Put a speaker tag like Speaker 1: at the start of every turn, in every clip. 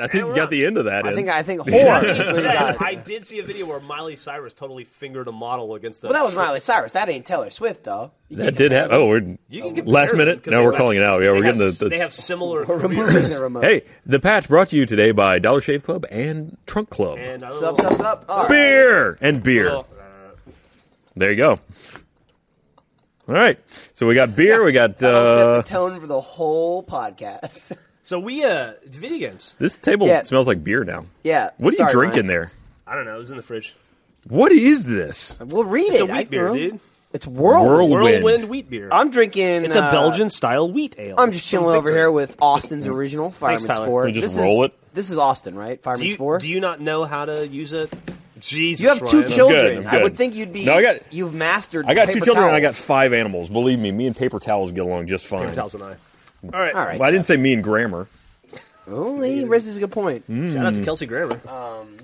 Speaker 1: I think you got the end of that.
Speaker 2: I
Speaker 1: in.
Speaker 2: think I think whore. is what he
Speaker 3: Said,
Speaker 2: got.
Speaker 3: I did see a video where Miley Cyrus totally fingered a model against the.
Speaker 2: well, that was Miley Cyrus. That ain't Taylor Swift though. You
Speaker 1: that
Speaker 2: can't
Speaker 1: did
Speaker 2: compare
Speaker 1: happen. Oh, we're
Speaker 3: You can compare
Speaker 1: last
Speaker 3: them,
Speaker 1: minute.
Speaker 3: 'cause
Speaker 1: No,
Speaker 3: they
Speaker 1: we're
Speaker 3: have-
Speaker 1: calling it out. Yeah,
Speaker 3: they
Speaker 1: we're
Speaker 3: have
Speaker 1: getting
Speaker 3: s-
Speaker 1: the,
Speaker 3: They
Speaker 1: the
Speaker 3: have similar.
Speaker 2: them. We're removing the remote.
Speaker 1: hey the patch brought to you today by Dollar Shave Club and Trunk Club.
Speaker 3: And I don't
Speaker 2: Sub,
Speaker 3: know-
Speaker 2: sub, sub. All right.
Speaker 1: beer and beer.
Speaker 3: Well,
Speaker 1: There you go. All right. So we got beer. We got
Speaker 2: That'll
Speaker 1: uh,
Speaker 2: set the tone for the whole podcast.
Speaker 3: So we uh, it's video games.
Speaker 1: this table
Speaker 2: Yeah.
Speaker 1: smells like beer now.
Speaker 2: yeah.
Speaker 1: What are you
Speaker 2: Sorry,
Speaker 1: drinking
Speaker 2: Ryan.
Speaker 1: there?
Speaker 3: I don't know. It was in the fridge.
Speaker 1: What is this?
Speaker 2: We'll read
Speaker 3: It's
Speaker 2: it.
Speaker 3: a
Speaker 2: I
Speaker 3: wheat
Speaker 2: can
Speaker 3: beer,
Speaker 2: remember.
Speaker 3: dude.
Speaker 2: It's Whirlwind.
Speaker 1: Whirlwind. Wind.
Speaker 3: Whirlwind wheat beer.
Speaker 2: I'm drinking.
Speaker 3: it's a
Speaker 2: uh,
Speaker 3: Belgian style wheat ale.
Speaker 2: I'm just chilling
Speaker 3: From
Speaker 2: over
Speaker 3: Victor.
Speaker 2: here with Austin's original Fireman's
Speaker 3: Tyler.
Speaker 2: Four.
Speaker 1: You just
Speaker 2: This
Speaker 1: roll
Speaker 2: is,
Speaker 1: it?
Speaker 2: This is Austin, right? Fireman's
Speaker 3: Do you,
Speaker 2: Four.
Speaker 3: do you not know how to use a? Jesus,
Speaker 2: You have two
Speaker 3: Ryan.
Speaker 1: I'm
Speaker 2: children. I would
Speaker 1: good.
Speaker 2: think you'd be.
Speaker 1: No, I got-
Speaker 2: You've mastered.
Speaker 1: I got two
Speaker 2: paper
Speaker 1: children and I got
Speaker 2: towels.
Speaker 1: five animals. Believe me, me and paper towels get along just fine.
Speaker 3: Paper towels and I.
Speaker 1: All right.
Speaker 2: All right,
Speaker 1: well, I didn't say me and grammar.
Speaker 2: Oh, he raises a good point.
Speaker 3: Shout
Speaker 1: Mm.
Speaker 3: out to Kelsey Grammer.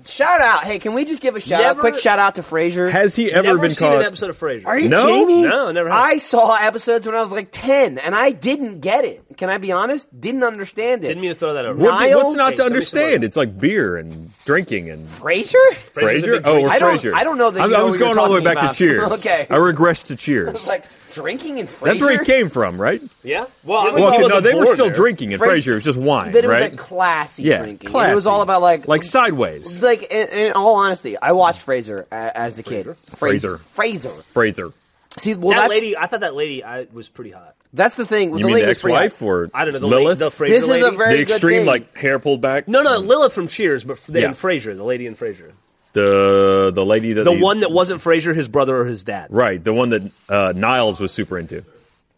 Speaker 2: Shout out! Hey, can we just give a shout out?
Speaker 3: Never-
Speaker 2: Quick shout out to Frasier.
Speaker 1: Has he ever
Speaker 3: Never
Speaker 1: been
Speaker 3: seen
Speaker 1: caught?
Speaker 3: an episode of Frasier.
Speaker 2: Are you
Speaker 1: No,
Speaker 2: kidding me?
Speaker 3: no, never have.
Speaker 2: I saw episodes when I was like ten, and I didn't get it. Can I be honest? Didn't understand it.
Speaker 3: Didn't mean to throw that over.
Speaker 1: What do- what's
Speaker 2: Niles?
Speaker 1: not
Speaker 3: Hey,
Speaker 1: to
Speaker 3: tell me some other-
Speaker 1: understand? It's like beer and drinking and
Speaker 2: Frasier?
Speaker 3: Frasier's a
Speaker 1: Frasier.
Speaker 3: big
Speaker 1: Oh,
Speaker 3: drink.
Speaker 1: we're
Speaker 2: I don't-
Speaker 1: Frasier.
Speaker 2: I don't know that
Speaker 1: I,
Speaker 2: you
Speaker 1: I
Speaker 2: know
Speaker 1: was
Speaker 2: what you're
Speaker 1: going all the way
Speaker 2: talking
Speaker 1: back
Speaker 2: about.
Speaker 1: to Cheers.
Speaker 2: Okay.
Speaker 1: I regressed to Cheers.
Speaker 2: It's like drinking and Frasier.
Speaker 1: That's where he came from, right?
Speaker 3: Yeah. Well, I
Speaker 2: was
Speaker 3: was,
Speaker 1: Well,
Speaker 2: all-
Speaker 3: I
Speaker 1: okay, no,
Speaker 3: wasn't
Speaker 1: they were
Speaker 3: born
Speaker 1: still
Speaker 3: there.
Speaker 1: drinking in
Speaker 2: Fra-
Speaker 1: Frasier. It was just wine,
Speaker 2: But it
Speaker 1: right?
Speaker 2: was a classy
Speaker 1: yeah,
Speaker 2: drinking.
Speaker 1: classy.
Speaker 2: It was all about like
Speaker 1: like sideways.
Speaker 2: like in, in all honesty, I watched Frasier a- as the kid.
Speaker 1: Frasier.
Speaker 2: Frasier.
Speaker 1: Frasier.
Speaker 2: See, well,
Speaker 3: that
Speaker 2: that's,
Speaker 3: lady, I thought that lady I, was pretty hot.
Speaker 2: that's the thing.
Speaker 1: You
Speaker 2: the
Speaker 1: mean
Speaker 2: lady
Speaker 1: the
Speaker 2: was pretty
Speaker 1: ex-wife
Speaker 2: hot.
Speaker 1: or
Speaker 3: I don't know the,
Speaker 1: Lilith?
Speaker 3: La- the Frasier
Speaker 2: This is a
Speaker 3: lady.
Speaker 2: very-
Speaker 1: the
Speaker 2: good
Speaker 1: extreme,
Speaker 2: thing.
Speaker 1: like hair pulled back.
Speaker 3: no, no, Lilith from Cheers, but f-
Speaker 1: Yeah.
Speaker 3: and Frasier, the lady in Frasier,
Speaker 1: the the lady that
Speaker 3: the
Speaker 1: he-
Speaker 3: one that wasn't Frasier, his brother or his dad.
Speaker 1: right, the one that uh, Niles was super into.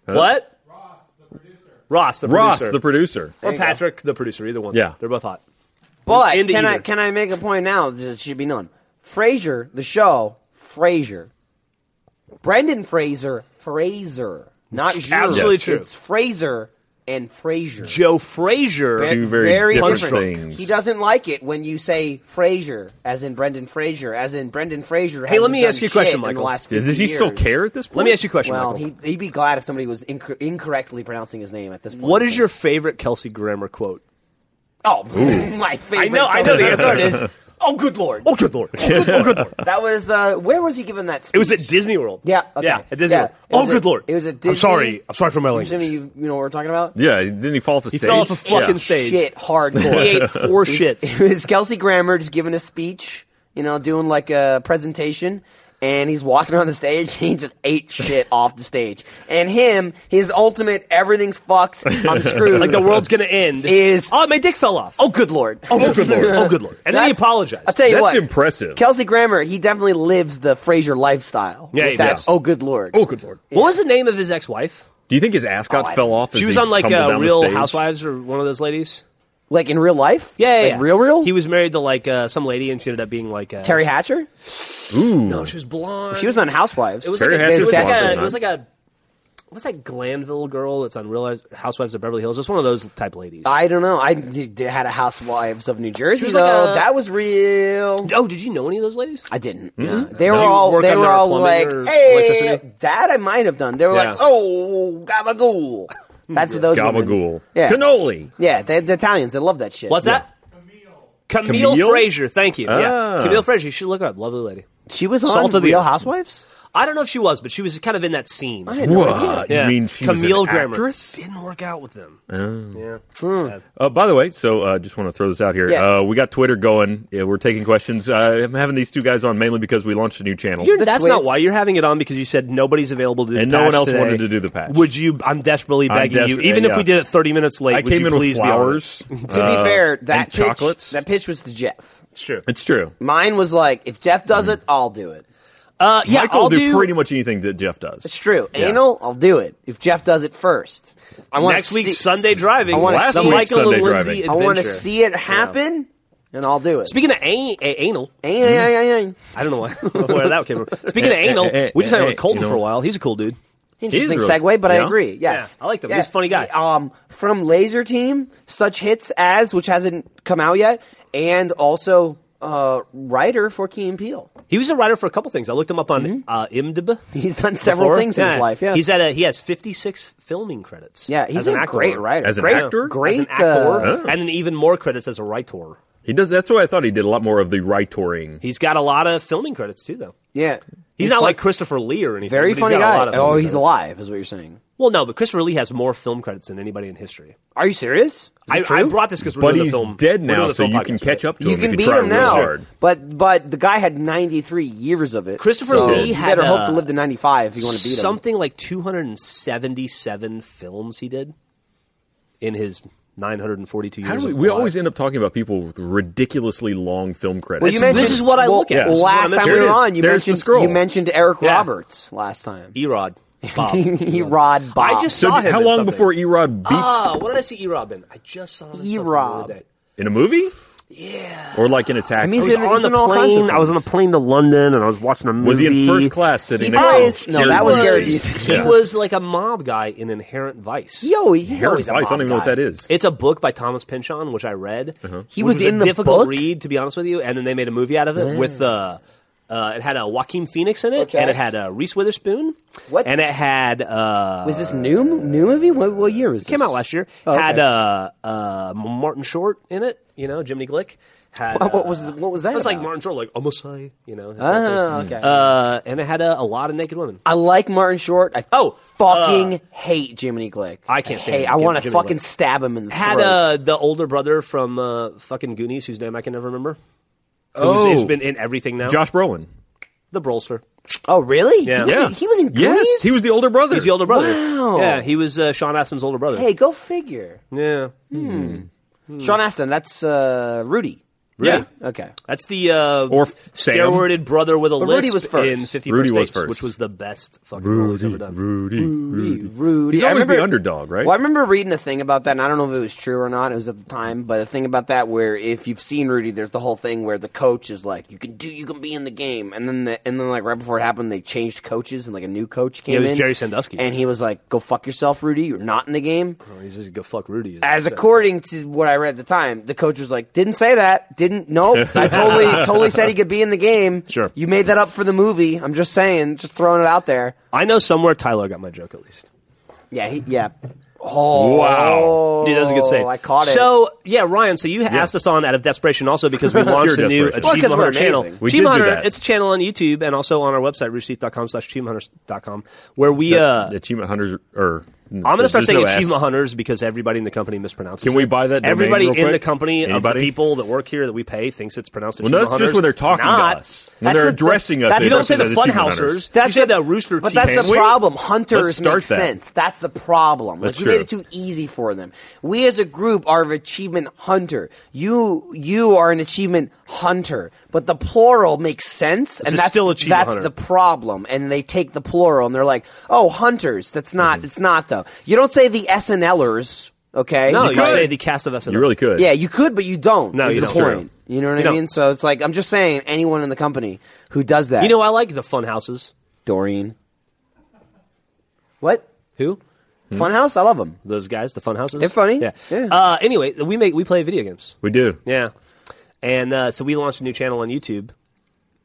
Speaker 3: What? Ross, the
Speaker 1: Ross,
Speaker 3: producer.
Speaker 1: the producer.
Speaker 3: or
Speaker 2: you go.
Speaker 3: Patrick, the producer. Either one.
Speaker 1: Yeah.
Speaker 3: they're both hot.
Speaker 2: But
Speaker 3: Into
Speaker 2: can I
Speaker 3: either.
Speaker 2: can I make a point now? This should be known. Frasier, the show, Frasier. Brendan Fraser, Fraser, not
Speaker 3: It's
Speaker 2: Jure.
Speaker 3: absolutely
Speaker 2: It's-
Speaker 3: true.
Speaker 2: It's Fraser and Fraser.
Speaker 3: Joe Frasier.
Speaker 1: Two very different things.
Speaker 2: He doesn't like it when you say Fraser, as in Brendan Fraser, as in Brendan Fraser.
Speaker 3: Hey, let me
Speaker 2: hasn't
Speaker 3: ask
Speaker 2: done
Speaker 3: you a question,
Speaker 2: shit in the
Speaker 3: Michael.
Speaker 2: last
Speaker 1: Does,
Speaker 2: 50
Speaker 1: he still
Speaker 2: years.
Speaker 1: care at this point?
Speaker 3: Let me ask you a question,
Speaker 2: Well,
Speaker 3: Michael.
Speaker 2: he, he'd be glad if somebody was inc- incorrectly pronouncing his name at this point.
Speaker 3: what is your favorite Kelsey Grammer quote?
Speaker 2: Oh, my favorite.
Speaker 3: I know- I know the
Speaker 2: Kelsey
Speaker 3: answer.
Speaker 2: Grammer is. Oh, good lord.
Speaker 3: Oh, good lord! Oh, good lord! Good lord.
Speaker 2: That was uh, where was he given that? Speech?
Speaker 3: It was at Disney World.
Speaker 2: Yeah, okay.
Speaker 3: yeah, at Disney
Speaker 2: Yeah,
Speaker 3: World.
Speaker 2: it
Speaker 3: Oh,
Speaker 2: was
Speaker 3: good
Speaker 2: at-
Speaker 3: lord!
Speaker 2: it was at
Speaker 3: I'm
Speaker 2: Disney-
Speaker 3: sorry. I'm sorry for my
Speaker 2: You,
Speaker 3: language.
Speaker 2: assuming you, you know what we're talking about?
Speaker 1: Yeah, didn't he fall off the
Speaker 3: He
Speaker 1: stage?
Speaker 3: fell off a fucking
Speaker 1: Yeah.
Speaker 3: stage.
Speaker 2: Shit, hardcore.
Speaker 3: He ate four shits.
Speaker 2: It was Kelsey Grammer just giving a speech, you know, doing like a presentation, and he's walking on the stage. And he just ate shit off the stage, and him, his ultimate everything's fucked. I'm screwed.
Speaker 3: Like the world's gonna end.
Speaker 2: Is-
Speaker 3: oh my dick fell off.
Speaker 2: Oh, good lord.
Speaker 3: oh good lord. Oh good lord. And then he
Speaker 2: That's-
Speaker 3: apologized.
Speaker 2: I'll tell you
Speaker 1: That's
Speaker 2: what.
Speaker 1: impressive.
Speaker 2: Kelsey Grammer, he definitely lives the Fraser lifestyle.
Speaker 3: Yeah,
Speaker 2: with
Speaker 3: he
Speaker 2: that,
Speaker 3: does.
Speaker 2: Oh, good lord.
Speaker 1: Oh, good lord!
Speaker 3: What was the name of his ex-wife?
Speaker 1: Do you think his ascot
Speaker 2: Oh, I-
Speaker 1: fell off? as
Speaker 3: She was
Speaker 1: he
Speaker 3: on like
Speaker 1: tumbled
Speaker 3: uh,
Speaker 1: down the
Speaker 3: Real
Speaker 1: stage?
Speaker 3: Housewives or one of those ladies.
Speaker 2: Like in real life?
Speaker 3: Yeah, yeah,
Speaker 2: Like
Speaker 3: yeah.
Speaker 2: real, real?
Speaker 3: He was married to like uh, some lady, and she ended up being like uh,
Speaker 2: Terry Hatcher?
Speaker 1: Ooh,
Speaker 3: No, she was blonde.
Speaker 2: She was on Housewives.
Speaker 3: It was
Speaker 1: Terry
Speaker 3: like a,
Speaker 1: Hatcher
Speaker 3: it was
Speaker 2: was
Speaker 3: like
Speaker 2: blonde,
Speaker 3: a, it
Speaker 1: huh?
Speaker 3: was like a. What's that Glanville girl that's on Real Housewives of Beverly Hills? It's one of those type ladies.
Speaker 2: I don't know. I d- d- had a Housewives of New Jersey
Speaker 3: was
Speaker 2: though.
Speaker 3: like a-
Speaker 2: that was real.
Speaker 3: oh, did you know any of those ladies?
Speaker 2: I didn't. no. They
Speaker 3: Did
Speaker 2: were
Speaker 3: you
Speaker 2: all.
Speaker 3: work
Speaker 2: They
Speaker 3: Mm-hmm. on
Speaker 2: were
Speaker 3: their
Speaker 2: all
Speaker 3: plumbing
Speaker 2: like,
Speaker 3: or
Speaker 2: "Hey,
Speaker 3: electricity?"
Speaker 2: that I might have done." They were
Speaker 3: Yeah.
Speaker 2: like, "Oh, gabagool." That's what those women-
Speaker 1: gabagool,
Speaker 2: Yeah,
Speaker 1: cannoli.
Speaker 2: yeah. The, the Italians, they love that shit.
Speaker 3: What's that? Camille.
Speaker 1: Camille?
Speaker 3: Camille Frazier. Thank you.
Speaker 1: Ah.
Speaker 3: Yeah, Camille Frazier. You should look her up. Lovely lady.
Speaker 2: She was on
Speaker 3: Salt of the
Speaker 2: Real
Speaker 3: earth.
Speaker 2: Housewives.
Speaker 3: I don't know if she was, but she was kind of in that scene.
Speaker 2: I had no idea.
Speaker 1: What?
Speaker 3: Yeah.
Speaker 1: You mean she
Speaker 3: Camille
Speaker 1: was an
Speaker 3: Grammer
Speaker 1: actress? Oh.
Speaker 3: didn't work out with them. Yeah. Hmm. Sad.
Speaker 1: Uh, by the way, so uh, just want to throw this out here.
Speaker 2: Yeah.
Speaker 1: Uh, we got Twitter going. Yeah, we're taking questions. Uh, I'm having these two guys on mainly because we launched a new channel.
Speaker 3: You're-
Speaker 2: The
Speaker 3: that's not
Speaker 2: twits.
Speaker 3: why you're having it on because you said nobody's available to do
Speaker 1: And
Speaker 3: the
Speaker 1: no
Speaker 3: patch
Speaker 1: one else
Speaker 3: today.
Speaker 1: wanted to do the patch.
Speaker 3: Would you? I'm desperately
Speaker 1: I'm
Speaker 3: begging
Speaker 1: desperate-
Speaker 3: you. Even
Speaker 1: yeah.
Speaker 3: if we did it 30 minutes late,
Speaker 1: I
Speaker 3: would
Speaker 1: came
Speaker 3: you
Speaker 1: in with
Speaker 3: please
Speaker 1: flowers. uh,
Speaker 2: To
Speaker 3: Uh,
Speaker 2: be fair, that
Speaker 1: and
Speaker 2: pitch,
Speaker 1: chocolates.
Speaker 2: That pitch was to Jeff.
Speaker 3: Be honest? Sure.
Speaker 1: it's true.
Speaker 2: Mine was like, if Jeff
Speaker 3: Hmm.
Speaker 2: does it, I'll do it.
Speaker 3: Uh, yeah,
Speaker 1: Michael
Speaker 3: I'll
Speaker 1: will do,
Speaker 3: do.
Speaker 1: pretty much anything that Jeff does.
Speaker 2: It's true.
Speaker 1: Yeah.
Speaker 2: Anal, I'll do it. If Jeff does it first, I want
Speaker 3: next week's Sunday driving.
Speaker 2: I wanna
Speaker 3: Last
Speaker 2: see-
Speaker 3: Michael
Speaker 1: Sunday
Speaker 3: and Lindsay
Speaker 1: driving.
Speaker 2: I want to
Speaker 3: adventure.
Speaker 2: see it happen, and I'll do it.
Speaker 3: Speaking of a- a- anal,
Speaker 2: Ay, ay, ay, ay, ay.
Speaker 3: I don't know why, where that came from. Speaking of
Speaker 1: eh, eh,
Speaker 3: anal, we just
Speaker 1: eh,
Speaker 3: hung out
Speaker 1: eh,
Speaker 3: with Colton
Speaker 1: you know.
Speaker 3: for a while. He's a cool dude.
Speaker 2: Interesting
Speaker 1: really-
Speaker 2: segue, but I
Speaker 1: yeah?
Speaker 2: agree. Yes,
Speaker 3: Yeah, I like him. He's a funny guy.
Speaker 2: Um, from Laser Team, such hits as which hasn't come out yet, and also uh, writer for Key and Peele.
Speaker 3: He was a writer for a couple things. I looked him up on
Speaker 1: Mm-hmm.
Speaker 3: uh, IMDb.
Speaker 2: He's done several
Speaker 3: before.
Speaker 2: things in his life. Yeah,
Speaker 3: he's at a, he has 56 filming credits.
Speaker 2: yeah, he's
Speaker 3: as an
Speaker 2: a
Speaker 3: actor.
Speaker 2: great writer.
Speaker 1: As an
Speaker 2: great,
Speaker 1: actor? Oh.
Speaker 2: great.
Speaker 3: as an actor,
Speaker 2: uh,
Speaker 3: and then even more credits as a writer.
Speaker 1: He does. That's why I thought he did a lot more of the right touring.
Speaker 3: He's got a lot of filming credits too, though.
Speaker 2: yeah,
Speaker 3: He's, not like Christopher Lee or anything.
Speaker 2: very
Speaker 3: but
Speaker 2: funny
Speaker 3: he's got A
Speaker 2: guy.
Speaker 3: lot of
Speaker 2: oh,
Speaker 3: filming
Speaker 2: he's
Speaker 3: credits.
Speaker 2: alive, is what you're saying.
Speaker 3: Well, no, but Christopher Lee has more film credits than anybody in history.
Speaker 2: Are you serious?
Speaker 3: I, I brought this because we're
Speaker 1: But
Speaker 3: doing
Speaker 1: he's
Speaker 3: the film.
Speaker 1: dead
Speaker 3: we're doing
Speaker 1: now,
Speaker 3: the
Speaker 1: so
Speaker 3: film
Speaker 1: you can
Speaker 3: podcast,
Speaker 1: catch
Speaker 3: right?
Speaker 1: up to
Speaker 2: You
Speaker 1: him
Speaker 2: can
Speaker 1: if you
Speaker 2: beat
Speaker 1: try
Speaker 2: him
Speaker 1: real
Speaker 2: now,
Speaker 1: hard.
Speaker 2: but but the guy had 93 years of it.
Speaker 3: Christopher
Speaker 2: so
Speaker 3: Lee
Speaker 2: you
Speaker 3: had
Speaker 2: better
Speaker 3: a-
Speaker 2: hope to live to 95 if you want to beat him.
Speaker 3: something like 277 films he did in his 942 years.
Speaker 1: How do we?
Speaker 3: of
Speaker 1: We
Speaker 3: life.
Speaker 1: always end up talking about people with ridiculously long film credits.
Speaker 2: Well, you mentioned,
Speaker 3: is what I
Speaker 2: well,
Speaker 3: look at. This is what I
Speaker 2: Last time
Speaker 3: mentioned.
Speaker 2: we
Speaker 3: Here
Speaker 2: were
Speaker 3: it is.
Speaker 2: on, you
Speaker 1: There's the
Speaker 2: mentioned
Speaker 1: scroll.
Speaker 2: you mentioned Eric
Speaker 3: Yeah.
Speaker 2: Roberts last time.
Speaker 3: Erod Bob.
Speaker 2: Erod Bob.
Speaker 3: I just
Speaker 1: so
Speaker 3: saw
Speaker 1: d-
Speaker 3: him.
Speaker 1: how
Speaker 3: in
Speaker 1: long
Speaker 3: something.
Speaker 1: before Erod beats
Speaker 2: Oh.
Speaker 3: Ah, what did I see Erod in? I just saw him. in something the
Speaker 2: Erod.
Speaker 3: other day.
Speaker 1: in a movie?
Speaker 3: Yeah.
Speaker 1: Or like in a taxi?
Speaker 2: mean,
Speaker 3: I
Speaker 2: He's
Speaker 3: was
Speaker 2: in-
Speaker 3: on
Speaker 2: he's
Speaker 3: the
Speaker 2: in all kinds of
Speaker 3: plane. I was on the
Speaker 2: things.
Speaker 3: plane to London, and I was watching a movie. Oh,
Speaker 1: was he in first class sitting
Speaker 2: He
Speaker 1: next
Speaker 2: was-
Speaker 1: to
Speaker 2: no, that was Gary Busey.
Speaker 3: He
Speaker 1: Yeah.
Speaker 3: was like a mob guy in Inherent Vice.
Speaker 2: He always, he's
Speaker 1: Harold
Speaker 2: always a
Speaker 1: Weiss, I don't
Speaker 2: mob
Speaker 1: even know what
Speaker 2: guy.
Speaker 1: that is.
Speaker 3: It's a book by Thomas Pynchon, which I read.
Speaker 1: Uh-huh.
Speaker 2: He
Speaker 3: which
Speaker 2: was in
Speaker 3: a
Speaker 2: the
Speaker 3: difficult
Speaker 2: book?
Speaker 3: read, to be honest with you. And then they made a movie out of it with Uh, uh, it had a Joaquin Phoenix in it,
Speaker 2: Okay.
Speaker 3: and it had uh, Reese Witherspoon,
Speaker 2: What?
Speaker 3: and it had uh,
Speaker 2: Was this new new movie? What, what year was this?
Speaker 3: came out last year.
Speaker 2: Oh, okay.
Speaker 3: Had uh, uh, Martin Short in it, you know, Jiminy Glick. Had,
Speaker 2: What- what
Speaker 3: uh,
Speaker 2: was- what was that
Speaker 3: It was like
Speaker 2: about?
Speaker 3: Martin Short, like I'm a say, you know. his whole
Speaker 2: Ah,
Speaker 3: thing.
Speaker 2: okay.
Speaker 3: Uh, and it had uh, a lot of naked women.
Speaker 2: I like Martin Short. I
Speaker 3: Oh,
Speaker 2: fucking hate Jiminy Glick.
Speaker 3: I can't stand
Speaker 2: Hey, I
Speaker 3: Jim-
Speaker 2: want to
Speaker 3: Jiminy
Speaker 2: fucking
Speaker 3: Glick.
Speaker 2: stab him in the
Speaker 3: Had
Speaker 2: throat.
Speaker 3: uh, the older brother from uh, fucking Goonies, whose name I can never remember.
Speaker 1: Oh.
Speaker 3: Who's, who's been in everything now.
Speaker 1: Josh Brolin.
Speaker 3: the Brolster.
Speaker 2: oh, really? He
Speaker 3: Yeah.
Speaker 2: was,
Speaker 1: Yeah,
Speaker 2: in- He was in Goonies.
Speaker 1: Yes, he was the older brother.
Speaker 3: He's the older brother.
Speaker 2: Wow.
Speaker 3: Yeah, he was uh, Sean Astin's older brother.
Speaker 2: Hey, go figure.
Speaker 3: Yeah.
Speaker 1: Hmm.
Speaker 2: Sean Astin. That's uh, Rudy.
Speaker 3: Yeah.
Speaker 2: Okay.
Speaker 3: That's the uh,
Speaker 1: Or f- Sam.
Speaker 3: steroided brother with a
Speaker 2: Rudy
Speaker 3: lisp
Speaker 2: was first.
Speaker 3: in 50
Speaker 1: Rudy
Speaker 3: First
Speaker 1: was
Speaker 3: Dates,
Speaker 1: first.
Speaker 3: which was the best fucking role he's
Speaker 1: Rudy,
Speaker 3: ever done.
Speaker 1: Rudy, Rudy.
Speaker 2: Rudy.
Speaker 1: He's
Speaker 2: I
Speaker 1: always
Speaker 2: remember-
Speaker 1: the underdog, right?
Speaker 2: Well, I remember reading a thing about that, and I don't know if it was true or not. It was at the time, but a thing about that where if you've seen Rudy, there's the whole thing where the coach is like, "You can do, you can be in the game," and then the, and then like right before it happened, they changed coaches and like a new coach came
Speaker 3: it was
Speaker 2: in,
Speaker 3: Jerry Sandusky.
Speaker 2: and he was like, "Go fuck yourself, Rudy. You're not in the game."
Speaker 3: Oh, he's just go fuck Rudy.
Speaker 2: As according to what I read at the time, the coach was like, "Didn't say that. Didn't. Nope. I totally, totally said he could be in the game.
Speaker 1: Sure.
Speaker 2: You made that up for the movie. I'm just saying, just throwing it out there.
Speaker 3: I know somewhere Tyler got my joke at least.
Speaker 2: Yeah. He, yeah. Oh
Speaker 1: Wow.
Speaker 3: Dude, that was a good save.
Speaker 2: I caught it.
Speaker 3: So yeah, Ryan. So you asked us on out of desperation, also because we launched
Speaker 1: Pure
Speaker 3: a new
Speaker 1: desperation.
Speaker 2: Well,
Speaker 3: Achievement
Speaker 2: 'cause we're
Speaker 3: Hunter channel.
Speaker 2: amazing.
Speaker 1: We
Speaker 3: Achievement
Speaker 1: did do
Speaker 3: Hunter,
Speaker 1: that.
Speaker 3: it's a channel on YouTube and also on our website, roosterteeth.com slash achievementhunters.com, where we.
Speaker 1: The
Speaker 3: Uh,
Speaker 1: achievement hunters or
Speaker 3: I'm going to start saying
Speaker 1: no S.
Speaker 3: achievement hunters because everybody in the company mispronounces.
Speaker 1: Can we
Speaker 3: it.
Speaker 1: buy that domain
Speaker 3: Everybody
Speaker 1: real
Speaker 3: in the
Speaker 1: quick?
Speaker 3: company of the
Speaker 1: Anybody?
Speaker 3: people that work here that we pay thinks it's pronounced.
Speaker 1: Well, no,
Speaker 3: achievement
Speaker 1: that's just when they're
Speaker 3: hunters. It's
Speaker 1: talking to
Speaker 3: not.
Speaker 1: us. When
Speaker 2: That's
Speaker 1: they're
Speaker 2: the-
Speaker 1: addressing us,
Speaker 2: that's-
Speaker 1: they
Speaker 3: You don't say the
Speaker 1: represent achievement
Speaker 3: funhousers.
Speaker 1: hunters.
Speaker 3: You say the rooster
Speaker 2: But
Speaker 3: teeth.
Speaker 2: that's the
Speaker 1: Can we?
Speaker 2: problem. Hunters
Speaker 1: Let's start
Speaker 2: make
Speaker 1: that.
Speaker 2: sense. That's the problem. Like
Speaker 1: That's
Speaker 2: you made
Speaker 1: true.
Speaker 2: it too easy for them. We as a group are an achievement hunter. You you are an achievement hunter. But the plural makes sense,
Speaker 3: is
Speaker 2: and that's
Speaker 3: still achievement
Speaker 2: that's
Speaker 3: hunter.
Speaker 2: the problem. And they take the plural and they're like, oh, hunters. That's not.
Speaker 3: Mm-hmm.
Speaker 2: It's not though. You don't say the SNLers. Okay.
Speaker 3: No, you
Speaker 2: Because-
Speaker 3: say the cast of SNL.
Speaker 1: You really could.
Speaker 2: yeah, you could, but you don't.
Speaker 3: No,
Speaker 2: is
Speaker 3: you
Speaker 2: the
Speaker 3: don't.
Speaker 2: point.
Speaker 1: True.
Speaker 2: You know what
Speaker 3: You
Speaker 2: I
Speaker 3: don't.
Speaker 2: mean? So it's like I'm just saying, anyone in the company who does that,
Speaker 3: You know, I like the fun houses.
Speaker 2: Doreen. What?
Speaker 3: Who?
Speaker 1: Hmm?
Speaker 2: Funhouse? I love them.
Speaker 3: Those guys, the fun houses.
Speaker 2: They're funny.
Speaker 3: Yeah.
Speaker 2: Yeah.
Speaker 3: Uh, anyway, we make we play video games.
Speaker 1: we do.
Speaker 3: Yeah. And uh, so we launched a new channel on YouTube,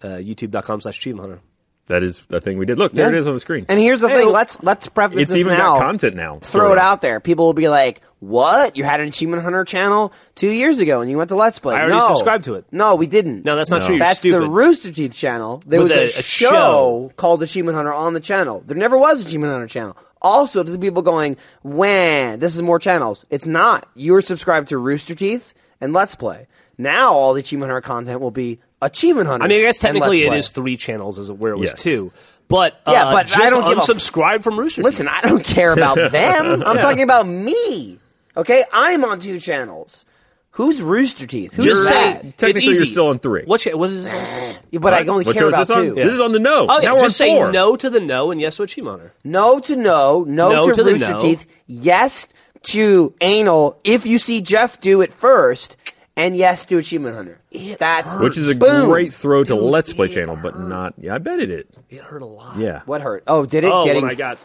Speaker 3: uh, youtube.com slash achievement hunter.
Speaker 1: That is the thing we did. Look, there
Speaker 2: Yeah.
Speaker 1: it is on the screen.
Speaker 2: And here's the
Speaker 3: Hey,
Speaker 2: thing.
Speaker 3: well,
Speaker 2: Let's let's preface
Speaker 1: it's
Speaker 2: this
Speaker 1: even
Speaker 2: now.
Speaker 1: got content now.
Speaker 2: Throw
Speaker 1: sort
Speaker 2: it
Speaker 1: of.
Speaker 2: out there. People will be like, "What? You had an Achievement Hunter channel two years ago, and you went to Let's Play."
Speaker 3: I already
Speaker 2: no.
Speaker 3: subscribed to it.
Speaker 2: No, we didn't.
Speaker 3: No, that's not
Speaker 1: No.
Speaker 3: true. You're
Speaker 2: That's
Speaker 3: stupid.
Speaker 2: the Rooster Teeth channel. There
Speaker 3: With
Speaker 2: was a,
Speaker 3: a- a
Speaker 2: show,
Speaker 3: show.
Speaker 2: called Achievement Hunter on the channel. There never was Achievement Hunter channel. Also, to the people going, "When this is more channels?" It's not. You were subscribed to Rooster Teeth and Let's Play. Now all the Achievement Hunter content will be Achievement Hunter.
Speaker 3: I mean, I guess
Speaker 2: and Let's
Speaker 3: technically it
Speaker 2: Play.
Speaker 3: is three channels as where it was
Speaker 1: Yes.
Speaker 3: two. But, uh,
Speaker 2: Yeah, but I
Speaker 3: just
Speaker 2: don't give a f-
Speaker 3: unsubscribe from Rooster. Teeth.
Speaker 2: Listen, I don't care about them. I'm talking about me. Okay, I'm on two channels. Who's Rooster Teeth? Who's
Speaker 3: just
Speaker 1: You're-
Speaker 3: say
Speaker 2: that?
Speaker 1: Technically,
Speaker 3: it's
Speaker 1: you're
Speaker 3: easy.
Speaker 1: still on three.
Speaker 3: What, cha- what is this?
Speaker 2: Yeah, but I only
Speaker 1: What
Speaker 2: care
Speaker 1: show
Speaker 2: about
Speaker 1: is this on?
Speaker 2: two.
Speaker 1: This is on the no.
Speaker 3: Oh, yeah,
Speaker 1: now we're
Speaker 3: just
Speaker 1: on
Speaker 3: say
Speaker 1: four.
Speaker 3: no to the no and yes to achievement hunter.
Speaker 2: No to no, no,
Speaker 3: No
Speaker 2: to,
Speaker 3: to the
Speaker 2: Rooster
Speaker 3: no.
Speaker 2: Teeth, yes to anal. If you see Jeff do it first, and yes to Achievement Hunter. That's
Speaker 1: Which is a
Speaker 2: boom.
Speaker 1: great throw to
Speaker 3: Dude,
Speaker 1: Let's Play
Speaker 3: it
Speaker 1: channel, but not. Yeah, I bet it did.
Speaker 3: It hurt a lot.
Speaker 1: Yeah.
Speaker 2: What hurt? Oh, did it
Speaker 3: Oh,
Speaker 2: getting
Speaker 3: when I got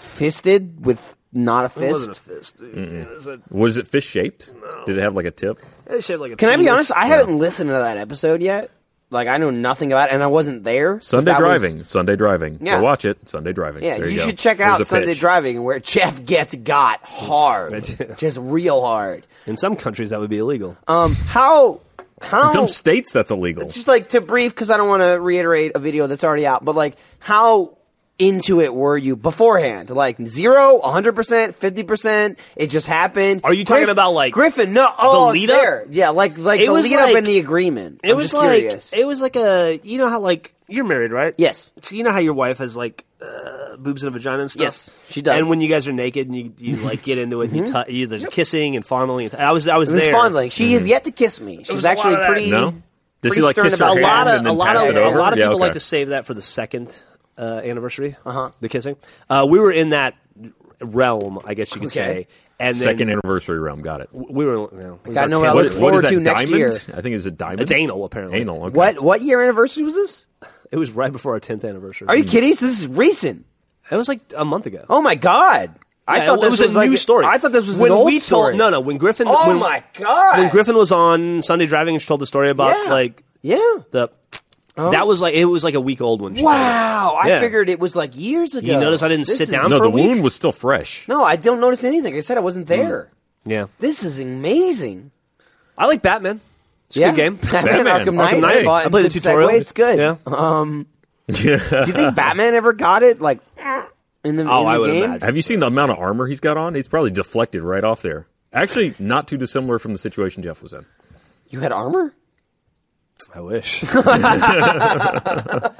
Speaker 2: fisted with not a
Speaker 3: It
Speaker 2: fist?
Speaker 3: wasn't a fist. dude. It was a,
Speaker 1: Was it fish shaped? Did it have like a tip?
Speaker 3: it shaped like a
Speaker 2: Can I be
Speaker 3: penis.
Speaker 2: honest? I haven't listened to that episode yet. Like I know nothing about it, and I wasn't there. 'cause
Speaker 1: Sunday
Speaker 2: that was-
Speaker 1: driving, Sunday driving.
Speaker 2: Yeah.
Speaker 1: Go watch it. Sunday driving.
Speaker 2: yeah,
Speaker 1: There
Speaker 2: you,
Speaker 1: go.
Speaker 2: should check
Speaker 1: There's
Speaker 2: out
Speaker 1: a
Speaker 2: Sunday
Speaker 1: pitch.
Speaker 2: driving where Jeff gets got hard, just real hard.
Speaker 3: In some countries, that would be illegal.
Speaker 2: Um, how how
Speaker 1: In some states, that's illegal.
Speaker 2: just like to brief because I don't want to reiterate a video that's already out, but like how into it were you beforehand? Like zero, hundred percent, fifty percent. It just happened.
Speaker 3: Are you talking about, like,
Speaker 2: Griffin? No, oh, it's
Speaker 3: lead up?
Speaker 2: there. Yeah, like like
Speaker 3: It
Speaker 2: the
Speaker 3: was
Speaker 2: lead up
Speaker 3: like-
Speaker 2: and the agreement.
Speaker 3: It
Speaker 2: I'm
Speaker 3: was
Speaker 2: just
Speaker 3: like
Speaker 2: curious.
Speaker 3: it was like a you know how like you're married, right?
Speaker 2: Yes.
Speaker 3: So you know how your wife has like uh, boobs and a vagina and stuff.
Speaker 2: Yes, she does. Mm-hmm.
Speaker 3: And when you guys are naked and you, you like get into it, and you, t- you there's kissing and fondling. And I was I was
Speaker 2: It was
Speaker 3: there. Mm-hmm.
Speaker 2: fondling. She has yet to kiss me. She's
Speaker 3: was a lot
Speaker 2: actually
Speaker 3: of that.
Speaker 2: pretty.
Speaker 1: No? Did she
Speaker 2: pretty
Speaker 1: like
Speaker 2: stern
Speaker 1: kiss her
Speaker 2: about
Speaker 3: A
Speaker 2: it.
Speaker 1: hand
Speaker 3: lot of
Speaker 1: and
Speaker 3: a
Speaker 1: then
Speaker 3: lot
Speaker 1: pass
Speaker 3: of
Speaker 1: it
Speaker 3: a
Speaker 1: over?
Speaker 3: lot of
Speaker 1: Yeah,
Speaker 3: people like
Speaker 1: okay.
Speaker 3: to save that for the second uh, anniversary. Uh
Speaker 2: Uh-huh.
Speaker 3: huh. The kissing. Uh, we were in that realm, I guess you could
Speaker 2: Okay.
Speaker 3: say. And then
Speaker 1: Second anniversary realm. Got it.
Speaker 3: we were. You know, it was
Speaker 2: I
Speaker 3: our
Speaker 2: know
Speaker 3: tail
Speaker 2: what I
Speaker 3: end.
Speaker 2: look
Speaker 1: what
Speaker 2: forward
Speaker 1: is that?
Speaker 2: to next
Speaker 1: diamond?
Speaker 2: year.
Speaker 1: I think it's a diamond.
Speaker 3: It's anal, apparently.
Speaker 1: Anal. Okay.
Speaker 2: What what year anniversary was this?
Speaker 3: It was right before our tenth anniversary.
Speaker 2: Are you kidding? So this is recent.
Speaker 3: It was like a month ago.
Speaker 2: Oh my god! I
Speaker 3: Yeah,
Speaker 2: thought
Speaker 3: it
Speaker 2: this
Speaker 3: was,
Speaker 2: was
Speaker 3: a
Speaker 2: like-
Speaker 3: new story.
Speaker 2: I thought this was
Speaker 3: when
Speaker 2: an old
Speaker 3: we
Speaker 2: story.
Speaker 3: Told, no, no. When Griffin.
Speaker 2: Oh
Speaker 3: when,
Speaker 2: my God.
Speaker 3: When Griffin was on Sunday driving and she told the story about
Speaker 2: Yeah.
Speaker 3: like
Speaker 2: Yeah.
Speaker 3: the that was like it was like a week old when. She told it.
Speaker 2: Wow, I
Speaker 3: Yeah.
Speaker 2: figured it was like years ago.
Speaker 3: notice I didn't sit
Speaker 2: is-
Speaker 3: down?
Speaker 1: No,
Speaker 3: for
Speaker 1: the
Speaker 3: a week?
Speaker 1: wound was still fresh.
Speaker 2: No, I don't notice anything. I said I
Speaker 3: Hmm.
Speaker 2: wasn't there.
Speaker 3: Yeah.
Speaker 2: This is amazing.
Speaker 3: I like Batman. It's a
Speaker 2: yeah.
Speaker 3: good game.
Speaker 2: Batman,
Speaker 1: Batman,
Speaker 2: Arkham
Speaker 1: Arkham
Speaker 2: Knight.
Speaker 1: Knight.
Speaker 2: fun.
Speaker 3: I played the
Speaker 2: Good
Speaker 3: tutorial.
Speaker 2: segue, It's good.
Speaker 3: Yeah.
Speaker 2: Um, do you think Batman ever got it? Like in the, in
Speaker 3: Oh,
Speaker 2: the
Speaker 3: I would
Speaker 2: game?
Speaker 3: imagine.
Speaker 1: Have you seen the amount of armor he's got on? He's probably deflected right off there. Actually, not too dissimilar from the situation Jeff was in.
Speaker 2: You had armor.
Speaker 3: I wish.
Speaker 2: Dude,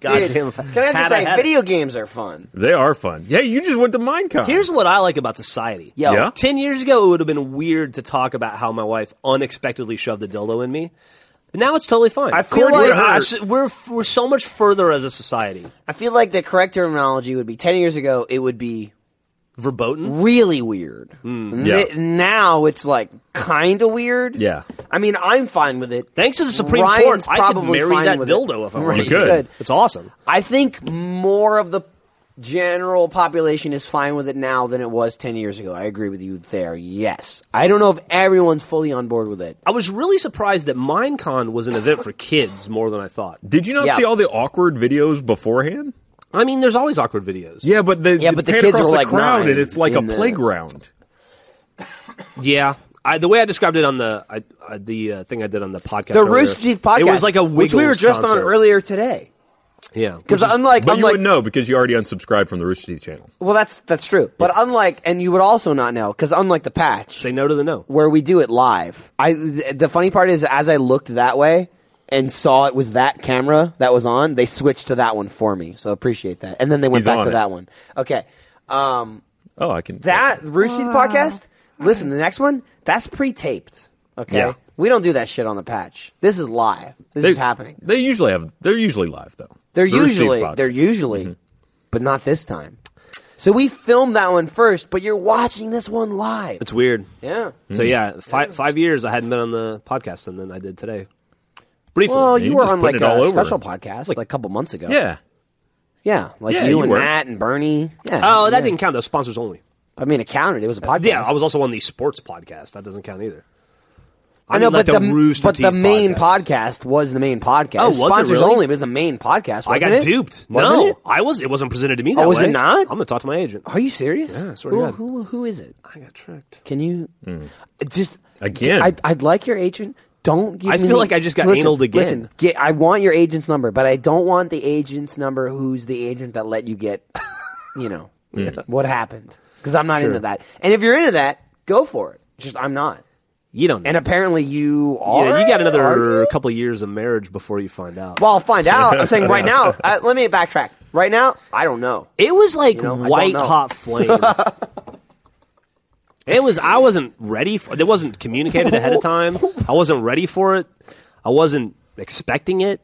Speaker 3: Goddamn.
Speaker 2: can I just say, video games are fun.
Speaker 1: They are fun. Yeah, you just went to Minecon.
Speaker 3: Here's what I like about society.
Speaker 2: Yo,
Speaker 1: Yeah.
Speaker 3: 10 years ago, it would have been weird to talk about how my wife unexpectedly shoved a dildo in me. But now it's totally fine. I
Speaker 1: feel like-
Speaker 3: we're, I s- we're, we're so much further as a society.
Speaker 2: I feel like the correct terminology would be ten years ago. It would be
Speaker 3: Verboten?
Speaker 2: really weird.
Speaker 3: Hmm.
Speaker 2: N-
Speaker 1: Yeah.
Speaker 2: now it's like kind of weird.
Speaker 1: Yeah.
Speaker 2: I mean, I'm fine with it.
Speaker 3: Thanks to the Supreme
Speaker 2: Ryan's
Speaker 3: Court, I could
Speaker 2: probably
Speaker 3: marry
Speaker 2: fine
Speaker 3: that
Speaker 2: with
Speaker 3: dildo
Speaker 2: it.
Speaker 3: if I
Speaker 2: Right,
Speaker 3: wanted.
Speaker 1: You could.
Speaker 2: good.
Speaker 3: It's awesome.
Speaker 2: I think more of the general population is fine with it now than it was 10 years ago. I agree with you there. Yes. I don't know if everyone's fully on board with it.
Speaker 3: I was really surprised that Minecon was an event for kids more than I thought.
Speaker 1: Did you not
Speaker 2: Yeah.
Speaker 1: see all the awkward videos beforehand?
Speaker 3: I mean, there's always awkward videos.
Speaker 1: Yeah, but they
Speaker 2: Yeah,
Speaker 1: they
Speaker 2: but the
Speaker 1: pan
Speaker 2: kids
Speaker 1: across
Speaker 2: were
Speaker 1: the
Speaker 2: like
Speaker 1: crowd
Speaker 2: nine
Speaker 1: and it's like a
Speaker 2: in the-
Speaker 1: playground.
Speaker 3: Yeah. I, the way I described it on the I, I, the uh, thing I did on the podcast,
Speaker 2: The
Speaker 3: earlier,
Speaker 2: Rooster Teeth podcast.
Speaker 3: it was like a
Speaker 2: which we
Speaker 3: Wiggles
Speaker 2: were just on
Speaker 3: concert.
Speaker 2: earlier today.
Speaker 3: Yeah,
Speaker 2: Because unlike,
Speaker 1: But you
Speaker 2: unlike
Speaker 1: wouldn't know because you already unsubscribed from the Rooster Teeth channel.
Speaker 2: well, that's that's true. But unlike, and you would also not know because unlike the patch,
Speaker 3: say no to the no.
Speaker 2: where we do it live. I th- the funny part is as I looked that way and saw it was that camera that was on, they switched to that one for me. So appreciate that. And then they went
Speaker 1: He's
Speaker 2: back
Speaker 1: on
Speaker 2: to
Speaker 1: it.
Speaker 2: that one. Okay. Um
Speaker 1: Oh, I can.
Speaker 2: that Rooster Teeth podcast, listen, the next one, that's pre-taped. Okay.
Speaker 1: Yeah.
Speaker 2: We don't do that shit on the patch. This is live. This
Speaker 1: they,
Speaker 2: is happening.
Speaker 1: They usually have. They're usually live though.
Speaker 2: They're
Speaker 1: The Rooster Teeth
Speaker 2: usually
Speaker 1: podcast.
Speaker 2: they're usually,
Speaker 3: Mm-hmm.
Speaker 2: but not this time. So we filmed that one first, but you're watching this one live.
Speaker 3: It's weird.
Speaker 2: yeah.
Speaker 3: So yeah, five five years I hadn't been on the podcast, and then I did today. Briefly,
Speaker 2: Well,
Speaker 1: you
Speaker 2: you were
Speaker 1: just
Speaker 2: on
Speaker 1: put
Speaker 2: like
Speaker 1: it
Speaker 2: a
Speaker 1: all over.
Speaker 2: special podcast like, a couple months ago.
Speaker 1: yeah.
Speaker 2: Yeah, like
Speaker 1: Yeah,
Speaker 2: you,
Speaker 1: you
Speaker 2: and
Speaker 1: were.
Speaker 2: Matt and Bernie. Yeah.
Speaker 3: oh, that
Speaker 2: yeah.
Speaker 3: didn't count. Those sponsors only.
Speaker 2: I mean, it counted. It was a podcast.
Speaker 3: Yeah, I was also on the sports podcast. That doesn't count either.
Speaker 2: I know,
Speaker 3: mean, like
Speaker 2: but the,
Speaker 3: Rooster
Speaker 2: but the
Speaker 3: Teeth
Speaker 2: main podcast. was the main podcast.
Speaker 3: Oh, was it
Speaker 2: sponsors
Speaker 3: really?
Speaker 2: only, but it was the main podcast.
Speaker 3: I
Speaker 2: wasn't
Speaker 3: got
Speaker 2: it?
Speaker 3: duped.
Speaker 2: Wasn't
Speaker 3: no,
Speaker 2: it?
Speaker 3: I was. It wasn't presented to me.
Speaker 2: Oh,
Speaker 3: That
Speaker 2: was it
Speaker 3: way.
Speaker 2: not? Oh,
Speaker 3: I'm gonna talk to my agent.
Speaker 2: Are you serious?
Speaker 3: Yeah, I swear to
Speaker 2: who,
Speaker 3: God.
Speaker 2: who who is it?
Speaker 3: I got tricked.
Speaker 2: Can you
Speaker 3: Mm.
Speaker 2: just
Speaker 1: Again.
Speaker 2: I'd, I'd like your agent. Don't give
Speaker 3: I
Speaker 2: me-
Speaker 3: feel like I just got
Speaker 2: listen,
Speaker 3: analed again.
Speaker 2: Listen, get, I want your agent's number, but I don't want the agent's number. Who's the agent that let you get? You know what happened? Because I'm not into that. And if you're into that, go for it. Just I'm not.
Speaker 3: You don't. Know.
Speaker 2: And apparently you are.
Speaker 3: yeah, you
Speaker 2: are
Speaker 3: got another
Speaker 2: you?
Speaker 3: couple years of marriage before you find out.
Speaker 2: Well, I'll find out. I'm saying right now. Uh, let me backtrack. Right now, I don't know.
Speaker 3: It was like
Speaker 2: know, I don't
Speaker 3: white
Speaker 2: know.
Speaker 3: hot flame. it was. I wasn't ready. For, it wasn't communicated ahead of time. I wasn't ready for it. I wasn't expecting it.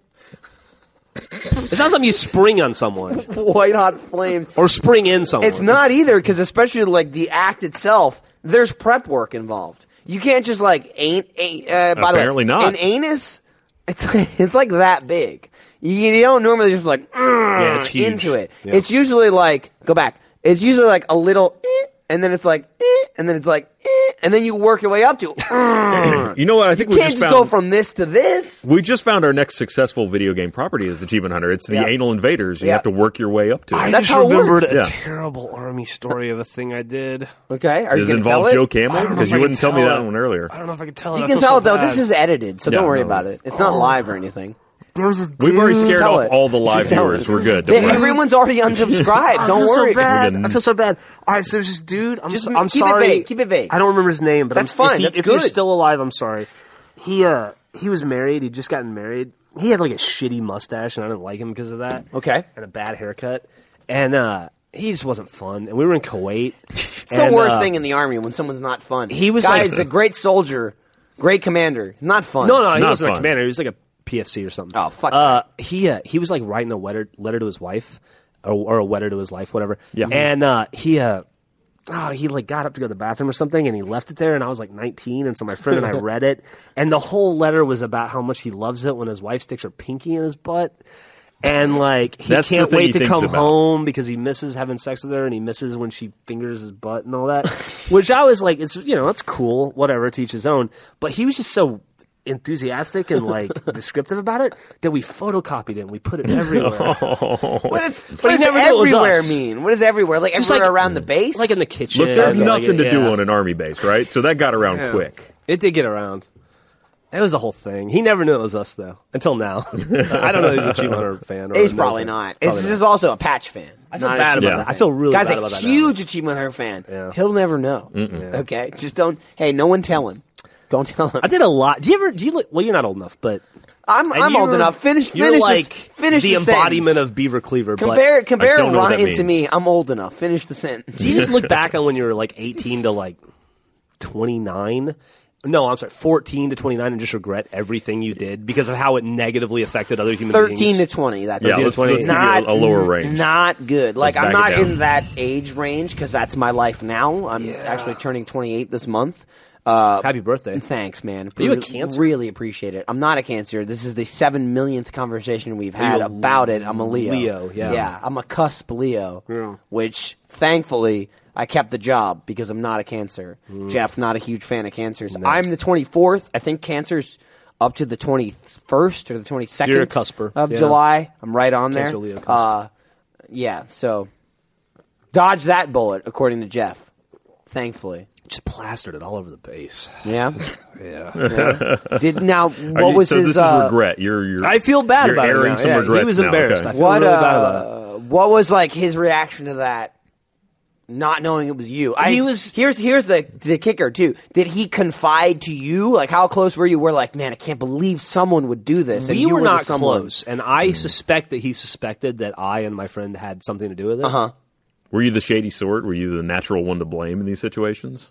Speaker 3: It's not something you spring on someone
Speaker 2: White hot flames.
Speaker 3: or spring in someone.
Speaker 2: It's not either because especially like the act itself, there's prep work involved. You can't just like ain't. ain't uh, by
Speaker 1: Apparently
Speaker 2: the way,
Speaker 1: not.
Speaker 2: An anus, it's it's like that big. You, you don't normally just like
Speaker 3: Yeah, it's huge.
Speaker 2: into it.
Speaker 3: Yeah.
Speaker 2: It's usually like go back. It's usually like a little eh, and then it's like, eh, and then it's like, eh, and then you work your way up to.
Speaker 1: You know what? I think we
Speaker 2: can't
Speaker 1: just,
Speaker 2: just
Speaker 1: found
Speaker 2: go from this to this.
Speaker 1: we just found our next successful video game property is Achievement Hunter. It's the
Speaker 2: Yeah.
Speaker 1: Anal Invaders. You
Speaker 2: Yeah.
Speaker 1: have to work your way up to.
Speaker 3: I
Speaker 1: it.
Speaker 2: That's
Speaker 3: just
Speaker 2: how it
Speaker 3: remembered
Speaker 1: works.
Speaker 3: a
Speaker 1: Yeah.
Speaker 3: terrible army story of a thing I did.
Speaker 2: Okay, are
Speaker 1: Does
Speaker 2: you
Speaker 1: it
Speaker 2: going to tell
Speaker 1: involve
Speaker 2: it?
Speaker 1: Joe
Speaker 3: I
Speaker 1: Camel?
Speaker 3: don't know
Speaker 1: Because
Speaker 3: if
Speaker 1: you
Speaker 3: I
Speaker 1: wouldn't
Speaker 3: can
Speaker 1: tell me
Speaker 3: tell
Speaker 1: that
Speaker 3: it.
Speaker 1: one earlier.
Speaker 3: I don't know if I can tell it.
Speaker 2: You
Speaker 3: I
Speaker 2: can
Speaker 3: feel
Speaker 2: tell
Speaker 3: so
Speaker 2: it though. This
Speaker 3: bad.
Speaker 2: is edited, so don't
Speaker 1: Yeah,
Speaker 2: worry
Speaker 1: no,
Speaker 2: about it.
Speaker 1: it's-
Speaker 2: It's not live or anything.
Speaker 4: There was this
Speaker 1: We've already
Speaker 4: dude-
Speaker 1: scared
Speaker 2: tell
Speaker 1: off
Speaker 2: it.
Speaker 1: all the live
Speaker 2: tell
Speaker 1: viewers.
Speaker 2: it.
Speaker 1: We're good.
Speaker 2: They-
Speaker 1: Don't worry.
Speaker 2: everyone's already unsubscribed.
Speaker 4: I
Speaker 2: don't
Speaker 4: feel
Speaker 2: worry.
Speaker 4: so bad.
Speaker 1: We're
Speaker 4: I feel so bad. All right, so there's this dude. I'm,
Speaker 3: Just-
Speaker 4: so-
Speaker 3: I'm
Speaker 2: keep it
Speaker 3: sorry.
Speaker 2: vague, keep it vague.
Speaker 3: I don't remember his name, but
Speaker 2: That's
Speaker 3: I'm,
Speaker 2: fine,
Speaker 3: If, he,
Speaker 2: that's
Speaker 3: if you're
Speaker 2: good.
Speaker 3: still alive, I'm sorry. He uh, he was married. He'd just gotten married. He had like a shitty mustache, and I didn't like him because of that.
Speaker 2: Okay.
Speaker 3: and a bad haircut, and uh, he just wasn't fun. And we were in Kuwait. uh,
Speaker 2: It's the worst thing in the army when someone's not fun.
Speaker 3: he was
Speaker 2: guy
Speaker 3: like-
Speaker 2: is a great soldier, great commander. He's not fun.
Speaker 3: No, no, he
Speaker 1: Not
Speaker 3: wasn't
Speaker 1: fun.
Speaker 3: a commander. He was like a PFC or something.
Speaker 2: Oh, fuck
Speaker 3: Uh, he uh, he was like writing a letter letter to his wife, or, or a letter to his life, whatever.
Speaker 1: Yeah.
Speaker 3: And uh, he uh, oh, he like got up to go to the bathroom or something, and he left it there. And I was like 19, and so my friend and I read it, and the whole letter was about how much he loves it when his wife sticks her pinky in his butt. And like he
Speaker 1: That's the
Speaker 3: can't
Speaker 1: thing
Speaker 3: wait
Speaker 1: he
Speaker 3: to
Speaker 1: thinks
Speaker 3: come
Speaker 1: about.
Speaker 3: home because he misses having sex with her and he misses when she fingers his butt and all that. Which I was like, it's you know, that's cool, whatever, to each his own. But he was just so enthusiastic and like descriptive about it that we photocopied it and we put it everywhere.
Speaker 2: What is what
Speaker 3: he
Speaker 2: does
Speaker 3: never knew it was
Speaker 2: everywhere
Speaker 3: us.
Speaker 2: mean? What is everywhere? Like
Speaker 3: Just
Speaker 2: everywhere
Speaker 3: like-
Speaker 2: around the base?
Speaker 3: like in the kitchen.
Speaker 1: Look, there's
Speaker 3: like,
Speaker 1: nothing to do
Speaker 3: yeah.
Speaker 1: on an army base, right? So that got around
Speaker 3: Yeah.
Speaker 1: quick.
Speaker 3: It did get around. It was the whole thing. He never knew it was us though. Until now. I don't know if he's a Chief Hunter fan or
Speaker 2: He's
Speaker 3: another
Speaker 2: probably
Speaker 3: fan.
Speaker 2: not. It's,
Speaker 3: Probably
Speaker 2: This is also a patch fan.
Speaker 3: I feel
Speaker 2: not
Speaker 3: bad
Speaker 2: a
Speaker 3: about
Speaker 2: Achievement
Speaker 1: that.
Speaker 2: Hunter
Speaker 3: I feel
Speaker 2: fan.
Speaker 3: really
Speaker 2: Guy's
Speaker 3: bad
Speaker 2: a
Speaker 3: about that now.
Speaker 2: huge Achievement Hunter fan. He'll never know. Okay, just don't. Hey, no one tell him. Don't tell him.
Speaker 3: I did a lot. Do you ever? Do you? Look, well, you're not old enough, but
Speaker 2: I'm
Speaker 3: and
Speaker 2: I'm old
Speaker 3: you're-
Speaker 2: enough. Finish
Speaker 3: you're
Speaker 2: finish
Speaker 3: like
Speaker 2: this, finish
Speaker 3: the,
Speaker 2: the
Speaker 3: embodiment
Speaker 2: sentence.
Speaker 3: of Beaver Cleaver.
Speaker 2: compare
Speaker 3: But
Speaker 1: I
Speaker 2: compare
Speaker 1: don't know what that
Speaker 2: Ryan to me.
Speaker 1: means.
Speaker 2: I'm old enough. Finish the sentence.
Speaker 3: do you just look back on when you were like 18 to like 29? No, I'm sorry, 14 to 29, and just regret everything you did because of how it negatively affected other human
Speaker 2: Thirteen to
Speaker 3: beings.
Speaker 2: twenty. That's
Speaker 1: Yeah,
Speaker 2: good.
Speaker 1: let's- let's give you a-
Speaker 2: not
Speaker 1: a lower range.
Speaker 2: Not good. Like
Speaker 1: Let's
Speaker 2: I'm
Speaker 1: back it
Speaker 2: not
Speaker 1: down.
Speaker 2: in that age range because that's my life now. I'm actually turning 28 this month. Uh,
Speaker 3: Happy birthday!
Speaker 2: thanks, man.
Speaker 3: you a
Speaker 2: Really-
Speaker 3: cancer?
Speaker 2: Really appreciate it. I'm not a cancer. This is the seven millionth conversation we've had
Speaker 3: a
Speaker 2: about it. I'm a Leo.
Speaker 3: Leo, yeah.
Speaker 2: Yeah, I'm a cusp Leo. Which thankfully. I kept the job because I'm not a cancer.
Speaker 3: Mm.
Speaker 2: Jeff, not a huge fan of cancers. I'm the 24th. I think cancer's up to the 21st or the 22nd
Speaker 3: you're a cusper.
Speaker 2: of
Speaker 3: Yeah.
Speaker 2: July. I'm right on there.
Speaker 3: Cancer Leo cusp.
Speaker 2: Uh, yeah, so dodge that bullet, according to Jeff. Thankfully,
Speaker 3: Just plastered it all over the base.
Speaker 2: yeah.
Speaker 3: Yeah,
Speaker 2: Did now
Speaker 1: Are
Speaker 2: what
Speaker 1: you-
Speaker 2: was
Speaker 1: so
Speaker 2: his?
Speaker 1: this is
Speaker 2: uh,
Speaker 1: regret. You're, you're,
Speaker 3: I feel bad
Speaker 1: you're
Speaker 3: about it.
Speaker 1: airing
Speaker 3: now.
Speaker 1: some
Speaker 3: Yeah,
Speaker 1: regrets
Speaker 3: he was
Speaker 1: now,
Speaker 3: embarrassed.
Speaker 1: okay.
Speaker 3: I feel
Speaker 2: What
Speaker 3: really
Speaker 2: uh,
Speaker 3: bad about it.
Speaker 2: what was like his reaction to that? Not knowing it was you. I,
Speaker 3: He was-
Speaker 2: here's here's the the kicker too. Did he confide to you? Like how close were you? We're like, man, I can't believe someone would do this. and
Speaker 3: we
Speaker 2: you
Speaker 3: were Mm.
Speaker 2: the
Speaker 3: not
Speaker 2: someone.
Speaker 3: close, and I suspect that he suspected that I and my friend had something to do with it. Uh-huh.
Speaker 1: Were you the shady sort? Were you the natural one to blame in these situations?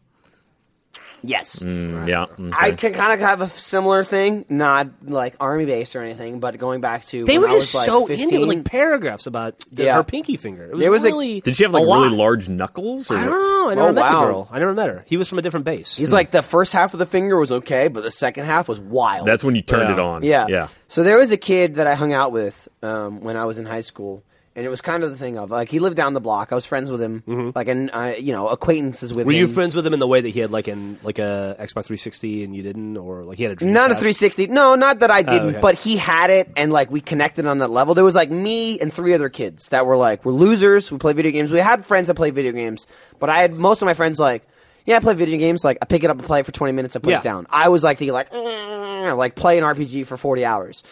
Speaker 2: Yes.
Speaker 1: Mm, yeah. okay.
Speaker 2: I can kind of have a similar thing, not like army base or anything, but going back to
Speaker 3: They
Speaker 2: when
Speaker 3: were
Speaker 2: I was,
Speaker 3: just
Speaker 2: like,
Speaker 3: so
Speaker 2: 15,
Speaker 3: into it, like paragraphs about the,
Speaker 2: Yeah.
Speaker 3: her pinky finger. It was,
Speaker 2: There was a-
Speaker 3: really.
Speaker 1: Did she have like
Speaker 3: a lot.
Speaker 1: really large knuckles? Or
Speaker 3: I
Speaker 1: what?
Speaker 3: don't know. I
Speaker 2: Oh,
Speaker 3: never met
Speaker 2: wow.
Speaker 3: the girl. I never met her. He was from a different base.
Speaker 2: He's like the first half of the finger was okay, but the second half was wild.
Speaker 1: That's when you turned
Speaker 3: Yeah.
Speaker 1: it on.
Speaker 2: yeah.
Speaker 1: Yeah.
Speaker 2: So there was a kid that I hung out with um, when I was in high school, and it was kind of the thing of like he lived down the block. I was friends with him, like and uh, you know acquaintances with
Speaker 3: Mm-hmm. Were
Speaker 2: him.
Speaker 3: you friends with him in the way that he had like an like a Xbox 360 and you didn't, or like he had a Dreamcast?
Speaker 2: Not a 360. No, not that I didn't,
Speaker 3: Oh, okay.
Speaker 2: but he had it, and like we connected on that level. There was like me and three other kids that were like we're losers. We play video games. We had friends that play video games, but I had most of my friends like, yeah, I play video games. Like I pick it up and play it for 20 minutes. I put
Speaker 3: Yeah.
Speaker 2: it down. I was like the like "Mm," like play an RPG for 40 hours.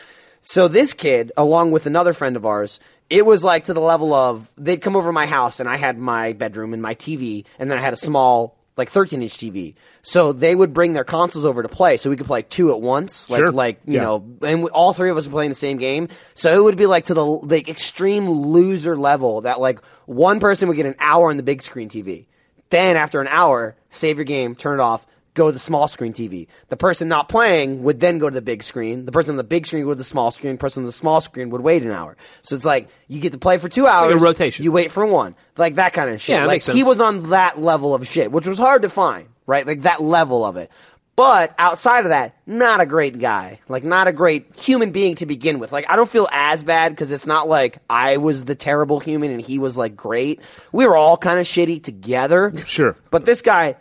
Speaker 2: So this kid, along with another friend of ours. It was like to the level of they'd come over to my house and I had my bedroom and my TV and then I had a small like 13 inch TV. So they would bring their consoles over to play, so we could play two at once, like
Speaker 3: Sure.
Speaker 2: like you
Speaker 3: Yeah.
Speaker 2: know, and we, all three of us were playing the same game. So it would be like to the like extreme loser level that like one person would get an hour on the big screen TV. Then after an hour, save your game, turn it off, go to the small screen TV. The person not playing would then go to the big screen. The person on the big screen would go to the small screen. The person on the small screen would wait an hour. So it's like you get to play for two
Speaker 3: like
Speaker 2: hours.
Speaker 3: a rotation.
Speaker 2: You wait for one, like that kind of shit.
Speaker 3: Yeah, it
Speaker 2: like
Speaker 3: makes
Speaker 2: he
Speaker 3: sense.
Speaker 2: was on that level of shit, which was hard to find, right? Like that level of it. But outside of that, not a great guy. Like, not a great human being to begin with. Like, I don't feel as bad because it's not like I was the terrible human and he was like great. We were all kind of shitty together.
Speaker 5: Sure.
Speaker 2: But this guy,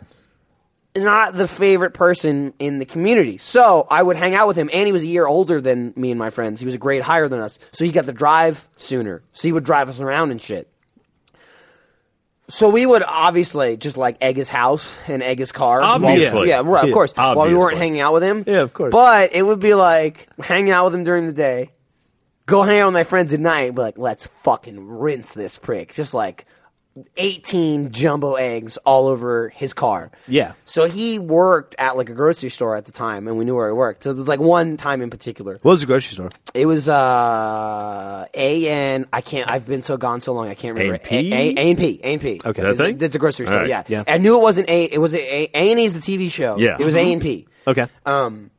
Speaker 2: not the favorite person in the community. So I would hang out with him, and he was a year older than me and my friends. He was a grade higher than us, so he got to drive sooner. So he would drive us around and shit. So we would obviously just like egg his house and egg his car. while-
Speaker 1: Obviously.
Speaker 2: yeah, right, of
Speaker 5: Yeah,
Speaker 2: course. While we weren't
Speaker 1: obviously.
Speaker 2: hanging out with him,
Speaker 5: Yeah, of course.
Speaker 2: But it would be like hang out with him during the day, go hang out with my friends at night, and be like, let's fucking rinse this prick. Just like 18 jumbo eggs all over his car.
Speaker 5: Yeah.
Speaker 2: So he worked at like a grocery store at the time, and we knew where he worked. So there's like one time in particular.
Speaker 5: What was the grocery store?
Speaker 2: It was uh A and I can't. I've been so gone so long. I can't remember.
Speaker 1: A&P?
Speaker 2: A A and P. A and P.
Speaker 5: Okay.
Speaker 2: It's,
Speaker 1: That thing?
Speaker 2: it's a grocery store.
Speaker 1: All right.
Speaker 2: Yeah.
Speaker 5: Yeah.
Speaker 2: I knew it wasn't A. It was A A and E's the TV show.
Speaker 1: Yeah.
Speaker 2: It was A and P.
Speaker 5: Okay.
Speaker 2: Um,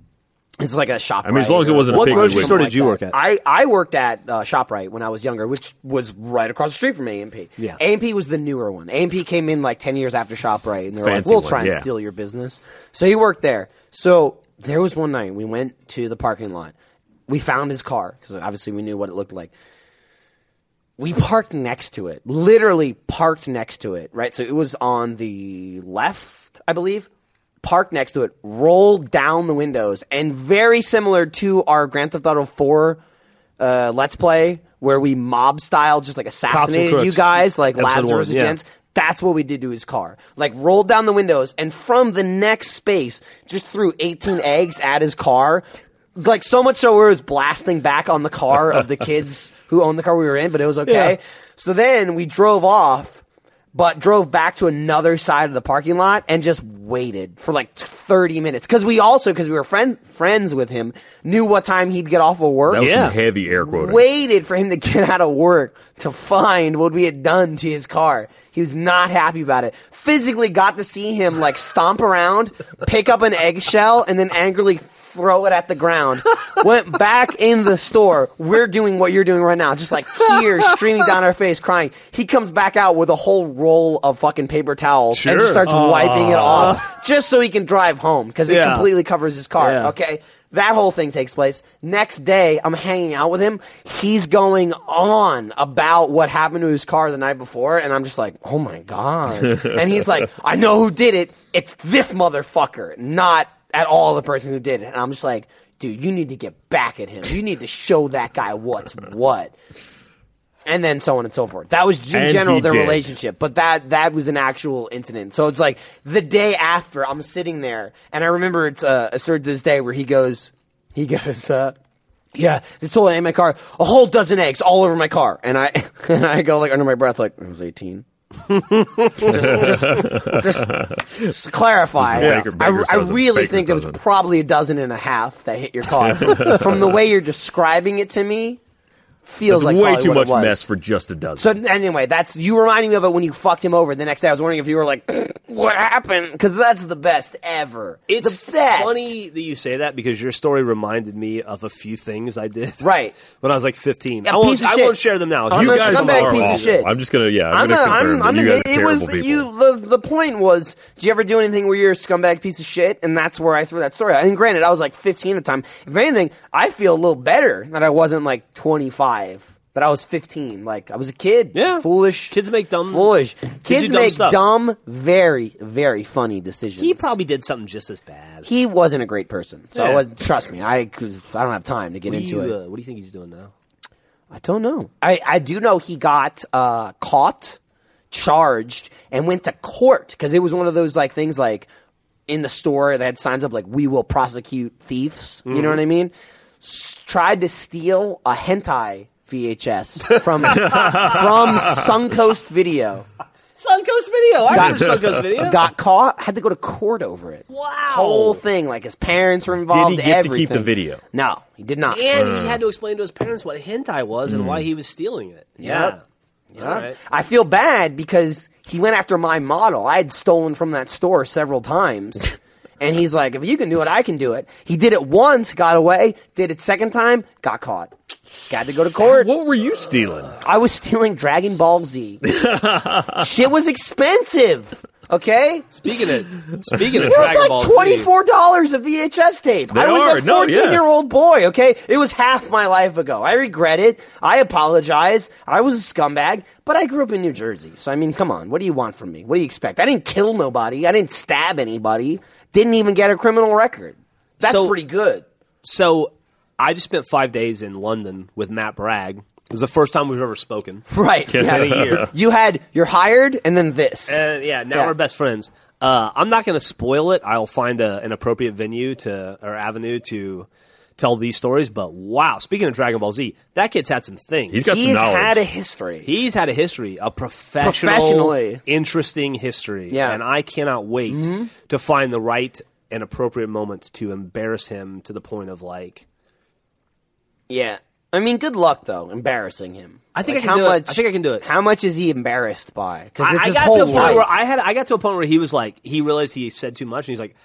Speaker 2: it's like a shop.
Speaker 1: I mean, as long as it wasn't a
Speaker 5: What
Speaker 1: big
Speaker 5: grocery
Speaker 1: wig.
Speaker 5: store did you work at?
Speaker 2: I, I worked at uh, Shoprite when I was younger, which was right across the street from AMP.
Speaker 5: Yeah.
Speaker 2: AMP was the newer one. AMP came in like ten years after Shoprite, and they were like,
Speaker 1: Fancy
Speaker 2: "We'll
Speaker 1: one,
Speaker 2: try and
Speaker 1: yeah.
Speaker 2: steal your business." So he worked there. So there was one night we went to the parking lot. We found his car because obviously we knew what it looked like. We parked next to it, literally parked next to it, right? So it was on the left, I believe. Parked next to it, rolled down the windows, and very similar to our Grand Theft Auto 4 uh, Let's Play, where we mob style just like assassinated you
Speaker 5: crooks.
Speaker 2: guys, like
Speaker 5: Episode
Speaker 2: Lazarus
Speaker 5: one, yeah.
Speaker 2: Gents. That's what we did to his car. Like rolled down the windows and from the next space just threw 18 eggs at his car. Like so much so where it was blasting back on the car of the kids who owned the car we were in, but it was okay.
Speaker 5: Yeah.
Speaker 2: So then we drove off, but drove back to another side of the parking lot and just waited for like 30 minutes. Cause we also, cause we were friend, friends with him, knew what time he'd get off of work
Speaker 1: That was
Speaker 5: Yeah.
Speaker 1: some heavy air quoting.
Speaker 2: waited for him to get out of work to find what we had done to his car. He was not happy about it. Physically got to see him like stomp around, pick up an eggshell, and then angrily throw it at the ground. Went back in the store. We're doing what you're doing right now, just like tears streaming down our face, crying. He comes back out with a whole roll of fucking paper towels and just
Speaker 1: Sure.
Speaker 2: starts wiping it off just so he can drive home because it
Speaker 5: Yeah.
Speaker 2: completely covers his car.
Speaker 5: Yeah.
Speaker 2: Okay. That whole thing takes place. Next day, I'm hanging out with him. He's going on about what happened to his car the night before, and I'm just like, oh my God. and he's like, I know who did it. It's this motherfucker, not at all the person who did it. And I'm just like, dude, you need to get back at him. You need to show that guy what's what. And then so on and so forth. That was in
Speaker 1: And
Speaker 2: general
Speaker 1: he
Speaker 2: their
Speaker 1: did.
Speaker 2: relationship relationship, but that that was an actual incident. So it's like the day after I'm sitting there, and I remember it's uh, a third to this day where he goes, he goes, uh, yeah, they told in my car a whole dozen eggs all over my car, and I and I go like under my breath like I was 18. just, just, just, just clarify.
Speaker 1: It was Baker-
Speaker 2: I,
Speaker 1: Baker's
Speaker 2: I
Speaker 1: dozen.
Speaker 2: really
Speaker 1: Baker's
Speaker 2: think there was
Speaker 1: dozen.
Speaker 2: probably a dozen and a half that hit your car. from, from the way you're describing it to me, feels
Speaker 1: It's
Speaker 2: like
Speaker 1: way
Speaker 2: probably
Speaker 1: too
Speaker 2: what
Speaker 1: much
Speaker 2: it was.
Speaker 1: mess for just a dozen.
Speaker 2: So anyway, that's you reminding me of it when you fucked him over the next day. I was wondering if you were like, "What happened?" Because that's the best ever.
Speaker 5: It's
Speaker 2: the best.
Speaker 5: funny that you say that because your story reminded me of a few things I did.
Speaker 2: Right.
Speaker 5: When I was like 15.
Speaker 2: Yeah,
Speaker 5: I, won't,
Speaker 2: piece of
Speaker 5: I
Speaker 2: shit.
Speaker 5: won't share them now.
Speaker 2: I'm
Speaker 1: you
Speaker 2: a
Speaker 1: guys
Speaker 2: scumbag
Speaker 1: are
Speaker 2: piece of
Speaker 1: awful.
Speaker 2: shit.
Speaker 1: I'm just gonna yeah. I'm,
Speaker 2: a-
Speaker 1: gonna confirm that you guys are
Speaker 2: it was
Speaker 1: terrible people.
Speaker 2: you. The, the point was, did you ever do anything where you're a scumbag piece of shit? And that's where I threw that story. out. And granted, I was like 15 at the time. If anything, I feel a little better that I wasn't like 25. That I was 15. Like I was a kid.
Speaker 5: Yeah.
Speaker 2: foolish.
Speaker 5: Kids make dumb-
Speaker 2: Foolish. Kids,
Speaker 5: kids do dumb
Speaker 2: make
Speaker 5: stuff.
Speaker 2: dumb, very, very funny decisions.
Speaker 5: He probably did something just as bad.
Speaker 2: he wasn't a great person. So I
Speaker 5: Yeah.
Speaker 2: was, trust me, I could- I don't have time to get
Speaker 5: what, do
Speaker 2: into
Speaker 5: you,
Speaker 2: it.
Speaker 5: uh, what do you think he's doing now?
Speaker 2: I don't know. I, I do know he got uh, caught, charged, and went to court because it was one of those like things like in the store that had signs up like "We will prosecute thieves." You
Speaker 5: Mm-hmm.
Speaker 2: know what I mean? S- tried to steal a hentai VHS from from Suncoast Video.
Speaker 5: Suncoast Video. I
Speaker 2: Got-
Speaker 5: remember Suncoast Video.
Speaker 2: Got caught, had to go to court over it.
Speaker 5: Wow.
Speaker 2: Whole thing, like his parents were involved.
Speaker 1: Did he get to keep the
Speaker 2: everything.
Speaker 1: video?
Speaker 2: No, he did not.
Speaker 5: And he had to explain to his parents what hentai was and
Speaker 2: Mm.
Speaker 5: why he was stealing it. Yeah. All right.
Speaker 2: I feel bad because he went after my model. I had stolen from that store several times. And he's like, if you can do it, I can do it. He did it once, got away, did it second time, got caught. Got to go to court.
Speaker 1: What were you stealing?
Speaker 2: I was stealing Dragon Ball Z. Shit was expensive. Okay?
Speaker 3: Speaking of speaking of Dragon
Speaker 2: It
Speaker 3: Ball
Speaker 2: was
Speaker 3: Z,
Speaker 2: like twenty four dollars a VHS tape.
Speaker 1: They
Speaker 2: I was
Speaker 1: are.
Speaker 2: a
Speaker 1: No,
Speaker 2: fourteen
Speaker 1: yeah.
Speaker 2: year old boy. Okay, it was half my life ago. I regret it. I apologize. I was a scumbag, but I grew up in New Jersey. So I mean, come on. What do you want from me? What do you expect? I didn't kill nobody. I didn't stab anybody. Didn't even get a criminal record. That's
Speaker 3: So-
Speaker 2: pretty good.
Speaker 3: So I just spent five days in London with Matt Bragg. It was the first time we've ever spoken.
Speaker 2: Right.
Speaker 3: In
Speaker 2: Yeah.
Speaker 3: a year.
Speaker 2: You had you're hired, and then this.
Speaker 1: Eh,
Speaker 3: And yeah, now
Speaker 2: Yeah.
Speaker 3: we're best friends. Uh, I'm not going to spoil it. I'll find a, an appropriate venue to or avenue to tell these stories. But wow, speaking of Dragon Ball Z, that kid's had some things.
Speaker 1: He's got some
Speaker 2: He's
Speaker 1: knowledge.
Speaker 2: had a history.
Speaker 3: He's had a history, a professional,
Speaker 2: Professionally.
Speaker 3: interesting history.
Speaker 2: Yeah. Mm-hmm.
Speaker 3: And I cannot wait to find the right and appropriate moments to embarrass him to the point of like.
Speaker 2: yeah. I mean, good luck though. Embarrassing him.
Speaker 3: I think
Speaker 2: Like,
Speaker 3: I can
Speaker 2: how
Speaker 3: do it. I
Speaker 2: much,
Speaker 3: think I can do it.
Speaker 2: How much is he embarrassed by? Because
Speaker 3: I,
Speaker 2: it's
Speaker 3: I
Speaker 2: his
Speaker 3: got
Speaker 2: whole
Speaker 3: to a point
Speaker 2: life.
Speaker 3: where I had I got to a point where he was like he realized he said too much and he's like,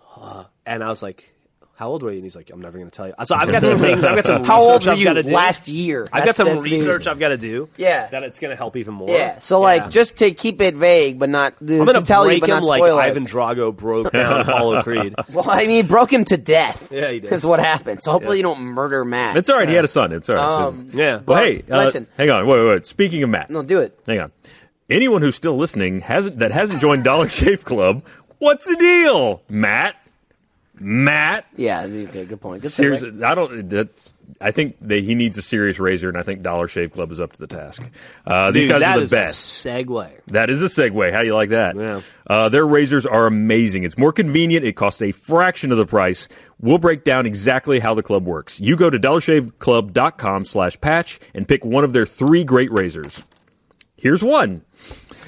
Speaker 3: "Huh." and I was like, how old were you? And he's like, I'm never going to tell you. So I've got some things. I've got some
Speaker 2: How
Speaker 3: research
Speaker 2: old were
Speaker 3: I've
Speaker 2: you
Speaker 3: gotta do.
Speaker 2: last year?
Speaker 3: I've
Speaker 2: That's-
Speaker 3: got some
Speaker 2: that's the-
Speaker 3: research I've got to do.
Speaker 2: Yeah.
Speaker 3: that it's going to help even more.
Speaker 2: Yeah. So like,
Speaker 3: Yeah.
Speaker 2: just to keep it vague, but not. uh,
Speaker 3: I'm going to
Speaker 2: tell
Speaker 3: break
Speaker 2: you, but
Speaker 3: him
Speaker 2: not
Speaker 3: like
Speaker 2: spoil it.
Speaker 3: Ivan Drago broke down Apollo Creed.
Speaker 2: Well, I mean, broke him to death.
Speaker 3: Yeah, he did.
Speaker 2: Is what happened. So hopefully you don't murder Matt.
Speaker 1: It's all right. He had a son. It's all right.
Speaker 2: Um,
Speaker 3: Yeah.
Speaker 1: Well, hey, uh,
Speaker 2: listen.
Speaker 1: hang on. Wait, wait, wait. Speaking of Matt,
Speaker 2: no, do it.
Speaker 1: hang on. Anyone who's still listening hasn't that hasn't joined Dollar Shave Club, what's the deal, Matt? Matt,
Speaker 2: Yeah. Okay. Good point. Good
Speaker 1: serious.
Speaker 2: segue.
Speaker 1: I don't. That's. I think that he needs a serious razor, and I think Dollar Shave Club is up to the task. Uh, these
Speaker 3: Dude,
Speaker 1: guys
Speaker 3: that
Speaker 1: are the
Speaker 3: is a
Speaker 1: best.
Speaker 3: segue.
Speaker 1: That is a segue. How do you like that?
Speaker 3: Yeah.
Speaker 1: Uh, their razors are amazing. It's more convenient. It costs a fraction of the price. We'll break down exactly how the club works. You go to dollarshaveclub.com slash patch and pick one of their three great razors. Here's one.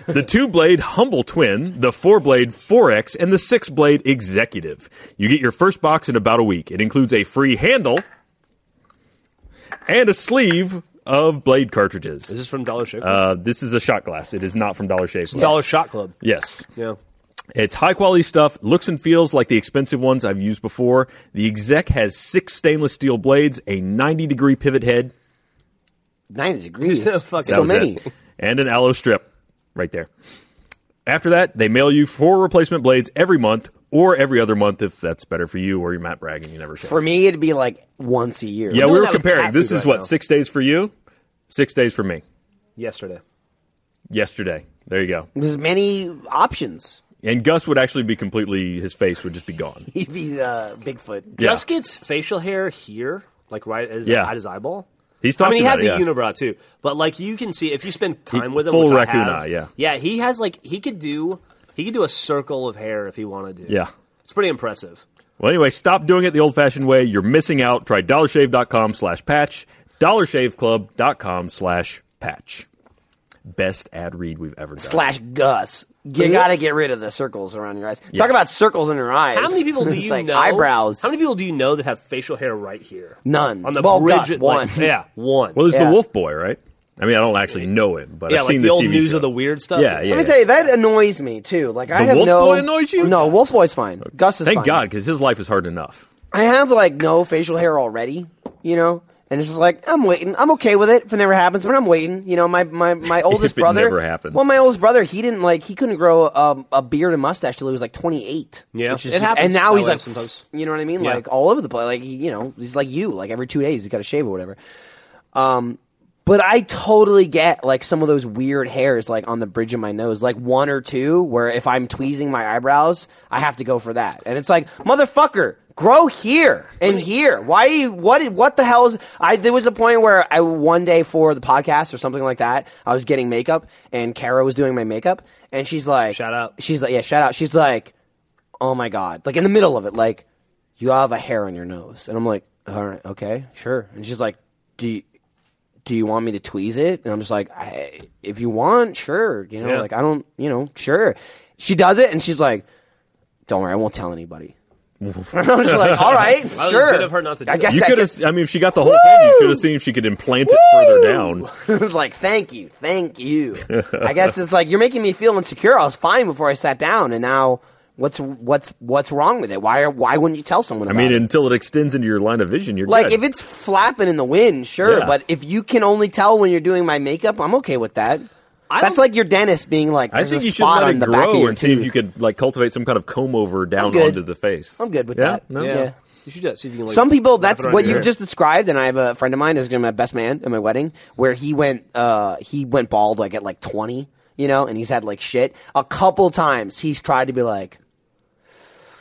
Speaker 1: The two blade Humble Twin, the four blade 4X, and the six blade Executive. You get your first box in about a week. It includes a free handle and a sleeve of blade cartridges.
Speaker 3: This is from Dollar Shave.
Speaker 1: Uh, this is a shot glass. It is not from Dollar Shave Club.
Speaker 3: Dollar Shot Club.
Speaker 1: Yes.
Speaker 3: Yeah.
Speaker 1: It's high quality stuff, looks and feels like the expensive ones I've used before. The exec has six stainless steel blades, a 90 degree pivot head.
Speaker 2: Ninety degrees.
Speaker 3: That was
Speaker 2: so
Speaker 1: was
Speaker 2: many.
Speaker 1: it. And an aloe strip right there. After that, they mail you four replacement blades every month or every other month if that's better for you or you're Matt Bragg and you never shave.
Speaker 2: For me, it'd be like once a year.
Speaker 1: yeah,
Speaker 3: doing
Speaker 1: we were
Speaker 3: that with cat
Speaker 1: comparing. This
Speaker 3: food
Speaker 1: is
Speaker 3: right
Speaker 1: what,
Speaker 3: now.
Speaker 1: six days for you, six days for me.
Speaker 3: Yesterday.
Speaker 1: Yesterday. There you go.
Speaker 2: There's many options.
Speaker 1: And Gus would actually be completely, his face would just be gone.
Speaker 2: He'd be uh, Bigfoot.
Speaker 1: Yeah.
Speaker 3: Gus gets facial hair here, like right at his,
Speaker 1: Yeah.
Speaker 3: at his eyeball.
Speaker 1: He's
Speaker 3: I
Speaker 1: talking
Speaker 3: mean, he
Speaker 1: about
Speaker 3: has
Speaker 1: it,
Speaker 3: a
Speaker 1: yeah.
Speaker 3: unibrow too, but like you can see if you spend time
Speaker 1: He-
Speaker 3: with him,
Speaker 1: full
Speaker 3: which I
Speaker 1: raccoon
Speaker 3: have,
Speaker 1: eye, yeah.
Speaker 3: yeah. He has like he could do he could do a circle of hair if he wanted to.
Speaker 1: Yeah.
Speaker 3: it's pretty impressive.
Speaker 1: Well, anyway, stop doing it the old-fashioned way. You're missing out. Try dollarshave.com slash patch, dollarshaveclub.com slash patch. Best ad read we've ever done.
Speaker 2: Slash Gus. You gotta get rid of the circles around your eyes. Talk about circles in your eyes.
Speaker 3: How many people do
Speaker 2: It's
Speaker 3: you
Speaker 2: like
Speaker 3: know?
Speaker 2: Eyebrows.
Speaker 3: How many people do you know that have facial hair right here?
Speaker 2: None.
Speaker 3: On the
Speaker 2: Well,
Speaker 3: bridge,
Speaker 2: Gus,
Speaker 3: like-
Speaker 2: one.
Speaker 3: yeah, one.
Speaker 1: Well, there's
Speaker 2: Yeah.
Speaker 1: the Wolf Boy, right? I mean, I don't actually know him, but
Speaker 3: yeah,
Speaker 1: I've
Speaker 3: like
Speaker 1: seen
Speaker 3: the, old
Speaker 1: TV
Speaker 3: news
Speaker 1: show.
Speaker 3: of the weird stuff.
Speaker 1: Yeah, yeah.
Speaker 2: Let me tell you that annoys me too. Like I
Speaker 1: The
Speaker 2: have
Speaker 1: Wolf
Speaker 2: no
Speaker 1: Boy annoys you?
Speaker 2: No, Wolf Boy's fine. Gus is
Speaker 1: Thank
Speaker 2: fine.
Speaker 1: God, because his life is hard enough.
Speaker 2: I have like no facial hair already, you know, and it's just like I'm waiting. I'm okay with it if it never happens, but I'm waiting. You know, my my my oldest
Speaker 1: If it
Speaker 2: brother
Speaker 1: never happens.
Speaker 2: Well, my oldest brother, he didn't like he couldn't grow a, a beard and mustache till he was like 28.
Speaker 3: Yeah.
Speaker 2: which is,
Speaker 3: It happens
Speaker 2: And now
Speaker 3: that
Speaker 2: he's
Speaker 3: way
Speaker 2: like,
Speaker 3: sometimes.
Speaker 2: you know what I mean?
Speaker 3: Yeah.
Speaker 2: Like all over the place. Like he- you know, he's like you. Like every two days, he's got to shave or whatever. Um, but I totally get like some of those weird hairs like on the bridge of my nose, like one or two, where if I'm tweezing my eyebrows, I have to go for that. And it's like, motherfucker, grow here and here. Why you what what the hell is I there was a point where I one day for the podcast or something like that, I was getting makeup and Kara was doing my makeup and she's like
Speaker 3: Shout out.
Speaker 2: She's like yeah, shout out. She's like, Oh my god. Like in the middle of it, like, you have a hair on your nose. And I'm like, All right, okay, sure. And she's like, Do you do you want me to tweeze it? And I'm just like, I, if you want, sure. You know,
Speaker 3: Yeah.
Speaker 2: like I don't, you know, sure. She does it, and she's like, "Don't worry, I won't tell anybody." and I'm just like, "All right,
Speaker 3: was
Speaker 2: sure."
Speaker 3: good of her not to do
Speaker 2: I
Speaker 3: that.
Speaker 2: guess
Speaker 1: You
Speaker 2: I
Speaker 1: could
Speaker 2: could-
Speaker 1: have, I mean, if she got the whole thing, you should have seen if she could implant it further down.
Speaker 2: like, thank you, thank you. I guess it's like you're making me feel insecure. I was fine before I sat down, and now what's what's what's wrong with it? Why are, why wouldn't you tell someone?
Speaker 1: I
Speaker 2: about
Speaker 1: mean,
Speaker 2: it?
Speaker 1: until it extends into your line of vision, you're
Speaker 2: like
Speaker 1: good.
Speaker 2: if it's flapping in the wind, sure.
Speaker 1: Yeah.
Speaker 2: But if you can only tell when you're doing my makeup, I'm okay with that.
Speaker 3: I
Speaker 2: That's
Speaker 3: don't-
Speaker 2: like your dentist being like,
Speaker 1: I
Speaker 2: "There's
Speaker 1: think
Speaker 2: a
Speaker 1: you should
Speaker 2: spot
Speaker 1: let
Speaker 2: on
Speaker 1: it
Speaker 2: the back of
Speaker 1: grow
Speaker 2: your
Speaker 1: and see if
Speaker 2: tooth."
Speaker 1: you could like cultivate some kind of comb over down
Speaker 2: good.
Speaker 1: onto the face.
Speaker 2: I'm good with
Speaker 1: yeah?
Speaker 2: that.
Speaker 1: No?
Speaker 2: Yeah.
Speaker 3: You should do that. See if you can. Like,
Speaker 2: Some people,
Speaker 3: wrap
Speaker 2: that's
Speaker 3: it around
Speaker 2: what
Speaker 3: your
Speaker 2: you've
Speaker 3: hair.
Speaker 2: just described, and I have a friend of mine who's going to be my best man at my wedding, where he went, uh, he went bald like at like twenty, you know, and he's had like shit a couple times. He's tried to be like,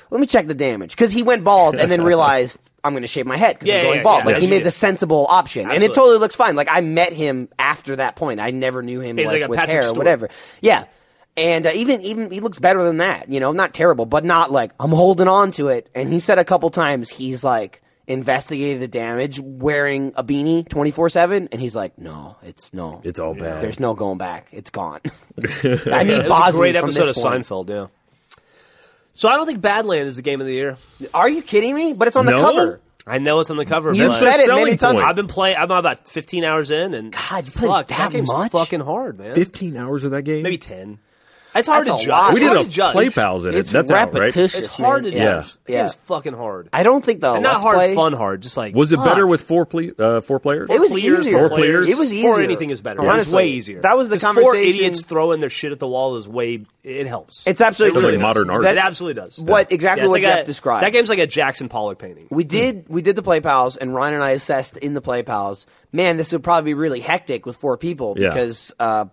Speaker 2: let me check the damage because he went bald and then realized I'm going to shave my head because
Speaker 3: Yeah,
Speaker 2: I'm going
Speaker 3: yeah,
Speaker 2: bald.
Speaker 3: yeah,
Speaker 2: like he
Speaker 3: yeah,
Speaker 2: made
Speaker 3: yeah.
Speaker 2: the sensible option, and it
Speaker 3: Absolutely.
Speaker 2: totally looks fine. Like I met him after that point. I never knew him
Speaker 3: He's
Speaker 2: like,
Speaker 3: like a
Speaker 2: with
Speaker 3: Patrick
Speaker 2: hair
Speaker 3: Stewart.
Speaker 2: or whatever. Yeah. And uh, even even he looks better than that, you know, not terrible, but not like I'm holding on to it. And he said a couple times he's like investigated the damage wearing a beanie 24/7 and he's like, "No, it's no.
Speaker 1: It's all bad.
Speaker 2: There's no going back. It's gone." I
Speaker 3: Yeah,
Speaker 2: need
Speaker 3: it was a
Speaker 2: Bosley
Speaker 3: great
Speaker 2: from
Speaker 3: episode of
Speaker 2: this point.
Speaker 3: Seinfeld. Yeah. So I don't think Badland is the game of the year.
Speaker 2: Are you kidding me? But it's on
Speaker 1: No?
Speaker 2: the cover.
Speaker 3: I know it's on the cover.
Speaker 2: You've
Speaker 3: but
Speaker 1: That's
Speaker 2: said
Speaker 1: their
Speaker 2: it
Speaker 1: selling
Speaker 2: many times.
Speaker 1: point.
Speaker 3: I've been playing. I'm about 15 hours in, and
Speaker 2: God, you played
Speaker 3: fuck,
Speaker 2: that
Speaker 3: game's
Speaker 2: much?
Speaker 3: fucking hard, man.
Speaker 1: Fifteen hours of that game.
Speaker 3: Maybe 10. It's hard
Speaker 2: That's
Speaker 3: to
Speaker 2: a
Speaker 3: judge.
Speaker 2: lot.
Speaker 3: It's
Speaker 1: we did
Speaker 3: hard
Speaker 1: a
Speaker 3: to judge.
Speaker 1: play pals in it.
Speaker 2: It's
Speaker 1: that's out, right?
Speaker 2: repetitious.
Speaker 3: It's hard to
Speaker 2: Yeah.
Speaker 3: judge. It
Speaker 2: Yeah.
Speaker 3: was fucking hard.
Speaker 2: I don't think the
Speaker 3: And not
Speaker 2: Let's
Speaker 3: hard,
Speaker 2: Play-
Speaker 3: fun hard. Just like
Speaker 1: Was it better
Speaker 2: Fuck.
Speaker 1: with four ple- uh, four players?
Speaker 2: It was
Speaker 3: players,
Speaker 2: easier.
Speaker 3: four
Speaker 1: Four players?
Speaker 2: It was easier.
Speaker 3: Or anything is better. It's
Speaker 2: Honestly,
Speaker 3: way easier.
Speaker 2: That was the
Speaker 3: 'Cause Four
Speaker 2: conversation-
Speaker 3: idiots throwing their shit at the wall is way. It helps.
Speaker 2: It's absolutely
Speaker 3: It
Speaker 1: It's like
Speaker 3: does.
Speaker 1: modern art.
Speaker 3: It
Speaker 1: That's
Speaker 3: absolutely does.
Speaker 2: what- exactly
Speaker 3: it's
Speaker 2: what
Speaker 3: like
Speaker 2: Jeff
Speaker 3: a-
Speaker 2: described.
Speaker 3: That game's like a Jackson Pollock painting.
Speaker 2: We
Speaker 1: Hmm.
Speaker 2: did we did the play pals, and Ryan and I assessed in the play pals. Man, this would probably be really hectic with four people
Speaker 1: Yeah.
Speaker 2: because uh,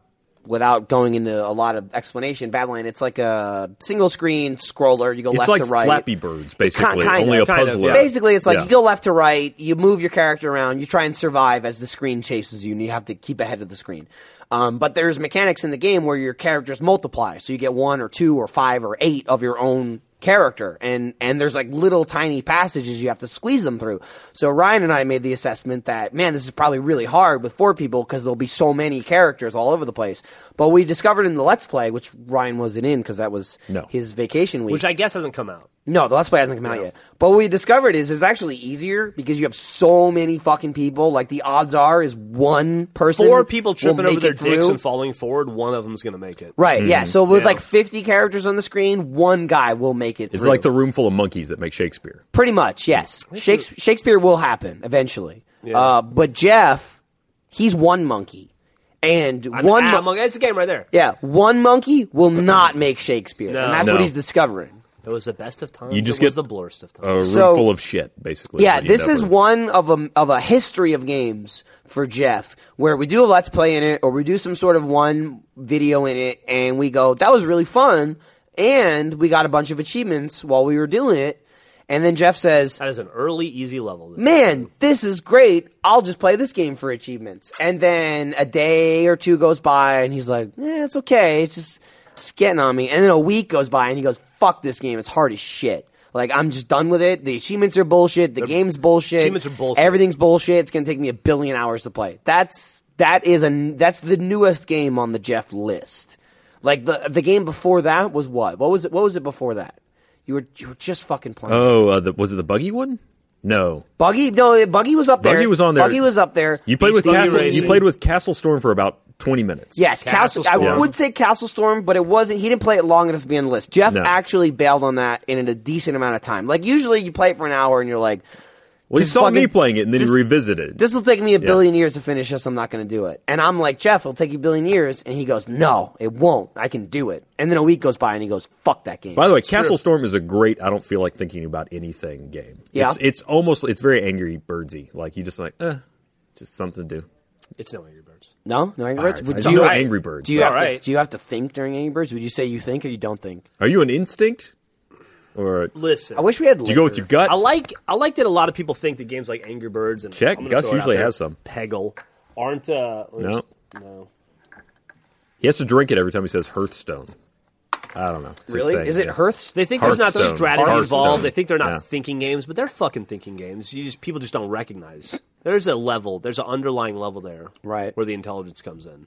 Speaker 2: without going into a lot of explanation, Badland it's like a single screen scroller. You go
Speaker 1: It's
Speaker 2: left
Speaker 1: like
Speaker 2: to right.
Speaker 1: Flappy Birds, basically.
Speaker 2: kind
Speaker 1: Only
Speaker 2: of,
Speaker 1: a
Speaker 3: kind of,
Speaker 1: puzzler.
Speaker 3: yeah.
Speaker 2: Basically, it's like
Speaker 1: Yeah.
Speaker 2: you go left to right, you move your character around, you try and survive as the screen chases you, and you have to keep ahead of the screen. Um, but there's mechanics in the game where your characters multiply, so you get one or two or five or eight of your own character, and and there's like little tiny passages you have to squeeze them through. So Ryan and I made the assessment that man, this is probably really hard with four people because there'll be so many characters all over the place. But we discovered in the Let's Play, which Ryan wasn't in because that was
Speaker 1: No.
Speaker 2: his vacation week,
Speaker 3: which I guess hasn't come out.
Speaker 2: no, the Let's Play hasn't come out yet. But what we discovered is it's actually easier because you have so many fucking people. Like the odds are is one person,
Speaker 3: Four people tripping
Speaker 2: will make
Speaker 3: over their
Speaker 2: it through.
Speaker 3: dicks and falling forward. One of them's going to make it.
Speaker 2: Right, yeah.
Speaker 1: Mm-hmm.
Speaker 2: So with
Speaker 3: Yeah.
Speaker 2: like fifty characters on the screen, one guy will make it.
Speaker 1: It's
Speaker 2: through.
Speaker 1: like the room full of monkeys that make Shakespeare.
Speaker 2: pretty much yes. Shakespeare, Shakespeare will happen eventually. Uh, but Jeff, he's one monkey, and
Speaker 3: I'm,
Speaker 2: one
Speaker 3: ah,
Speaker 2: mon-
Speaker 3: among- it's a game right there.
Speaker 2: yeah, one monkey will not make Shakespeare,
Speaker 3: No.
Speaker 2: and that's what
Speaker 1: No.
Speaker 2: he's discovering.
Speaker 3: It was the best of times.
Speaker 1: You just
Speaker 3: it was
Speaker 1: get- Oh.
Speaker 3: the blurst of times.
Speaker 1: A room
Speaker 2: So-
Speaker 1: full of shit, basically.
Speaker 2: Yeah,
Speaker 1: what you end
Speaker 2: this
Speaker 1: up
Speaker 2: is
Speaker 1: with.
Speaker 2: one of a of a history of games for Jeff, where we do a let's play in it, or we do some sort of one video in it, and we go, "That was really fun," and we got a bunch of achievements while we were doing it, and then Jeff says,
Speaker 3: That is an early, easy level.
Speaker 2: man, this is great. I'll just play this game for achievements. And then a day or two goes by, and he's like, eh, it's okay. It's just it's getting on me. And then a week goes by, and he goes, fuck this game. It's hard as shit. Like, I'm just done with it. The achievements are bullshit. The game's bullshit.
Speaker 3: achievements are bullshit.
Speaker 2: Everything's bullshit. It's going to take me a billion hours to play. That's, that is a, that's the newest game on the Jeff list. Like, the, the game before that was what? What was it, what was it before that? You were, you were just fucking playing.
Speaker 1: Oh, uh, the, was it the buggy one? No,
Speaker 2: Buggy, no, Buggy was up there.
Speaker 1: Buggy was on there.
Speaker 2: Buggy was up there.
Speaker 1: you played with
Speaker 3: Buggy
Speaker 1: Castle,
Speaker 3: Racing.
Speaker 1: you played with Castle Storm for about twenty minutes.
Speaker 2: yes, Castle.
Speaker 3: Castle
Speaker 2: I
Speaker 3: Storm.
Speaker 2: would say Castle Storm, but it wasn't. He didn't play it long enough to be on the list. Jeff
Speaker 1: No.
Speaker 2: actually bailed on that in a decent amount of time. Like usually, you play it for an hour and you're like,
Speaker 1: Well, he
Speaker 2: this
Speaker 1: saw me
Speaker 2: fucking-
Speaker 1: playing it, and then
Speaker 2: this-
Speaker 1: he revisited.
Speaker 2: "This will take me a billion years to finish this. I'm not going to do it." And I'm like, "Jeff, it'll take you a billion years," and he goes, "No, it won't. I can do it." And then a week goes by, and he goes, "Fuck that game."
Speaker 1: By the way, Castle Storm is a great. I don't feel like thinking about anything game.
Speaker 2: Yeah.
Speaker 1: it's, it's almost it's very angry birdsy. Like you just like, eh, just something to do.
Speaker 3: It's no Angry Birds.
Speaker 2: no, no Angry Birds.
Speaker 1: All
Speaker 2: Would
Speaker 1: right. I
Speaker 2: you-
Speaker 1: know
Speaker 3: All right.
Speaker 1: Angry Birds.
Speaker 2: Do you
Speaker 3: It's
Speaker 2: have
Speaker 3: all
Speaker 2: to,
Speaker 3: right.
Speaker 2: do you have to think during Angry Birds? Would you say you think or you don't think?
Speaker 1: Are you an instinct, or do
Speaker 3: Listen,
Speaker 2: I wish we had.
Speaker 1: you go with
Speaker 2: liquor.
Speaker 1: your gut?
Speaker 3: I like I like that a lot of people think that games like Angry Birds and
Speaker 1: Check.
Speaker 3: I'm gonna
Speaker 1: Gus
Speaker 3: throw it out
Speaker 1: usually
Speaker 3: there,
Speaker 1: has some.
Speaker 3: Peggle aren't uh let me
Speaker 1: No.
Speaker 3: just- no
Speaker 1: He has to drink it every time he says Hearthstone. I don't know. It's his
Speaker 2: really?
Speaker 1: thing,
Speaker 2: Is it
Speaker 1: yeah.
Speaker 2: Hearth?
Speaker 3: they think there's not
Speaker 1: Hearthstone.
Speaker 3: strategy
Speaker 1: Hearthstone.
Speaker 3: involved they think they're not
Speaker 1: Yeah.
Speaker 3: thinking games but they're fucking thinking games you just people just don't recognize there's a level there's an underlying level there
Speaker 2: Right.
Speaker 3: where the intelligence comes in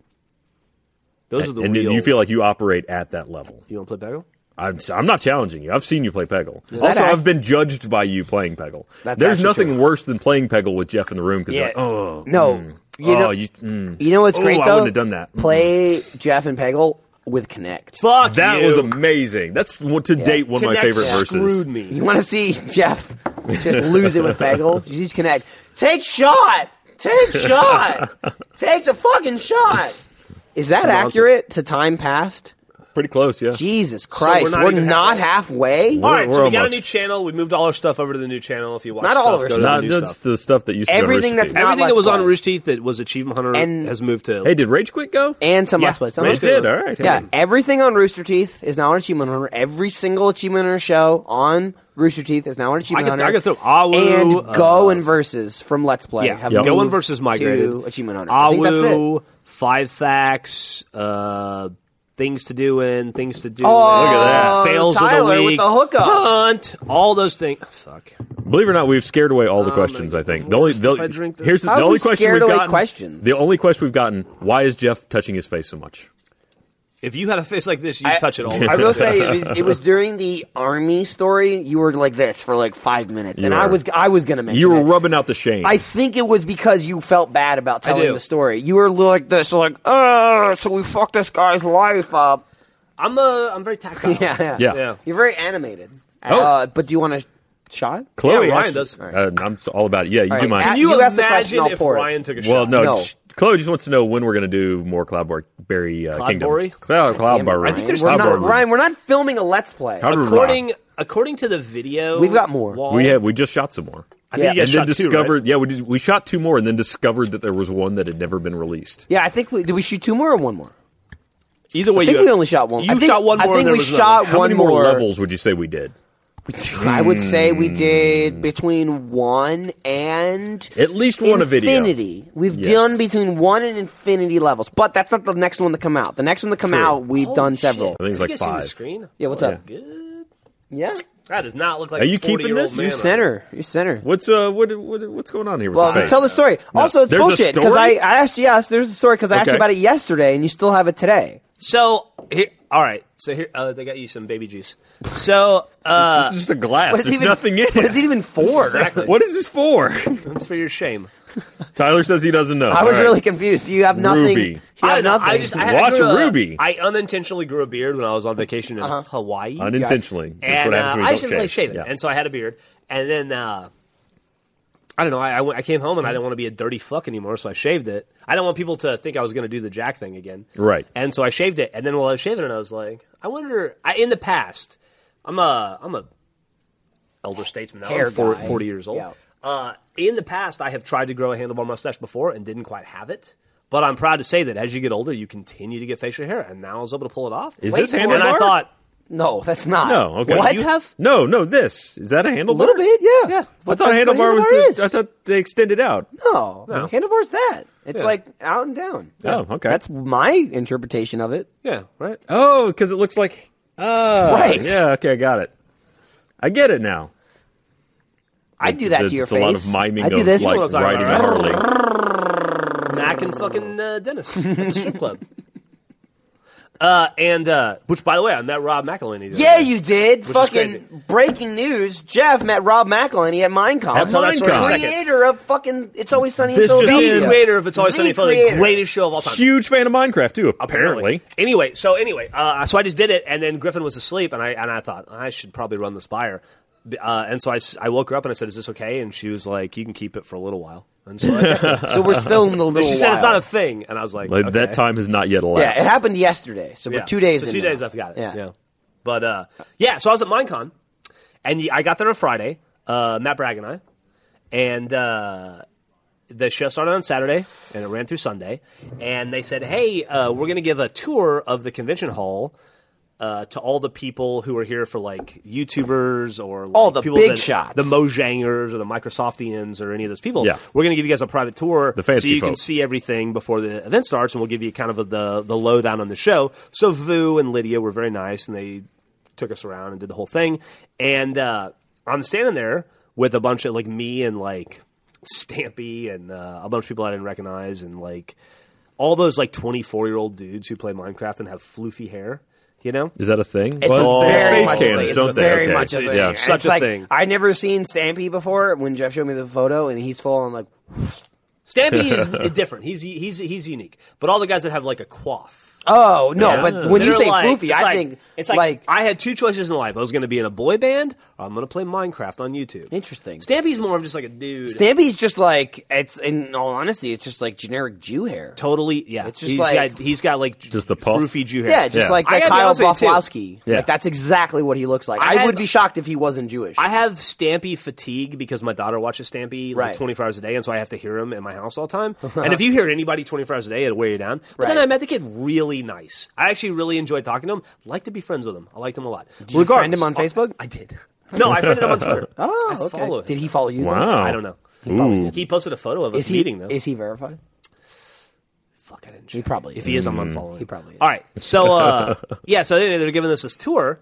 Speaker 3: those are the
Speaker 1: and
Speaker 3: real
Speaker 1: then you feel like you operate at that level.
Speaker 3: you want to play Peggle
Speaker 1: I'm, I'm not challenging you. I've seen you play Peggle.
Speaker 2: Is that
Speaker 1: Also,
Speaker 2: act-
Speaker 1: I've been judged by you playing Peggle.
Speaker 2: That's
Speaker 1: There's
Speaker 2: actually
Speaker 1: nothing
Speaker 2: true.
Speaker 1: worse than playing Peggle with Jeff in the room because
Speaker 3: Yeah.
Speaker 1: like, oh
Speaker 2: No.
Speaker 1: mm,
Speaker 2: You
Speaker 1: oh,
Speaker 2: know-
Speaker 1: you, mm.
Speaker 2: You know what's
Speaker 1: Ooh,
Speaker 2: great
Speaker 1: I
Speaker 2: though?
Speaker 1: wouldn't have done that.
Speaker 2: Play Jeff and Peggle with Connect.
Speaker 3: fuck
Speaker 1: that
Speaker 3: you.
Speaker 1: was amazing. That's one- to date one of my
Speaker 3: Kinect
Speaker 1: favorite verses.
Speaker 3: screwed me
Speaker 2: You want to see Jeff just lose it with Peggle? Just Connect. Take shot. Take shot. Take the fucking shot. Is that
Speaker 3: Some nonsense.
Speaker 2: accurate to time past?
Speaker 1: Pretty close, yeah.
Speaker 2: Jesus Christ,
Speaker 3: not
Speaker 2: we're
Speaker 3: even
Speaker 2: not, halfway.
Speaker 3: All right,
Speaker 1: We're-
Speaker 3: so
Speaker 1: we're
Speaker 3: we got a
Speaker 1: almost.
Speaker 3: new channel. We moved all our stuff over to the new channel. If you watch
Speaker 2: Not
Speaker 3: stuff,
Speaker 2: all of our
Speaker 3: go to
Speaker 2: stuff.
Speaker 1: Not
Speaker 3: the new
Speaker 1: that's
Speaker 3: stuff.
Speaker 1: the stuff that used to be on
Speaker 2: Everything
Speaker 1: Rooster
Speaker 2: that's
Speaker 1: Teeth.
Speaker 2: not-
Speaker 3: Everything that
Speaker 2: Let's
Speaker 3: was on
Speaker 2: Play.
Speaker 3: Rooster Teeth that was Achievement Hunter
Speaker 2: And-
Speaker 3: has moved to.
Speaker 1: Hey, did Rage Quit go?
Speaker 2: And some
Speaker 3: Yeah,
Speaker 2: Let's Plays. Some
Speaker 3: it
Speaker 2: Let's
Speaker 1: it
Speaker 2: Plays.
Speaker 1: did. All right.
Speaker 2: Yeah, everything on Rooster Teeth is now on Achievement Hunter. Every single Achievement Hunter show on Rooster Teeth is now on Achievement
Speaker 3: I could- I
Speaker 2: Hunter.
Speaker 3: could throw Awu,
Speaker 2: and Go
Speaker 3: uh,
Speaker 2: and Versus from Let's Play.
Speaker 3: yeah,
Speaker 2: have
Speaker 3: yep. Go and
Speaker 2: moved
Speaker 3: versus migrated.
Speaker 2: to Achievement Hunter. I think that's it.
Speaker 3: Awu, Five Facts, uh, Things to Do in, Things to Do.
Speaker 2: Oh,
Speaker 3: In,
Speaker 2: Look at that.
Speaker 3: Fails
Speaker 2: Tyler
Speaker 3: of the
Speaker 2: with
Speaker 3: week,
Speaker 2: the hookup.
Speaker 3: Hunt, all those things. Oh, Fuck.
Speaker 1: Believe it or not, we've scared away all the questions. I think the only the,
Speaker 5: if I drink this?
Speaker 1: here's the,
Speaker 2: How
Speaker 1: the
Speaker 2: have
Speaker 1: only
Speaker 2: we
Speaker 1: question
Speaker 2: scared
Speaker 1: we've
Speaker 2: away
Speaker 1: gotten.
Speaker 2: questions?
Speaker 1: The only question we've gotten: Why is Jeff touching his face so much?
Speaker 3: If you had a face like this, you
Speaker 2: I-
Speaker 3: would touch it all.
Speaker 2: I will say it was, it was during the army story. You were like this for like five minutes, and
Speaker 1: You
Speaker 2: I
Speaker 1: were.
Speaker 2: was I was gonna mention
Speaker 1: You were
Speaker 2: it.
Speaker 1: rubbing out the shame.
Speaker 2: I think it was because you felt bad about telling
Speaker 3: do.
Speaker 2: the story. You were like this, like, oh, so we fucked this guy's life up.
Speaker 3: I'm uh, I'm very tactile.
Speaker 2: Yeah, yeah.
Speaker 1: yeah.
Speaker 3: Yeah.
Speaker 2: You're very animated.
Speaker 1: Oh.
Speaker 2: Uh, but do you want a sh- shot?
Speaker 1: Chloe
Speaker 3: Yeah, Ryan
Speaker 1: actually-
Speaker 3: does.
Speaker 1: Uh, I'm s- all about it. Yeah, you
Speaker 2: right.
Speaker 1: do mine.
Speaker 2: Can
Speaker 3: Can you,
Speaker 2: You asked the
Speaker 3: imagine
Speaker 2: question, I'll
Speaker 3: if
Speaker 2: pour it.
Speaker 3: Ryan took a
Speaker 1: Well,
Speaker 3: shot?
Speaker 1: no.
Speaker 2: No.
Speaker 1: sh- Chloe just wants to know when we're going to do more Cloudberry uh, Kingdom.
Speaker 3: Cloudberry?
Speaker 1: Cloud,
Speaker 2: Damn it,
Speaker 1: Cloudberry.
Speaker 2: Ryan.
Speaker 3: I think there's
Speaker 2: we're
Speaker 3: two
Speaker 2: not,
Speaker 3: more.
Speaker 2: Ryan, we're not filming a Let's Play.
Speaker 1: How do-
Speaker 3: According according to the video,
Speaker 2: We've got more.
Speaker 3: wall-
Speaker 1: we have we just shot some more.
Speaker 3: I
Speaker 2: Yeah.
Speaker 3: think you
Speaker 1: and
Speaker 3: guys
Speaker 1: then
Speaker 3: shot two, right?
Speaker 1: discovered, yeah, we, did, we shot two more, and then discovered that there was one that had never been released.
Speaker 2: Yeah, I think we did. We shoot two more or one more.
Speaker 3: Either way,
Speaker 2: I think
Speaker 3: you,
Speaker 2: we only shot one.
Speaker 3: You
Speaker 2: I think,
Speaker 3: shot one more.
Speaker 2: I think
Speaker 3: and there
Speaker 2: we
Speaker 3: was another
Speaker 2: shot
Speaker 3: one.
Speaker 1: How
Speaker 2: one
Speaker 1: many more, levels would you say we did?
Speaker 2: I would say we did between one and
Speaker 1: At least one a video.
Speaker 2: Infinity. We've
Speaker 1: Yes.
Speaker 2: done between one and infinity levels, but that's not the next one to come out. The next one to come
Speaker 1: True.
Speaker 2: out, we've
Speaker 3: Holy
Speaker 2: done several.
Speaker 3: shit.
Speaker 1: I think it's
Speaker 3: Have
Speaker 1: like
Speaker 3: you guys seen
Speaker 1: five.
Speaker 3: the screen?
Speaker 2: Yeah, what's up?
Speaker 3: Good.
Speaker 2: Yeah,
Speaker 3: That does not look like.
Speaker 1: Are
Speaker 3: a
Speaker 1: you keeping
Speaker 3: 40-year-old
Speaker 1: this?
Speaker 3: man
Speaker 1: You
Speaker 3: on
Speaker 1: sent
Speaker 3: it.
Speaker 2: center. You're center.
Speaker 1: What's uh what, what what's going on here? With
Speaker 2: Well,
Speaker 1: the
Speaker 2: then
Speaker 1: face?
Speaker 2: tell the story.
Speaker 1: No.
Speaker 2: Also, it's
Speaker 1: There's a
Speaker 2: bullshit because I,
Speaker 1: story?
Speaker 2: I asked you. Yes, there's a story because I asked you
Speaker 1: Okay.
Speaker 2: about it yesterday, and you still have it today.
Speaker 3: So here, all right. So here, uh, they got you some baby juice. So uh,
Speaker 1: It's just a glass.
Speaker 2: What is
Speaker 1: There's
Speaker 2: even,
Speaker 1: nothing in
Speaker 2: What is it even for?
Speaker 3: exactly.
Speaker 1: What is this for?
Speaker 3: That's for your shame.
Speaker 1: Tyler says he doesn't know.
Speaker 2: I was
Speaker 1: All right.
Speaker 2: really confused. You have nothing.
Speaker 1: Ruby.
Speaker 2: You have
Speaker 3: I don't know,
Speaker 2: nothing.
Speaker 3: I just I had-
Speaker 1: Watch
Speaker 3: I grew a-
Speaker 1: Ruby.
Speaker 3: I unintentionally grew a beard when I was on vacation in
Speaker 2: Uh-huh.
Speaker 3: Hawaii.
Speaker 1: unintentionally. That's
Speaker 3: and
Speaker 1: what
Speaker 3: uh,
Speaker 1: happens when
Speaker 3: I
Speaker 1: you
Speaker 3: just
Speaker 1: don't
Speaker 3: didn't like
Speaker 1: shave.
Speaker 3: shaving,
Speaker 1: Yeah.
Speaker 3: and so I had a beard. And then uh, I don't know. I, I, went, I came home and
Speaker 1: Mm-hmm.
Speaker 3: I didn't want to be a dirty fuck anymore, so I shaved it. I don't want people to think I was going to do the Jack thing again,
Speaker 1: Right.
Speaker 3: And so I shaved it. And then while I was shaving it, I was like, I wonder. I, in the past, I'm a I'm a elder statesman. Now.
Speaker 2: Hair
Speaker 3: I'm four-
Speaker 2: guy.
Speaker 3: 40 years old.
Speaker 2: Yeah.
Speaker 3: Uh, in the past, I have tried to grow a handlebar mustache before and didn't quite have it. But I'm proud to say that as you get older, you continue to get facial hair, and now I was able to pull it off.
Speaker 1: Is
Speaker 2: Wait,
Speaker 1: this
Speaker 3: and
Speaker 1: handlebar?
Speaker 3: I thought,
Speaker 2: no, that's not.
Speaker 1: no. Okay.
Speaker 3: What?
Speaker 1: Do
Speaker 3: You have-
Speaker 1: No, no. This is that a handlebar?
Speaker 2: A little bit, yeah.
Speaker 3: Yeah.
Speaker 1: I
Speaker 2: But
Speaker 1: thought
Speaker 2: that's what
Speaker 1: handlebar was.
Speaker 2: handlebar is.
Speaker 1: The, I thought they extended out.
Speaker 2: No. Handlebar's that. It's like out and down.
Speaker 1: Oh, okay.
Speaker 2: That's my interpretation of it.
Speaker 3: yeah, right.
Speaker 1: Oh, because it looks like. Oh,
Speaker 2: Right.
Speaker 1: Yeah. Okay, I got it. I get it now.
Speaker 2: I do that
Speaker 1: There's
Speaker 2: to your
Speaker 1: it's
Speaker 2: face.
Speaker 1: a lot of miming
Speaker 2: I do
Speaker 1: of
Speaker 2: this.
Speaker 1: like
Speaker 3: That's what I'm talking
Speaker 1: riding a
Speaker 3: about,
Speaker 1: Harley.
Speaker 3: Mac and fucking uh, Dennis at the strip club. Uh, and uh, which, by the way, I met Rob McElhinney. the other
Speaker 2: yeah,
Speaker 3: day.
Speaker 2: you did.
Speaker 3: Which is crazy.
Speaker 2: fucking breaking news. Jeff met Rob McElhenney at Minecon.
Speaker 1: At
Speaker 3: Tell that story in a
Speaker 1: Minecon.
Speaker 3: second.
Speaker 2: creator of fucking It's Always Sunny
Speaker 1: This
Speaker 2: in
Speaker 1: just
Speaker 3: The
Speaker 1: Yeah.
Speaker 2: Philadelphia.
Speaker 3: creator of It's Always Sunny in
Speaker 2: The
Speaker 3: Philadelphia,
Speaker 2: creator.
Speaker 3: greatest show of all time.
Speaker 1: Huge fan of Minecraft too. Apparently.
Speaker 3: Anyway, so anyway, uh, so I just did it, and then Griffin was asleep, and I and I thought I should probably run this by her. B- Uh, and so I, s- I woke her up and I said, "Is this okay?" And she was like, "You can keep it for a little while." And so I kept it.
Speaker 2: So we're still in the little
Speaker 3: she said, "It's
Speaker 2: while.
Speaker 3: not a thing," and I was like,
Speaker 1: Like,
Speaker 3: okay.
Speaker 1: That time has not yet elapsed.
Speaker 2: Yeah, it happened yesterday. So we're
Speaker 3: Yeah.
Speaker 2: two days
Speaker 3: So
Speaker 2: in
Speaker 3: two
Speaker 2: now.
Speaker 3: days. I've got it. Yeah.
Speaker 2: Yeah.
Speaker 3: But uh, yeah, so I was at Minecon, and y- I got there on Friday. Uh, Matt Bragg and I, and uh, the show started on Saturday and it ran through Sunday. And they said, "Hey, uh, we're going to give a tour of the convention hall." Uh, to all the people who are here for like YouTubers or like,
Speaker 2: All the
Speaker 3: people
Speaker 2: big
Speaker 3: that-
Speaker 2: shots.
Speaker 3: the Mojangers or the Microsoftians or any of those people,
Speaker 1: Yeah.
Speaker 3: we're going to give you guys a private tour
Speaker 1: The fancy
Speaker 3: so you can
Speaker 1: folk.
Speaker 3: see everything before the event starts, and we'll give you kind of a, the the lowdown on the show. So Vu and Lydia were very nice, and they took us around and did the whole thing. And uh, I'm standing there with a bunch of like me and like Stampy and uh, a bunch of people I didn't recognize, and like all those like 24 year old dudes who play Minecraft and have floofy hair, you know.
Speaker 1: Is that a thing?
Speaker 2: It's
Speaker 1: Well, they have
Speaker 2: very
Speaker 1: face
Speaker 2: much
Speaker 1: cams,
Speaker 2: a thing.
Speaker 1: don't
Speaker 2: it's
Speaker 1: they?
Speaker 2: very
Speaker 1: Okay.
Speaker 2: much a thing.
Speaker 1: Yeah.
Speaker 2: And
Speaker 3: Such
Speaker 2: it's
Speaker 3: a
Speaker 2: like,
Speaker 3: thing.
Speaker 2: I'd never seen Stampy before when Jeff showed me the photo, and he's full on like,
Speaker 3: Stampy is different. He's he's he's unique. But all the guys that have like a quaff
Speaker 2: Oh no!
Speaker 3: Yeah.
Speaker 2: But when you
Speaker 3: They're
Speaker 2: say
Speaker 3: like-
Speaker 2: foofy,
Speaker 3: it's
Speaker 2: I
Speaker 3: like-
Speaker 2: think
Speaker 3: it's like, I had two choices in life. I was going to be in a boy band, or I'm going to play Minecraft on YouTube.
Speaker 2: Interesting.
Speaker 3: Stampy's more of just like a dude.
Speaker 2: Stampy's just like it's. In all honesty, it's just like generic Jew hair.
Speaker 3: totally, yeah.
Speaker 2: It's just
Speaker 3: He's
Speaker 2: like-
Speaker 3: got- he's got like
Speaker 1: Just the puff.
Speaker 3: roofy Jew hair.
Speaker 2: Yeah, just
Speaker 1: Yeah.
Speaker 2: like that
Speaker 3: I gotta be
Speaker 2: Kyle
Speaker 3: honest with you,
Speaker 2: Bufflowski.
Speaker 3: too.
Speaker 1: Yeah.
Speaker 2: Like that's exactly what he looks like.
Speaker 3: I
Speaker 2: I,
Speaker 3: had-
Speaker 2: would be shocked if he wasn't Jewish.
Speaker 3: I have Stampy fatigue because my daughter watches Stampy like
Speaker 2: Right.
Speaker 3: 24 hours a day, and so I have to hear him in my house all the time. and if you hear anybody 24 hours a day, it'll wear you down. But then
Speaker 2: Right.
Speaker 3: I met the kid really nice. I actually really enjoyed talking to him. Like to be friends with him. I liked him a lot. Did
Speaker 2: you friend him on Facebook?
Speaker 3: I did. No, I friended him on Twitter.
Speaker 2: oh,
Speaker 3: I
Speaker 2: okay.
Speaker 3: follow him.
Speaker 2: Did he follow you?
Speaker 1: Wow.
Speaker 3: I don't know.
Speaker 1: Oh. Ooh.
Speaker 3: He posted a photo of us
Speaker 2: Is he
Speaker 3: meeting though.
Speaker 2: is he verified?
Speaker 3: Fuck, I didn't.
Speaker 2: He
Speaker 3: check.
Speaker 2: probably
Speaker 3: If
Speaker 2: is.
Speaker 3: he is, I'm unfollowing.
Speaker 2: He probably is.
Speaker 3: All right. So uh, yeah. So anyway, they're giving us this tour,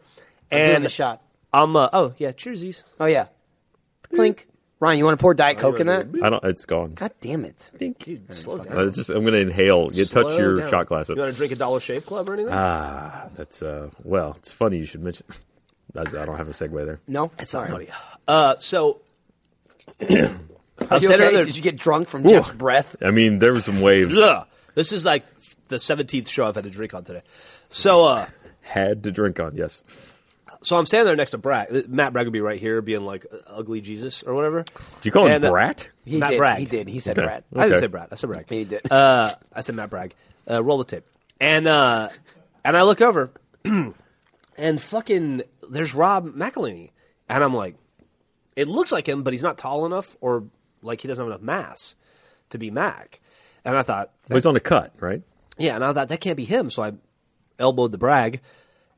Speaker 3: and
Speaker 2: Give him a shot.
Speaker 3: I'm. Uh, oh yeah. Cheersies.
Speaker 2: Oh yeah. Clink. Ryan, you want to pour
Speaker 3: Oh,
Speaker 2: Diet Coke in that?
Speaker 1: I don't. It's gone.
Speaker 2: God damn it.
Speaker 3: Dude, slow down.
Speaker 1: Uh, it's just, I'm gonna inhale. You touch
Speaker 3: Slow
Speaker 1: your
Speaker 3: down.
Speaker 1: shot glass.
Speaker 3: You want to drink a Dollar Shave Club or anything?
Speaker 1: Ah, that's uh. Well, it's funny you should mention. That's, I don't have a segue there.
Speaker 2: No, it's not
Speaker 3: Sorry. Uh, so I've
Speaker 2: You
Speaker 3: said
Speaker 2: okay?
Speaker 3: earlier-
Speaker 2: Did you get drunk from Jeff's breath?
Speaker 1: I mean, there were some waves.
Speaker 3: Ugh. this is like the seventeenth show I've had to drink on today. So, uh,
Speaker 1: Had to drink on. Yes.
Speaker 3: so I'm standing there next to Brad, Matt Bragg would be right here, being like ugly Jesus or whatever.
Speaker 1: Did you call him
Speaker 3: And, uh,
Speaker 1: brat?
Speaker 2: He
Speaker 3: Matt
Speaker 2: did.
Speaker 3: Bragg.
Speaker 2: He did. He said
Speaker 1: Okay.
Speaker 2: Brad.
Speaker 3: I didn't
Speaker 1: Okay.
Speaker 3: say Brad. I said Bragg.
Speaker 2: He did.
Speaker 3: Uh, I said Matt Bragg. Uh, roll the tape. And uh, and I look over, and fucking there's Rob McElhaney, and I'm like, it looks like him, but he's not tall enough, or like he doesn't have enough mass to be Mac. And I thought,
Speaker 1: Well, he's on the cut, right?
Speaker 3: yeah, and I thought that can't be him. So I elbowed the brag,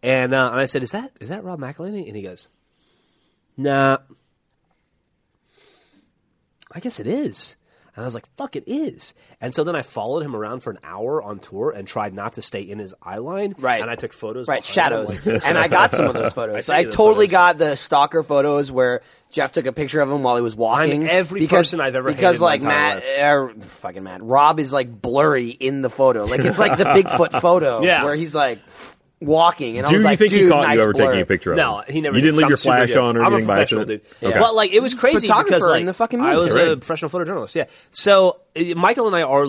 Speaker 3: and uh, and I said, "Is that is that Rob McElhenney?" And he goes, "Nah, I guess it is." And I was like, "Fuck, it is." And so then I followed him around for an hour on tour and tried not to stay in his eye line.
Speaker 2: Right.
Speaker 3: And I took photos.
Speaker 2: Right,
Speaker 3: behind him,
Speaker 2: shadows.
Speaker 3: like-
Speaker 2: and I got some of those
Speaker 3: I
Speaker 2: photos.
Speaker 3: sent
Speaker 2: I,
Speaker 3: you those
Speaker 2: totally
Speaker 3: photos.
Speaker 2: got the stalker photos where Jeff took a picture of him while he was walking.
Speaker 3: I'm every
Speaker 2: because,
Speaker 3: person I've ever hated
Speaker 2: because
Speaker 3: in my
Speaker 2: like
Speaker 3: entire
Speaker 2: Matt, er, fucking Matt, Rob is like blurry in the photo. Like it's like the Bigfoot photo
Speaker 3: Yeah.
Speaker 2: where he's like walking. And I
Speaker 1: Do
Speaker 2: was
Speaker 1: you
Speaker 2: like,
Speaker 1: think
Speaker 2: dude,
Speaker 1: he caught
Speaker 2: nice
Speaker 1: you ever
Speaker 2: blur.
Speaker 1: taking a picture of
Speaker 3: No,
Speaker 1: him?
Speaker 3: he never.
Speaker 1: You
Speaker 3: did.
Speaker 1: didn't leave your
Speaker 3: 'cause I'm super
Speaker 1: flash
Speaker 3: good.
Speaker 1: on or
Speaker 3: I'm
Speaker 1: anything
Speaker 3: a
Speaker 1: by
Speaker 3: professional,
Speaker 1: accident.
Speaker 3: Dude.
Speaker 1: Okay.
Speaker 3: But like, it was crazy
Speaker 2: Photographer
Speaker 3: because like
Speaker 2: in the fucking
Speaker 3: I
Speaker 2: media.
Speaker 3: was a
Speaker 1: Right.
Speaker 3: professional photojournalist. Yeah. So uh, Michael and I are.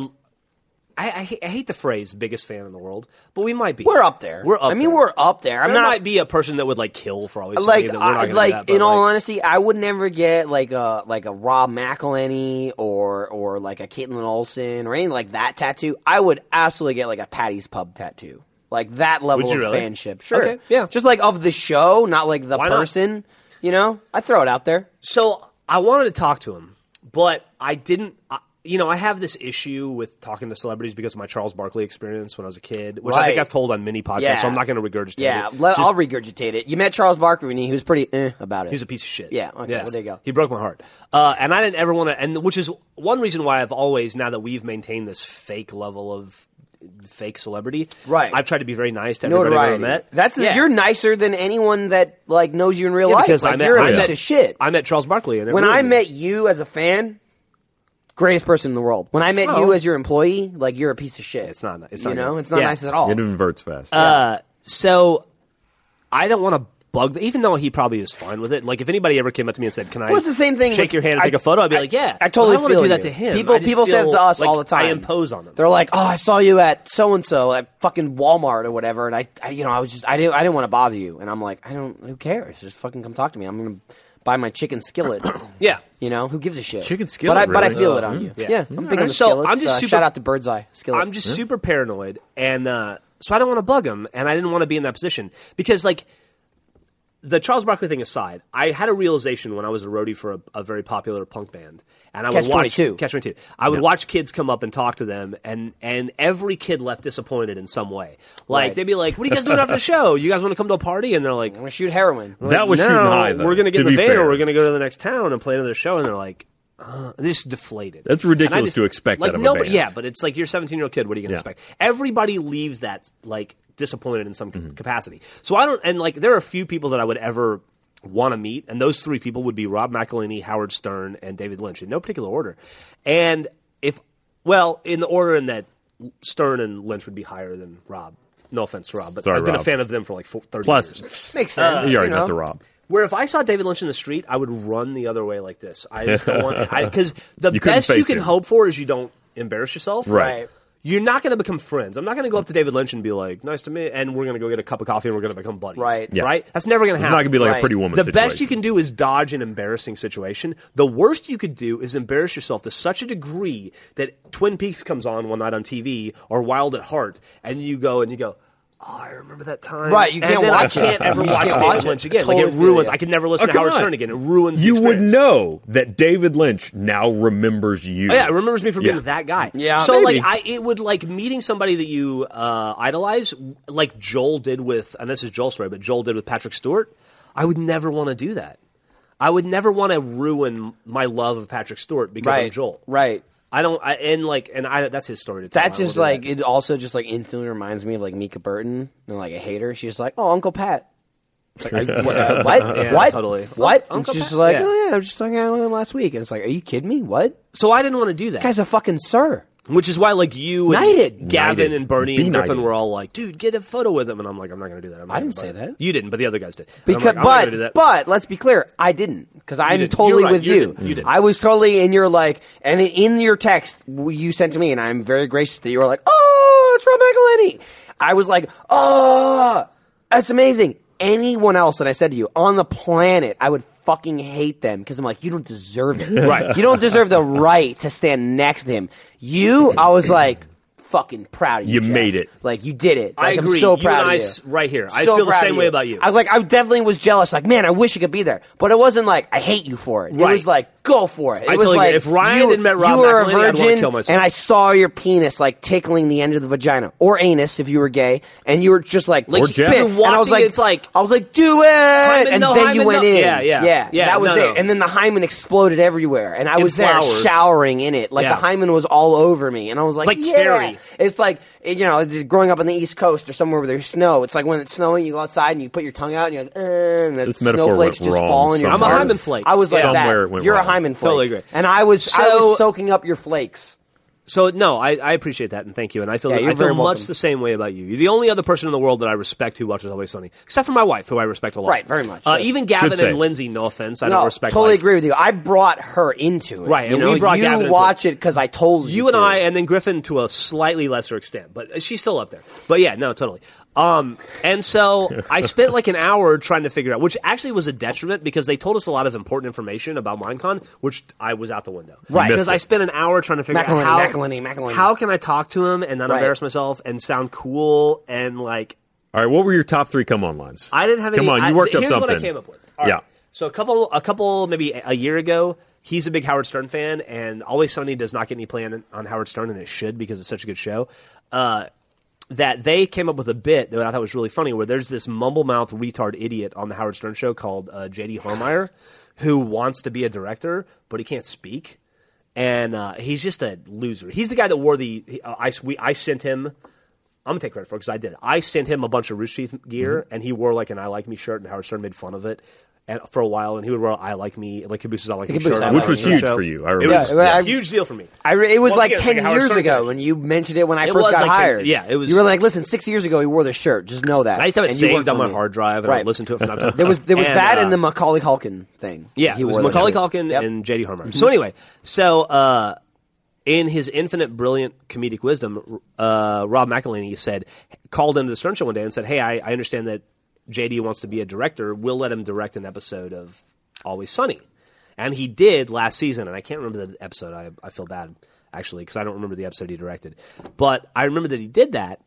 Speaker 3: I, I, hate- I hate the phrase "biggest fan in the world," but we might be.
Speaker 2: We're up there.
Speaker 3: We're up.
Speaker 2: I mean,
Speaker 3: there.
Speaker 2: we're up there. I'm
Speaker 3: There
Speaker 2: not-
Speaker 3: might be a person that would like kill for always.
Speaker 2: like,
Speaker 3: saying that. We're not
Speaker 2: I,
Speaker 3: gonna do
Speaker 2: like
Speaker 3: that, but,
Speaker 2: in all
Speaker 3: like,
Speaker 2: honesty, I would never get like a like a Rob McElhenney or or like a Caitlin Olsen or anything like that tattoo. I would absolutely get like a Patty's Pub tattoo, like that level
Speaker 3: Would
Speaker 2: of
Speaker 3: you really?
Speaker 2: fanship. Sure,
Speaker 3: Okay, yeah.
Speaker 2: just like of the show, not like the
Speaker 3: Why not?
Speaker 2: person. You know, I throw it out there.
Speaker 3: So I wanted to talk to him, but I didn't. I, you know, I have this issue with talking to celebrities because of my Charles Barkley experience when I was a kid, which I think
Speaker 2: Right.
Speaker 3: I've told on many podcasts.
Speaker 2: Yeah.
Speaker 3: So I'm not going to regurgitate.
Speaker 2: Yeah,
Speaker 3: it.
Speaker 2: le-
Speaker 3: Just-
Speaker 2: I'll regurgitate it. You met Charles Barker and he was pretty eh, about it.
Speaker 3: He was a piece of shit.
Speaker 2: Yeah, okay, well, there you go.
Speaker 3: He broke my heart, uh, and I didn't ever want to. And which is one reason why I've always, now that we've maintained this fake level of fake celebrity,
Speaker 2: Right.
Speaker 3: I've tried to be very nice to everybody I've
Speaker 2: notoriety.
Speaker 3: ever met.
Speaker 2: That's
Speaker 3: Yeah.
Speaker 2: you're nicer than anyone that like knows you in real
Speaker 3: Yeah,
Speaker 2: life.
Speaker 3: because
Speaker 2: Like,
Speaker 3: I met,
Speaker 2: you're a
Speaker 3: I
Speaker 2: piece
Speaker 3: met-
Speaker 2: of shit.
Speaker 3: I met Charles Barkley, and it
Speaker 2: when
Speaker 3: ruined
Speaker 2: I
Speaker 3: me.
Speaker 2: met you as a fan, greatest person in the world. When I met
Speaker 3: Oh.
Speaker 2: you as your employee, like you're a piece of shit.
Speaker 3: It's not- it's
Speaker 2: you
Speaker 3: not
Speaker 2: know,
Speaker 3: good.
Speaker 2: it's not
Speaker 3: Yeah.
Speaker 2: nice at all.
Speaker 1: It inverts
Speaker 3: uh,
Speaker 1: fast.
Speaker 3: so I don't want to bug. Even though he probably is fine with it. Like if anybody ever came up to me and said, "Can I?"
Speaker 2: Well, it's the same thing
Speaker 3: Shake
Speaker 2: with-
Speaker 3: your hand and
Speaker 2: I-
Speaker 3: take a photo. I'd be
Speaker 2: I-
Speaker 3: like, "Yeah."
Speaker 2: I totally
Speaker 3: but I don't wanna
Speaker 2: feel
Speaker 3: do that
Speaker 2: you.
Speaker 3: to him.
Speaker 2: People-
Speaker 3: I just
Speaker 2: people said
Speaker 3: feel
Speaker 2: to us
Speaker 3: like
Speaker 2: all the time,
Speaker 3: I impose on them.
Speaker 2: They're like, "Oh, I saw you at so and so at fucking Walmart or whatever," and I, I, you know, I was just, I didn't, I didn't want to bother you, and I'm like, I don't, who cares? Just fucking come talk to me. I'm gonna buy my chicken skillet.
Speaker 3: Yeah.
Speaker 2: You know, who gives a shit?
Speaker 1: Chicken
Speaker 2: But I,
Speaker 1: skillet,
Speaker 2: but I
Speaker 1: really?
Speaker 2: feel
Speaker 1: Uh,
Speaker 2: it on you.
Speaker 3: yeah.
Speaker 2: Yeah,
Speaker 3: Mm.
Speaker 2: I'm big on the
Speaker 3: So,
Speaker 2: skillets.
Speaker 3: I'm just
Speaker 2: Uh,
Speaker 3: super-
Speaker 2: shout out to Bird's Eye skillet.
Speaker 3: I'm just super paranoid, and uh, so I don't want to bug him, and I didn't want to be in that position because, like, the Charles Barkley thing aside, I had a realization when I was a roadie for a, a very popular punk band, and I
Speaker 2: Catch
Speaker 3: would watch
Speaker 2: 22.
Speaker 3: Catch 22. I would watch kids come up and talk to them, and and every kid left disappointed in some way. Like
Speaker 2: Right.
Speaker 3: they'd be like, "What are you guys doing after the show? You guys want to come to a party?" And they're like,
Speaker 2: I'm gonna shoot heroin.
Speaker 1: that was
Speaker 3: no,
Speaker 1: shooting high. Though,
Speaker 3: We're gonna get
Speaker 1: to
Speaker 3: in the
Speaker 1: be
Speaker 3: van,
Speaker 1: fair.
Speaker 3: or we're gonna go to the next town and play another show, and they're like, uh, they're just deflated.
Speaker 1: That's
Speaker 3: And I
Speaker 1: ridiculous
Speaker 3: just-
Speaker 1: to expect
Speaker 3: like,
Speaker 1: that of a
Speaker 3: nobody-
Speaker 1: band.
Speaker 3: Yeah, but it's like you're a 17 year old kid. What are you gonna
Speaker 1: Yeah.
Speaker 3: expect? Everybody leaves that like disappointed in some
Speaker 1: Mm-hmm.
Speaker 3: capacity. So I don't, and like there are a few people that I would ever want to meet, and those three people would be Rob McElhenney, Howard Stern, and David Lynch in no particular order. And if well, in the order in that Stern and Lynch would be higher than Rob. No offense, to Rob, but
Speaker 1: Sorry,
Speaker 3: I've been a
Speaker 1: Rob.
Speaker 3: fan of them for like four, 30 years.
Speaker 1: Plus,
Speaker 2: Makes sense.
Speaker 1: you
Speaker 2: you
Speaker 1: already
Speaker 2: know?
Speaker 1: met the Rob.
Speaker 3: Where if I saw David Lynch in the street, I would run the other way like this. I just don't want because the
Speaker 1: You couldn't
Speaker 3: best you
Speaker 1: face
Speaker 3: can
Speaker 1: him.
Speaker 3: hope for is you don't embarrass yourself.
Speaker 1: Right.
Speaker 3: You're not going to become friends. I'm not going to go up to David Lynch and be like, "Nice to meet," and we're going to go get a cup of coffee and we're going to become buddies.
Speaker 2: Right.
Speaker 1: Yeah.
Speaker 3: Right. That's never going to
Speaker 1: It's not
Speaker 3: happen.
Speaker 1: gonna be like
Speaker 2: Right.
Speaker 1: a pretty woman.
Speaker 3: The
Speaker 1: situation.
Speaker 3: best you can do is dodge an embarrassing situation. The worst you could do is embarrass yourself to such a degree that Twin Peaks comes on one night on TV or Wild at Heart, and you go and you go. Oh, I remember that time.
Speaker 2: Right, you
Speaker 3: And
Speaker 2: can't
Speaker 3: then
Speaker 2: watch it.
Speaker 3: I can't ever
Speaker 2: You just
Speaker 3: watch
Speaker 2: can't
Speaker 3: David
Speaker 2: watch it.
Speaker 3: Lynch again.
Speaker 2: Totally
Speaker 3: like it
Speaker 2: feel
Speaker 3: ruins.
Speaker 2: you.
Speaker 3: I can never
Speaker 1: Oh,
Speaker 3: listen to
Speaker 1: come
Speaker 3: Howard
Speaker 1: on.
Speaker 3: Stern again. It ruins. the
Speaker 1: You would
Speaker 3: experience.
Speaker 1: know that David Lynch now remembers you.
Speaker 3: Oh, yeah, it remembers me for being
Speaker 1: Yeah.
Speaker 3: that guy.
Speaker 2: Yeah.
Speaker 3: So
Speaker 1: Maybe.
Speaker 3: like, I it would like meeting somebody that you uh, idolize, like Joel did with, and this is Joel's story, but Joel did with Patrick Stewart. I would never want to do that. I would never want to ruin my love of Patrick Stewart because I'm
Speaker 2: right,
Speaker 3: Joel.
Speaker 2: right.
Speaker 3: I don't. I, and like, and I that's his story to tell.
Speaker 2: That
Speaker 3: I won't
Speaker 2: just
Speaker 3: do
Speaker 2: like
Speaker 3: that.
Speaker 2: it also just like instantly reminds me of like Mika Burton and like a hater. She's just like, oh, Uncle Pat. It's Like, are you, what? uh, what?
Speaker 3: Yeah,
Speaker 2: what?
Speaker 3: totally.
Speaker 2: What?
Speaker 3: Un-
Speaker 2: and
Speaker 3: Uncle
Speaker 2: she's just
Speaker 3: Pat?
Speaker 2: like,
Speaker 3: Yeah.
Speaker 2: oh yeah, I was just hanging out with him last week, and it's like, are you kidding me? What?
Speaker 3: So I didn't want to do that.
Speaker 2: guy's a fucking sir.
Speaker 3: Which is why, like you, and
Speaker 2: Knighted.
Speaker 3: Gavin,
Speaker 1: Knighted.
Speaker 3: and Bernie,
Speaker 1: Be
Speaker 3: and Griffin
Speaker 1: knighted.
Speaker 3: were all like, "Dude, get a photo with him." And I'm like, "I'm not going to do that." I'm not
Speaker 2: I didn't
Speaker 3: gonna
Speaker 2: say
Speaker 3: bother."
Speaker 2: that.
Speaker 3: You didn't, but the other guys did. And I'm
Speaker 2: Because,
Speaker 3: like, I'm not gonna do
Speaker 2: but,
Speaker 3: that.
Speaker 2: but let's be clear, I didn't because I'm
Speaker 3: didn't.
Speaker 2: totally
Speaker 3: You're right.
Speaker 2: with
Speaker 3: You
Speaker 2: you.
Speaker 3: didn't. You didn't.
Speaker 2: I was totally, and you're like, and in your text w- you sent to me, and I'm very gracious that you were like, oh, it's Rob McElhenney. I was like, oh, that's amazing. Anyone else that I said to you on the planet, I would fucking hate them because I'm like, you don't deserve it.
Speaker 3: Right.
Speaker 2: You don't deserve the right to stand next to him. You, I was like. Fucking proud of you.
Speaker 1: You
Speaker 2: Jeff.
Speaker 1: made it.
Speaker 2: Like you did it.
Speaker 3: I
Speaker 2: Like,
Speaker 3: agree.
Speaker 2: I'm so
Speaker 3: You
Speaker 2: proud
Speaker 3: and
Speaker 2: of
Speaker 3: I
Speaker 2: you.
Speaker 3: s- right here. I
Speaker 2: So
Speaker 3: feel the
Speaker 2: proud
Speaker 3: same
Speaker 2: of
Speaker 3: way about you.
Speaker 2: I like I definitely was jealous. Like, man, I wish I could be there, but it wasn't like I hate you for it.
Speaker 3: Right.
Speaker 2: It was like go for it. It
Speaker 3: I
Speaker 2: was
Speaker 3: tell you,
Speaker 2: like
Speaker 3: if Ryan had met Rob
Speaker 2: you were a
Speaker 3: McElhenney, I'd wanna
Speaker 2: virgin,
Speaker 3: kill myself.
Speaker 2: and I saw your penis like tickling the end of the vagina or anus if you were gay, and you were just like,
Speaker 3: Like,
Speaker 1: Or
Speaker 2: biff.
Speaker 1: Jeff.
Speaker 2: And I was
Speaker 3: watching,
Speaker 2: like,
Speaker 3: it's like,
Speaker 2: I was like, do it, and
Speaker 3: no,
Speaker 2: then you
Speaker 3: hymen,
Speaker 2: went
Speaker 3: no.
Speaker 2: in.
Speaker 3: Yeah, yeah.
Speaker 2: yeah,
Speaker 3: Yeah,
Speaker 2: That was
Speaker 3: no,
Speaker 2: it.
Speaker 3: no.
Speaker 2: And then the hymen exploded everywhere, and I
Speaker 3: And
Speaker 2: was there
Speaker 3: flowers.
Speaker 2: showering in it. Like
Speaker 3: Yeah.
Speaker 2: the hymen was all over me, and I was like,
Speaker 3: like
Speaker 2: yeah.
Speaker 3: cherry.
Speaker 2: It's like you know, just growing up on the East Coast or somewhere where there's snow. It's like when it's snowing, you go outside and you put your tongue out, and you're like, eh, and the
Speaker 1: This metaphor
Speaker 2: snowflakes
Speaker 1: went
Speaker 2: just
Speaker 1: wrong
Speaker 2: fall in your.
Speaker 1: somewhere.
Speaker 3: I'm a
Speaker 2: tongue.
Speaker 3: hymen flake.
Speaker 2: I was like
Speaker 1: Somewhere
Speaker 2: that.
Speaker 1: it went
Speaker 2: you're
Speaker 1: wrong.
Speaker 2: a hymen flake.
Speaker 3: Totally agree.
Speaker 2: And I was I
Speaker 3: So-
Speaker 2: was soaking up your flakes.
Speaker 3: So no, I, I appreciate that and thank you, and I feel
Speaker 2: Yeah,
Speaker 3: I
Speaker 2: you're
Speaker 3: feel
Speaker 2: very
Speaker 3: much
Speaker 2: welcome.
Speaker 3: the same way about you. You're the only other person in the world that I respect who watches Always Sunny, except for my wife, who I respect a lot.
Speaker 2: Right, very much,
Speaker 3: Uh,
Speaker 2: yes.
Speaker 3: Even Gavin
Speaker 1: Good save.
Speaker 3: and Lindsay, no offense, I
Speaker 2: no,
Speaker 3: don't respect.
Speaker 2: totally
Speaker 3: life.
Speaker 2: agree with you. I brought her into it.
Speaker 3: Right,
Speaker 2: you
Speaker 3: and
Speaker 2: know?
Speaker 3: we brought
Speaker 2: you
Speaker 3: Gavin into it.
Speaker 2: watch it because I told you.
Speaker 3: You and
Speaker 2: to.
Speaker 3: I, and then Griffin to a slightly lesser extent, but she's still up there. But yeah, no, totally. Um, and so I spent like an hour trying to figure out, which actually was a detriment because they told us a lot of important information about MineCon, which I was out the window. Right,
Speaker 1: missed
Speaker 3: because I
Speaker 1: it.
Speaker 3: spent an hour trying to figure
Speaker 2: McElhinney,
Speaker 3: out how
Speaker 2: McElhinney, McElhinney.
Speaker 3: how can I talk to him and not
Speaker 2: Right.
Speaker 3: embarrass myself and sound cool and like
Speaker 1: All right, what were your top three come on lines?
Speaker 3: I didn't have any.
Speaker 1: Come on,
Speaker 3: I-
Speaker 1: you worked up
Speaker 3: here's
Speaker 1: something.
Speaker 3: what I came up with. All
Speaker 1: yeah.
Speaker 3: right. So a couple, a couple, maybe a a year ago, he's a big Howard Stern fan, and Always Sunny does not get any play on, on Howard Stern, and it should because it's such a good show. Uh, that they came up with a bit that I thought was really funny, where there's this mumble mouth retard idiot on the Howard Stern show called uh, J.D. Hormeyer, who wants to be a director but he can't speak, and uh, he's just a loser. He's the guy that wore the he- uh, I we I sent him I'm gonna take credit for it because I did. it. I sent him a bunch of Rooster Teeth gear,
Speaker 2: Mm-hmm.
Speaker 3: and he wore like an "I Like Me" shirt, and Howard Stern made fun of it, and for a while, and he would wear "I Like Me" like Caboose's "I Like Me"
Speaker 2: Caboose's
Speaker 3: shirt,
Speaker 2: I
Speaker 3: on
Speaker 2: Like
Speaker 3: the
Speaker 2: Me.
Speaker 1: Which was huge
Speaker 3: show.
Speaker 1: for you, I
Speaker 3: It
Speaker 1: remember.
Speaker 3: was
Speaker 2: Yeah,
Speaker 3: a
Speaker 2: I-
Speaker 3: huge deal for me.
Speaker 2: I re- it was
Speaker 3: Once
Speaker 2: like
Speaker 3: again, it's
Speaker 2: ten
Speaker 3: a Howard
Speaker 2: years
Speaker 3: Stern
Speaker 2: ago
Speaker 3: connection.
Speaker 2: when you mentioned it when I
Speaker 3: It
Speaker 2: first
Speaker 3: was
Speaker 2: got
Speaker 3: like 10
Speaker 2: hired.
Speaker 3: yeah, it was-
Speaker 2: You were like, "Listen, six years ago he wore this shirt. Just know that."
Speaker 3: I used to have it
Speaker 2: And you
Speaker 3: saved
Speaker 2: worked
Speaker 3: on
Speaker 2: for
Speaker 3: my
Speaker 2: me.
Speaker 3: hard drive, and I
Speaker 2: right.
Speaker 3: would listen to it. From time to time.
Speaker 2: There was there was
Speaker 3: And,
Speaker 2: that
Speaker 3: uh,
Speaker 2: and the Macaulay Culkin thing.
Speaker 3: Yeah,
Speaker 2: He
Speaker 3: it was
Speaker 2: wore that
Speaker 3: Macaulay
Speaker 2: shirt.
Speaker 3: Culkin
Speaker 2: Yep. Mm-hmm.
Speaker 3: and J.D. Harmer. So anyway, so uh, in his infinite brilliant comedic wisdom, uh, Rob McElhenney said, called into the Stern Show one day and said, "Hey, I, I understand that J.D. wants to be a director. We'll let him direct an episode of Always Sunny," and he did last season. And I can't remember the episode. I, I feel bad actually because I don't remember the episode he directed, but I remember that he did that.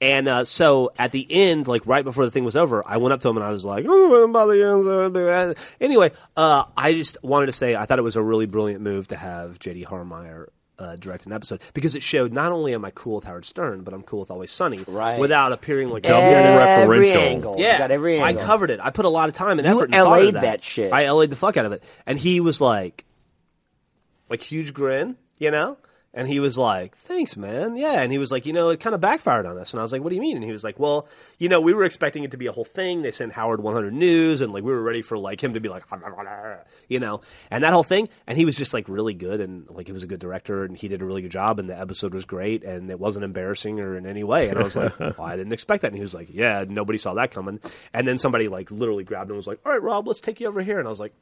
Speaker 3: And uh, so at the end, like right before the thing was over, I went up to him and I was like, "Oh, I'm about to get into it." anyway, uh, I just wanted to say I thought it was a really brilliant move to have JD Harmeyer uh, direct an episode because it showed not only am I cool with Howard Stern, but I'm cool with Always Sunny
Speaker 2: Right.
Speaker 3: without appearing like a
Speaker 1: Double
Speaker 3: weird-
Speaker 2: every
Speaker 1: referential.
Speaker 2: Angle. You got every angle.
Speaker 3: I covered it. I put a lot of time and
Speaker 2: You
Speaker 3: effort. and thought
Speaker 2: LA'd
Speaker 3: of that.
Speaker 2: that shit.
Speaker 3: I LA'd the fuck out of it, and he was like, like huge grin, you know. And he was like, "Thanks, man. Yeah." And he was like, "You know, it kind of backfired on us." And I was like, "What do you mean?" And he was like, "Well, you know, we were expecting it to be a whole thing. They sent Howard 100 News, and like we were ready for like him to be like, you know, and that whole thing." And he was just like really good, and like he was a good director, and he did a really good job, and the episode was great, and it wasn't embarrassing or in any way. And I was like, well, "I didn't expect that." And he was like, "Yeah, nobody saw that coming." And then somebody like literally grabbed him and was like, "All right, Rob, let's take you over here." And I was like,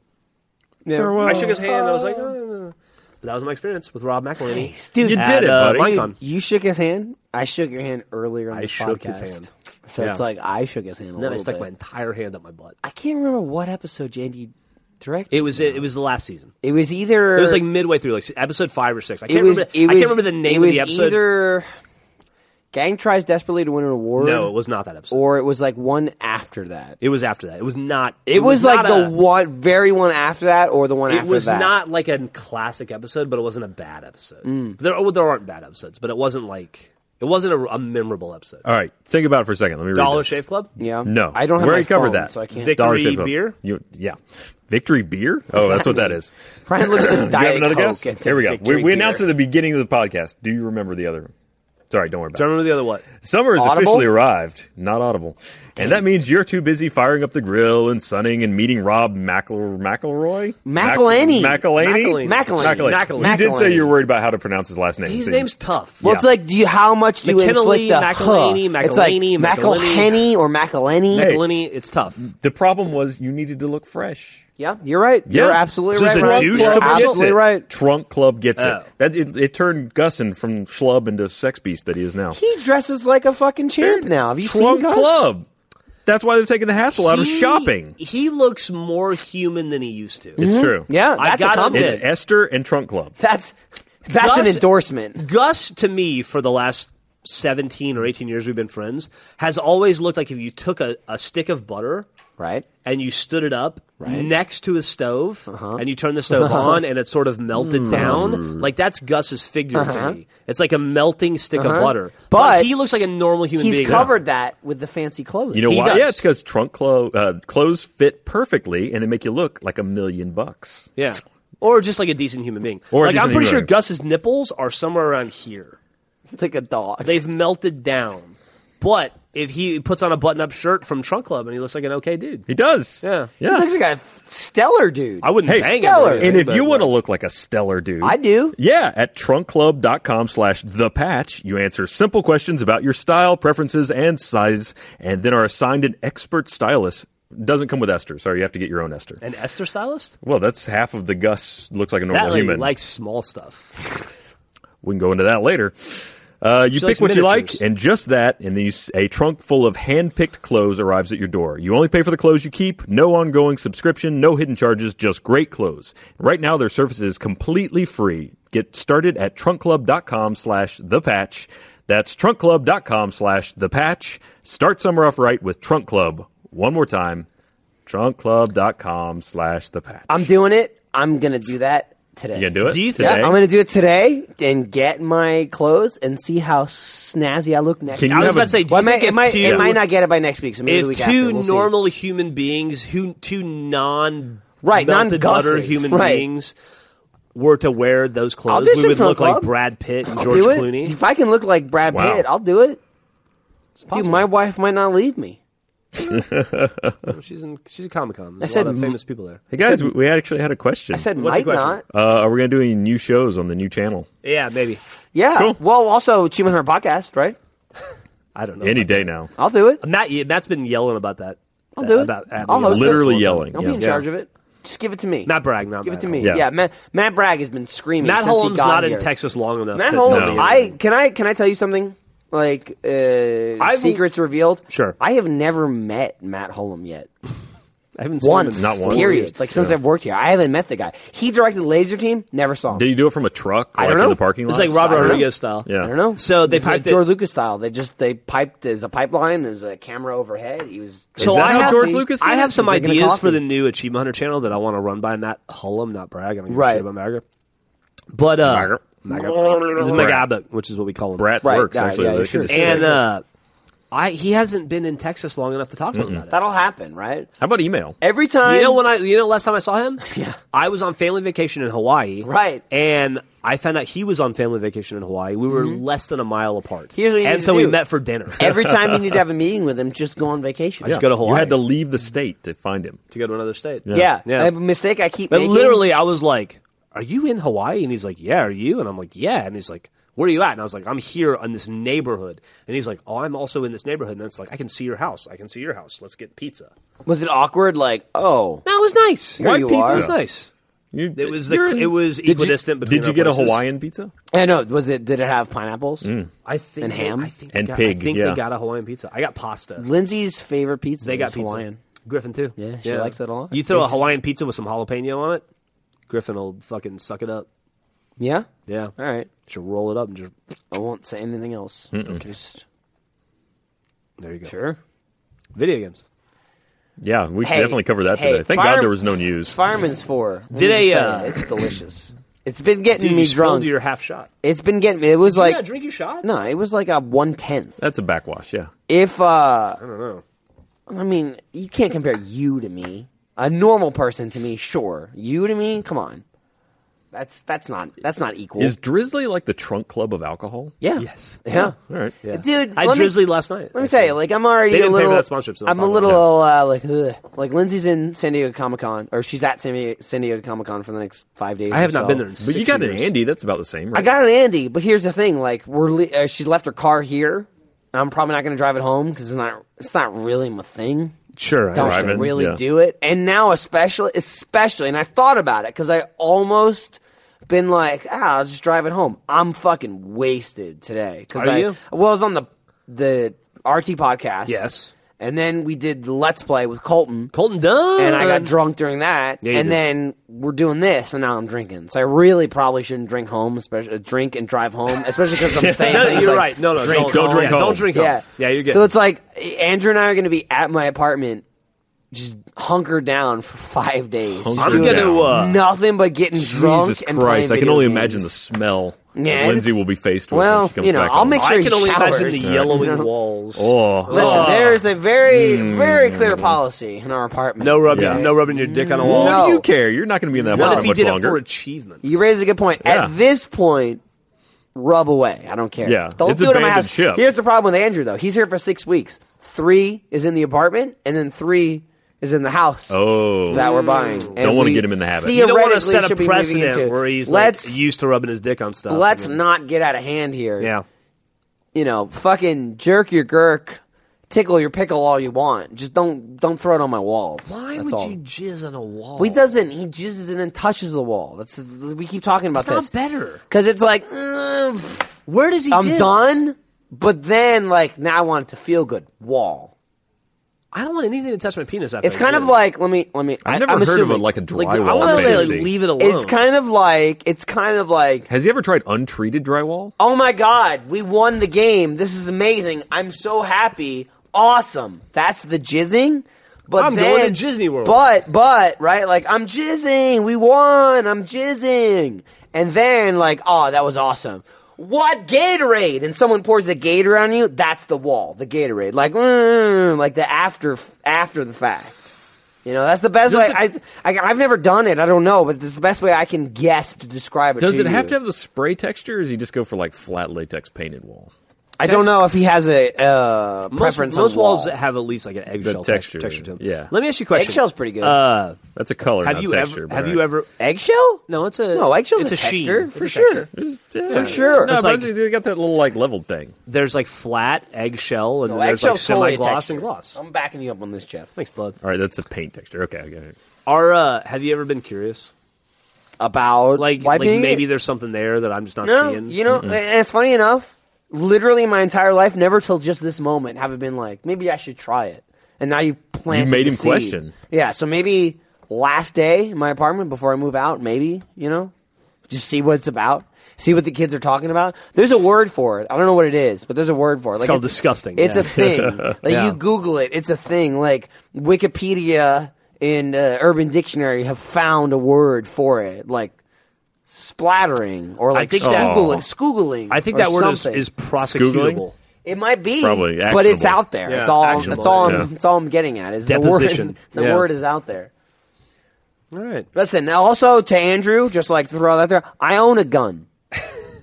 Speaker 2: Yeah. "Oh,
Speaker 3: I shook his hand. and I was like, "Uh, But that was my experience with Rob McElhaney.
Speaker 2: Dude,
Speaker 1: You did
Speaker 3: at,
Speaker 1: it,
Speaker 3: uh,
Speaker 1: buddy.
Speaker 3: Minecon.
Speaker 2: You shook his hand. I shook your hand earlier in
Speaker 3: I
Speaker 2: the
Speaker 3: shook his
Speaker 2: podcast.
Speaker 3: hand.
Speaker 2: So it's
Speaker 3: Yeah.
Speaker 2: like I shook his hand a
Speaker 3: And then I
Speaker 2: little
Speaker 3: stuck
Speaker 2: bit.
Speaker 3: my entire hand up my butt.
Speaker 2: I can't remember what episode Jandy directed.
Speaker 3: It was it, was the last season.
Speaker 2: It was either
Speaker 3: It was like midway through, like episode five or six. I
Speaker 2: it
Speaker 3: can't
Speaker 2: was,
Speaker 3: remember.
Speaker 2: it
Speaker 3: I
Speaker 2: was-
Speaker 3: can't remember the name
Speaker 2: it
Speaker 3: of
Speaker 2: was
Speaker 3: the episode.
Speaker 2: Either Gang tries desperately to win an award.
Speaker 3: no, it was not that episode.
Speaker 2: or it was like one after that.
Speaker 3: It was after that. It was not.
Speaker 2: It, was, like
Speaker 3: not
Speaker 2: the
Speaker 3: a-
Speaker 2: one, very one after that, or the one
Speaker 3: It
Speaker 2: after
Speaker 3: was
Speaker 2: that.
Speaker 3: not like a classic episode, but it wasn't a bad episode.
Speaker 2: Mm.
Speaker 3: There, oh, there aren't bad episodes, but it wasn't like it wasn't a, a memorable episode.
Speaker 1: All right, think about it for a second. Let me read
Speaker 3: Dollar
Speaker 1: this.
Speaker 3: Shave Club.
Speaker 2: Yeah.
Speaker 1: No,
Speaker 2: I don't have
Speaker 1: We
Speaker 2: my
Speaker 1: already covered
Speaker 2: phone,
Speaker 1: that.
Speaker 2: so I can't.
Speaker 3: Victory
Speaker 1: Dollar Shave Club.
Speaker 3: beer?
Speaker 1: You, yeah, victory beer. Oh, that's what that is.
Speaker 2: Brian, look at this
Speaker 1: Do you have
Speaker 2: diet
Speaker 1: another
Speaker 2: Coke.
Speaker 1: guess?
Speaker 2: It's a
Speaker 1: Here we go.
Speaker 2: victory
Speaker 1: We, we announced at
Speaker 2: beer.
Speaker 1: the beginning of the podcast. Do you remember the other? Sorry, don't worry about
Speaker 3: Do
Speaker 1: it.
Speaker 3: you remember the other what?
Speaker 1: Summer has
Speaker 2: Audible?
Speaker 1: officially arrived, not audible, and that means you're too busy firing up the grill and sunning and meeting Rob McEl- McElroy,
Speaker 2: McElhaney.
Speaker 1: Mac- McElhaney,
Speaker 3: McElhaney.
Speaker 2: McElhaney.
Speaker 1: You did
Speaker 2: McElhaney.
Speaker 1: say you were worried about how to pronounce his last name.
Speaker 3: His
Speaker 1: so you-
Speaker 3: name's tough.
Speaker 2: Well, it's like, do you, how much do you
Speaker 3: McKinley,
Speaker 2: inflict the
Speaker 3: McElhaney,
Speaker 2: huh? It's like
Speaker 3: McElhaney,
Speaker 2: McElhaney or McElhaney.
Speaker 1: Hey.
Speaker 3: Lenny, it's tough.
Speaker 1: the problem was you needed to look fresh.
Speaker 2: Yeah, you're right. You're
Speaker 1: Yeah.
Speaker 2: absolutely
Speaker 1: This
Speaker 2: right.
Speaker 1: is
Speaker 2: Brian.
Speaker 1: a douche
Speaker 2: You're
Speaker 1: club gets
Speaker 2: absolutely
Speaker 1: it.
Speaker 2: right.
Speaker 1: Trunk club gets
Speaker 3: Oh.
Speaker 1: it. That's it, it turned Gusson from schlub into sex beast that he is now.
Speaker 2: He dresses like a fucking champ now. Have you
Speaker 1: Trunk
Speaker 2: seen Gus?
Speaker 1: club. That's why they're taking the hassle out of
Speaker 3: He-
Speaker 1: shopping.
Speaker 3: He looks more human than he used to.
Speaker 1: It's true.
Speaker 2: Yeah,
Speaker 3: I
Speaker 2: that's a
Speaker 3: gotta
Speaker 2: compliment.
Speaker 1: It's
Speaker 3: admit,
Speaker 1: Esther and Trunk Club.
Speaker 2: That's that's an
Speaker 3: Gus-
Speaker 2: endorsement.
Speaker 3: Gus, to me, for the last 17 or 18 years we've been friends, has always looked like if you took a, a stick of butter
Speaker 2: Right?
Speaker 3: and you stood it up next to his stove
Speaker 1: Uh-huh.
Speaker 3: and you turned the stove on and it sort of
Speaker 1: Hmm.
Speaker 3: melted down, like that's Gus's figure
Speaker 1: Uh-huh.
Speaker 3: to me. It's like a melting stick of butter.
Speaker 2: But
Speaker 3: he looks like a normal human
Speaker 2: He's
Speaker 3: being.
Speaker 2: covered that with the fancy clothing.
Speaker 1: You know
Speaker 3: He
Speaker 1: why?
Speaker 3: does.
Speaker 1: Yeah, it's because trunk clo- uh, clothes fit perfectly and they make you look like a million bucks.
Speaker 3: Yeah. Or just like a decent human being.
Speaker 1: Or a
Speaker 3: like I'm
Speaker 1: decent
Speaker 3: pretty
Speaker 1: human
Speaker 3: sure
Speaker 1: being.
Speaker 3: Gus's nipples are somewhere around here.
Speaker 2: It's like a dog.
Speaker 3: They've melted down. But if he puts on a button-up shirt from Trunk Club and he looks like an okay dude.
Speaker 1: He does.
Speaker 3: Yeah.
Speaker 1: Yeah.
Speaker 2: He looks like a stellar dude.
Speaker 3: I wouldn't
Speaker 1: Hey,
Speaker 3: bang
Speaker 2: stellar.
Speaker 3: him.
Speaker 1: and if you want to look like a stellar dude,
Speaker 2: I do.
Speaker 1: Yeah, at trunkclub.com slash the patch, you answer simple questions about your style, preferences, and size, and then are assigned an expert stylist. Doesn't come with Esther. Sorry, you have to get your own Esther.
Speaker 3: an Esther stylist,
Speaker 1: Well, that's half of the Gus looks like a normal
Speaker 3: that lady
Speaker 1: human.
Speaker 3: likes small stuff.
Speaker 1: we can go into that later. Uh, you
Speaker 3: She
Speaker 1: pick
Speaker 3: likes
Speaker 1: what you like,
Speaker 3: miniatures.
Speaker 1: and just that, and then you, s- a trunk full of hand-picked clothes arrives at your door. You only pay for the clothes you keep, no ongoing subscription, no hidden charges, just great clothes. Right now, their service is completely free. Get started at trunkclub.com slash the patch. That's trunkclub.com slash the patch. Start summer off right with Trunk Club. One more time, trunkclub.com slash the patch.
Speaker 2: I'm doing it. I'm gonna do that today.
Speaker 1: you gonna do it?
Speaker 3: Do you think-
Speaker 1: today?
Speaker 2: Yeah, I'm gonna do it today and get my clothes and see how snazzy I look next.
Speaker 1: Can you
Speaker 2: time.
Speaker 3: I was
Speaker 1: have
Speaker 3: about
Speaker 1: a-
Speaker 3: to say, do
Speaker 2: Well,
Speaker 3: you
Speaker 2: I might,
Speaker 3: think
Speaker 2: it
Speaker 3: if
Speaker 2: might,
Speaker 3: two,
Speaker 2: it might not get it by next week. So maybe the
Speaker 3: if
Speaker 2: week
Speaker 3: two
Speaker 2: after, we'll see.
Speaker 3: normal human beings, who two non
Speaker 2: Right, non-Gusses,
Speaker 3: melted butter human
Speaker 2: right.
Speaker 3: beings were to wear those
Speaker 2: I'll
Speaker 3: clothes,
Speaker 2: do
Speaker 3: we
Speaker 2: some
Speaker 3: would
Speaker 2: Trunk
Speaker 3: look
Speaker 2: Club.
Speaker 3: like Brad Pitt and
Speaker 2: I'll
Speaker 3: George
Speaker 2: do it.
Speaker 3: Clooney.
Speaker 2: If I can look like Brad
Speaker 1: Wow.
Speaker 2: Pitt, I'll do it. Dude,
Speaker 3: possible.
Speaker 2: my wife might not leave me.
Speaker 3: She's in she's a Comic Con. There's
Speaker 2: I
Speaker 3: a lot
Speaker 2: said
Speaker 3: of
Speaker 2: m-
Speaker 3: famous people there.
Speaker 1: Hey guys, we- we actually had a question.
Speaker 2: I said
Speaker 3: What's the
Speaker 2: might
Speaker 3: question?
Speaker 2: not.
Speaker 1: Uh, are we going to do any new shows on the new channel?
Speaker 3: Yeah, maybe.
Speaker 2: Yeah.
Speaker 1: Cool.
Speaker 2: Well, also Chima her podcast, right?
Speaker 3: I don't know.
Speaker 1: Any
Speaker 3: about
Speaker 1: day now.
Speaker 2: I'll do it.
Speaker 3: that. Matt, yeah, Matt's been yelling about that.
Speaker 2: I'll do it.
Speaker 3: About, at me
Speaker 2: I'll
Speaker 3: Oh, all
Speaker 2: host
Speaker 3: the
Speaker 2: it.
Speaker 1: Literally
Speaker 3: time.
Speaker 1: yelling.
Speaker 2: I'll
Speaker 1: Yeah.
Speaker 2: be in charge of it. Just give it to me.
Speaker 3: Matt Bragg, not
Speaker 2: give it
Speaker 3: Matt
Speaker 2: to me.
Speaker 1: Yeah.
Speaker 2: Yeah. Matt, Matt Bragg has been screaming.
Speaker 3: Matt
Speaker 2: since he
Speaker 3: Holmes
Speaker 2: got
Speaker 3: not
Speaker 2: here.
Speaker 3: in Texas long enough.
Speaker 2: Matt
Speaker 3: to
Speaker 2: Holmes,
Speaker 3: tell me
Speaker 2: I
Speaker 3: anything.
Speaker 2: can I can I tell you something? Like uh,
Speaker 3: I've-
Speaker 2: secrets revealed.
Speaker 3: Sure.
Speaker 2: I have never met Matt Holm yet.
Speaker 3: I haven't seen him
Speaker 2: Once,
Speaker 3: in
Speaker 1: Not once.
Speaker 2: Period. Like since
Speaker 1: Yeah.
Speaker 2: I've worked here, I haven't met the guy. He directed Laser Team. Never saw him.
Speaker 1: Did you do it from a truck, like
Speaker 2: don't know.
Speaker 1: in the parking lot?
Speaker 3: It's like Robert
Speaker 2: I don't know.
Speaker 3: Rodriguez style.
Speaker 1: Yeah.
Speaker 2: I don't know.
Speaker 3: So they
Speaker 2: It's like
Speaker 3: piped it-
Speaker 2: George Lucas style. They just they piped there's a pipeline, there's a camera overhead. He was
Speaker 3: So
Speaker 1: that
Speaker 3: I
Speaker 1: how
Speaker 3: have
Speaker 1: George Lucas did
Speaker 3: I
Speaker 1: it?
Speaker 3: have some
Speaker 2: He's drinking a
Speaker 3: ideas
Speaker 2: coffee.
Speaker 3: for the new Achievement Hunter channel that I want to run by Matt Hullum, not Bragg. I don't give
Speaker 2: Right.
Speaker 3: a shit about Magger. But uh,
Speaker 1: Magger.
Speaker 3: Magger. He's a
Speaker 1: Bragg.
Speaker 3: Magabot, which is what we call him.
Speaker 1: Brat
Speaker 2: Right,
Speaker 1: works
Speaker 2: yeah,
Speaker 1: actually.
Speaker 2: yeah,
Speaker 1: They
Speaker 2: sure.
Speaker 1: could just-
Speaker 3: And uh, I he hasn't been in Texas long enough to talk to him about it.
Speaker 2: That'll happen, right?
Speaker 1: How about email?
Speaker 2: Every time
Speaker 3: You know when I you know last time I saw him?
Speaker 2: Yeah.
Speaker 3: I was on family vacation in Hawaii.
Speaker 2: Right.
Speaker 3: And I found out he was on family vacation in Hawaii. We were less than a mile apart.
Speaker 2: Here's what you need
Speaker 3: and
Speaker 2: to
Speaker 3: so we
Speaker 2: do.
Speaker 3: met for dinner.
Speaker 2: Every time you need to have a meeting with him, just go on vacation.
Speaker 3: just go to Hawaii.
Speaker 1: You had to leave the state to find him.
Speaker 3: to go to another state.
Speaker 2: Yeah,
Speaker 3: Yeah.
Speaker 2: A mistake I keep
Speaker 3: But
Speaker 2: making.
Speaker 3: literally, I was like, "Are you in Hawaii?" And he's like, "Yeah, are you?" And I'm like, "Yeah." And he's like, "Where are you at?" And I was like, "I'm here in this neighborhood." And he's like, "Oh, I'm also in this neighborhood." And it's like, "I can see your house. I can see your house. Let's get pizza."
Speaker 2: was it awkward? Like, oh,
Speaker 3: That was nice.
Speaker 2: Here
Speaker 3: Why
Speaker 2: you
Speaker 3: pizza?
Speaker 2: are.
Speaker 3: It was nice.
Speaker 1: You,
Speaker 3: It was the,
Speaker 1: you're-
Speaker 3: it was
Speaker 1: Did you-
Speaker 3: equidistant
Speaker 1: Did
Speaker 3: between
Speaker 1: you
Speaker 3: our
Speaker 1: get
Speaker 3: places.
Speaker 1: a Hawaiian pizza?
Speaker 2: I know. eh, Was it? Did it have pineapples?
Speaker 3: I think
Speaker 2: And
Speaker 3: they-
Speaker 2: ham?
Speaker 3: I think they
Speaker 1: And
Speaker 3: got,
Speaker 1: pig,
Speaker 3: I think
Speaker 1: yeah.
Speaker 3: they got a Hawaiian pizza. I got pasta.
Speaker 2: Lindsay's favorite pizza.
Speaker 3: They got
Speaker 2: is
Speaker 3: pizza.
Speaker 2: Hawaiian.
Speaker 3: Griffin too.
Speaker 2: Yeah, she likes it a lot.
Speaker 3: You throw
Speaker 2: It's-
Speaker 3: a Hawaiian pizza with some jalapeno on it, Griffin will fucking suck it up.
Speaker 2: Yeah.
Speaker 3: Yeah,
Speaker 2: All right.
Speaker 3: just roll it up and just
Speaker 2: I won't say anything else. Just
Speaker 3: there you go.
Speaker 2: sure.
Speaker 3: Video games.
Speaker 1: Yeah, we
Speaker 2: Hey,
Speaker 1: definitely covered that
Speaker 2: hey,
Speaker 1: today. Thank
Speaker 2: fire-
Speaker 1: God there was no news.
Speaker 2: Fireman's four. Let me
Speaker 3: Did
Speaker 2: just
Speaker 3: a,
Speaker 2: tell you,
Speaker 3: uh,
Speaker 2: it's delicious. It's been getting
Speaker 3: Dude,
Speaker 2: me
Speaker 3: you spilled
Speaker 2: drunk.
Speaker 3: your half shot.
Speaker 2: It's been getting me. It was
Speaker 3: Like,
Speaker 2: like
Speaker 3: yeah, drink your shot.
Speaker 2: no, it was like a one tenth.
Speaker 1: That's a backwash. Yeah,
Speaker 2: If uh,
Speaker 3: I don't know.
Speaker 2: I mean, you can't compare you to me. A normal person to me, sure. You to me, come on. That's that's not that's not equal.
Speaker 1: is Drizzly like the trunk club of alcohol?
Speaker 2: yeah.
Speaker 3: Yes.
Speaker 2: Yeah.
Speaker 1: All right.
Speaker 2: Dude,
Speaker 3: I
Speaker 2: let me-
Speaker 3: drizzly last night.
Speaker 2: Let me tell you, like I'm already
Speaker 3: They didn't
Speaker 2: a
Speaker 3: pay
Speaker 2: little.
Speaker 3: for that sponsorship, so don't
Speaker 2: I'm a
Speaker 3: talk about
Speaker 2: little uh, like ugh. like Lindsay's in San Diego Comic Con, or she's at San Diego, San Diego Comic Con for the next five days.
Speaker 3: I have
Speaker 2: or
Speaker 3: not
Speaker 2: so.
Speaker 3: been there. In
Speaker 1: But
Speaker 3: six
Speaker 1: you got
Speaker 3: years.
Speaker 1: an Andy. That's about the same. Right?
Speaker 2: I got an Andy, but here's the thing: like we're le- uh, she's left her car here. I'm probably not going to drive it home because it's not it's not really my thing.
Speaker 3: Sure. I
Speaker 2: Don't
Speaker 3: understand.
Speaker 1: Driving,
Speaker 2: really
Speaker 1: yeah.
Speaker 2: do it. And now, especially, especially, and I thought about it because I almost been like, ah, I'll just drive it home. I'm fucking wasted today because
Speaker 3: Are
Speaker 2: I
Speaker 3: you?
Speaker 2: well, I was on the the RT podcast.
Speaker 3: Yes.
Speaker 2: And then we did the Let's Play with Colton.
Speaker 3: Colton Dunn.
Speaker 2: And I got drunk during that.
Speaker 3: Yeah, you
Speaker 2: and
Speaker 3: did.
Speaker 2: then we're doing this, and now I'm drinking. So I really probably shouldn't drink home, especially uh, drink and drive home, especially because I'm saying
Speaker 3: No, no,
Speaker 2: things
Speaker 3: you're
Speaker 2: like-
Speaker 3: right. No, no, don't,
Speaker 1: don't drink
Speaker 3: yeah,
Speaker 1: home.
Speaker 3: Don't drink home.
Speaker 2: Yeah,
Speaker 3: yeah, you're good.
Speaker 2: So it's like Andrew and I are going to be at my apartment, just hunkered down for five days.
Speaker 1: Hunkered
Speaker 3: I'm
Speaker 2: Doing
Speaker 1: Dude,
Speaker 3: gonna. Uh,
Speaker 2: nothing but getting drunk
Speaker 1: Jesus
Speaker 2: and playing
Speaker 1: Christ! I can
Speaker 2: video
Speaker 1: only
Speaker 2: games.
Speaker 1: imagine the smell
Speaker 2: Yeah,
Speaker 1: that Lindsay
Speaker 2: it's-
Speaker 1: will be faced with
Speaker 2: Well,
Speaker 1: when she comes
Speaker 2: you know,
Speaker 1: back.
Speaker 2: I'll
Speaker 1: home.
Speaker 2: make sure
Speaker 3: I
Speaker 2: he
Speaker 3: can only imagine
Speaker 2: showers.
Speaker 3: the
Speaker 2: Yeah.
Speaker 3: yellowing
Speaker 2: You know?
Speaker 3: walls.
Speaker 1: Oh,
Speaker 2: Listen,
Speaker 3: Oh.
Speaker 2: there is a very,
Speaker 1: Hmm.
Speaker 2: very clear policy in our apartment.
Speaker 3: No rubbing,
Speaker 1: Yeah.
Speaker 3: no rubbing your dick on a
Speaker 1: what
Speaker 3: wall.
Speaker 2: No.
Speaker 1: do you care? You're not going to be in that
Speaker 2: No.
Speaker 3: What
Speaker 1: apartment
Speaker 3: if he
Speaker 1: much
Speaker 3: did
Speaker 1: longer.
Speaker 3: it for achievements?
Speaker 2: You raise a good point.
Speaker 1: Yeah.
Speaker 2: At this point, rub away. I don't care.
Speaker 1: Yeah,
Speaker 2: don't
Speaker 1: it's
Speaker 2: do it in my
Speaker 1: abandoned
Speaker 2: house.
Speaker 1: ship.
Speaker 2: Here's the problem with Andrew though. He's here for six weeks. Three is in the apartment, and then three is in the house.
Speaker 1: oh,
Speaker 2: That we're buying. And
Speaker 1: Don't wanna
Speaker 2: we
Speaker 1: get him in the habit.
Speaker 3: You don't want to
Speaker 2: theoretically
Speaker 3: set a
Speaker 2: should be moving
Speaker 3: precedent
Speaker 2: into-
Speaker 3: where he's
Speaker 2: let's
Speaker 3: like used to rubbing his dick on stuff.
Speaker 2: let's
Speaker 3: I mean,
Speaker 2: not get out of hand here.
Speaker 3: Yeah.
Speaker 2: you know, fucking jerk your girk, tickle your pickle all you want. Just don't don't throw it on my walls. That's all.
Speaker 3: jizz on a wall?
Speaker 2: Well, He doesn't. He jizzes and then touches the wall. That's we keep talking about
Speaker 3: It's not
Speaker 2: this
Speaker 3: better.
Speaker 2: because it's like mm,
Speaker 3: Where does he?
Speaker 2: I'm
Speaker 3: jizz?
Speaker 2: done, but then like now I want it to feel good. Wall.
Speaker 3: I don't want anything to touch my penis. After
Speaker 2: It's
Speaker 3: I
Speaker 2: kind of
Speaker 3: jizz.
Speaker 2: like let me let me. I,
Speaker 1: I've never
Speaker 2: I'm
Speaker 1: heard of
Speaker 2: assuming,
Speaker 1: it like a
Speaker 3: I
Speaker 1: drywall
Speaker 3: wanna say, like,
Speaker 1: fantasy.
Speaker 3: leave it alone.
Speaker 2: It's kind of like it's kind of like
Speaker 1: Has he ever tried untreated drywall?
Speaker 2: oh my god, we won the game. This is amazing. I'm so happy. Awesome. That's the jizzing. But
Speaker 3: I'm
Speaker 2: then,
Speaker 3: going to Disney World.
Speaker 2: But but right, like I'm jizzing. We won. I'm jizzing. And then like oh, that was awesome. What Gatorade? And someone pours the Gatorade on you. That's the wall. The Gatorade. Like mm, like the after after the fact. You know that's the best way.
Speaker 1: Does
Speaker 2: I I I, I've never done it. I don't know, but it's the best way I can guess to describe it.
Speaker 1: Does
Speaker 2: to
Speaker 1: it have
Speaker 2: you.
Speaker 1: to have the spray texture, or does he just go for like flat latex painted wall?
Speaker 2: I don't know if he has a uh,
Speaker 3: most,
Speaker 2: preference.
Speaker 3: Most
Speaker 2: on
Speaker 3: walls
Speaker 2: wall.
Speaker 3: have at least like an eggshell
Speaker 1: texture,
Speaker 3: texture to them.
Speaker 1: yeah.
Speaker 3: Let me ask you a question.
Speaker 2: Eggshell's pretty good.
Speaker 3: Uh,
Speaker 1: That's a color.
Speaker 3: have
Speaker 1: not
Speaker 3: you
Speaker 1: texture,
Speaker 3: ever?
Speaker 1: but
Speaker 3: Have
Speaker 1: all
Speaker 3: you
Speaker 1: right.
Speaker 3: ever?
Speaker 2: eggshell?
Speaker 3: No, it's a
Speaker 2: No, eggshell's
Speaker 3: It's
Speaker 2: a
Speaker 3: a
Speaker 2: texture,
Speaker 3: sheen
Speaker 2: for
Speaker 3: It's a texture.
Speaker 2: sure.
Speaker 1: It's- yeah.
Speaker 2: For sure.
Speaker 1: No,
Speaker 3: It's
Speaker 1: but
Speaker 3: like-
Speaker 1: they got that little like leveled thing.
Speaker 3: There's like flat eggshell, and
Speaker 2: No,
Speaker 3: then there's like
Speaker 2: eggshell's totally
Speaker 3: semi
Speaker 2: a
Speaker 3: gloss
Speaker 2: texture.
Speaker 3: and gloss.
Speaker 2: I'm backing you up on this, Jeff.
Speaker 3: Thanks, bud.
Speaker 1: All right, that's a paint texture. Okay, I get it.
Speaker 3: Are uh, have you ever been curious?
Speaker 2: About
Speaker 3: Like, like
Speaker 2: wiping
Speaker 3: maybe
Speaker 2: it?
Speaker 3: there's something there that I'm just not
Speaker 2: no.
Speaker 3: seeing.
Speaker 2: You know, and it's funny enough. Literally, my entire life, never till just this moment, have I been like, maybe I should try it. And now you planted
Speaker 1: You made
Speaker 2: the
Speaker 1: him
Speaker 2: seed.
Speaker 1: question.
Speaker 2: Yeah, so maybe last day in my apartment before I move out, maybe you know, just see what it's about, see what the kids are talking about. There's a word for it. I don't know what it is, but there's a word for it. It's
Speaker 3: called disgusting,
Speaker 2: It's
Speaker 3: yeah.
Speaker 2: a thing. Like you Google it, it's a thing. Like Wikipedia and uh, Urban Dictionary have found a word for it, like splattering or like
Speaker 3: think
Speaker 1: that-
Speaker 2: Google,
Speaker 1: Oh.
Speaker 2: Googling.
Speaker 3: I think
Speaker 2: or
Speaker 3: that word is,
Speaker 2: something.
Speaker 3: is prosecutable.
Speaker 2: It might be,
Speaker 1: Probably
Speaker 2: but it's
Speaker 1: actionable.
Speaker 2: out there.
Speaker 3: Yeah,
Speaker 2: it's all.
Speaker 3: actionable,
Speaker 2: That's all.
Speaker 1: yeah.
Speaker 2: I'm, that's all I'm getting at is
Speaker 3: Deposition.
Speaker 2: the word. The
Speaker 3: Yeah.
Speaker 2: word is out there.
Speaker 3: All right.
Speaker 2: Listen. now, Also to Andrew, just like to throw that there. I own a gun.
Speaker 1: And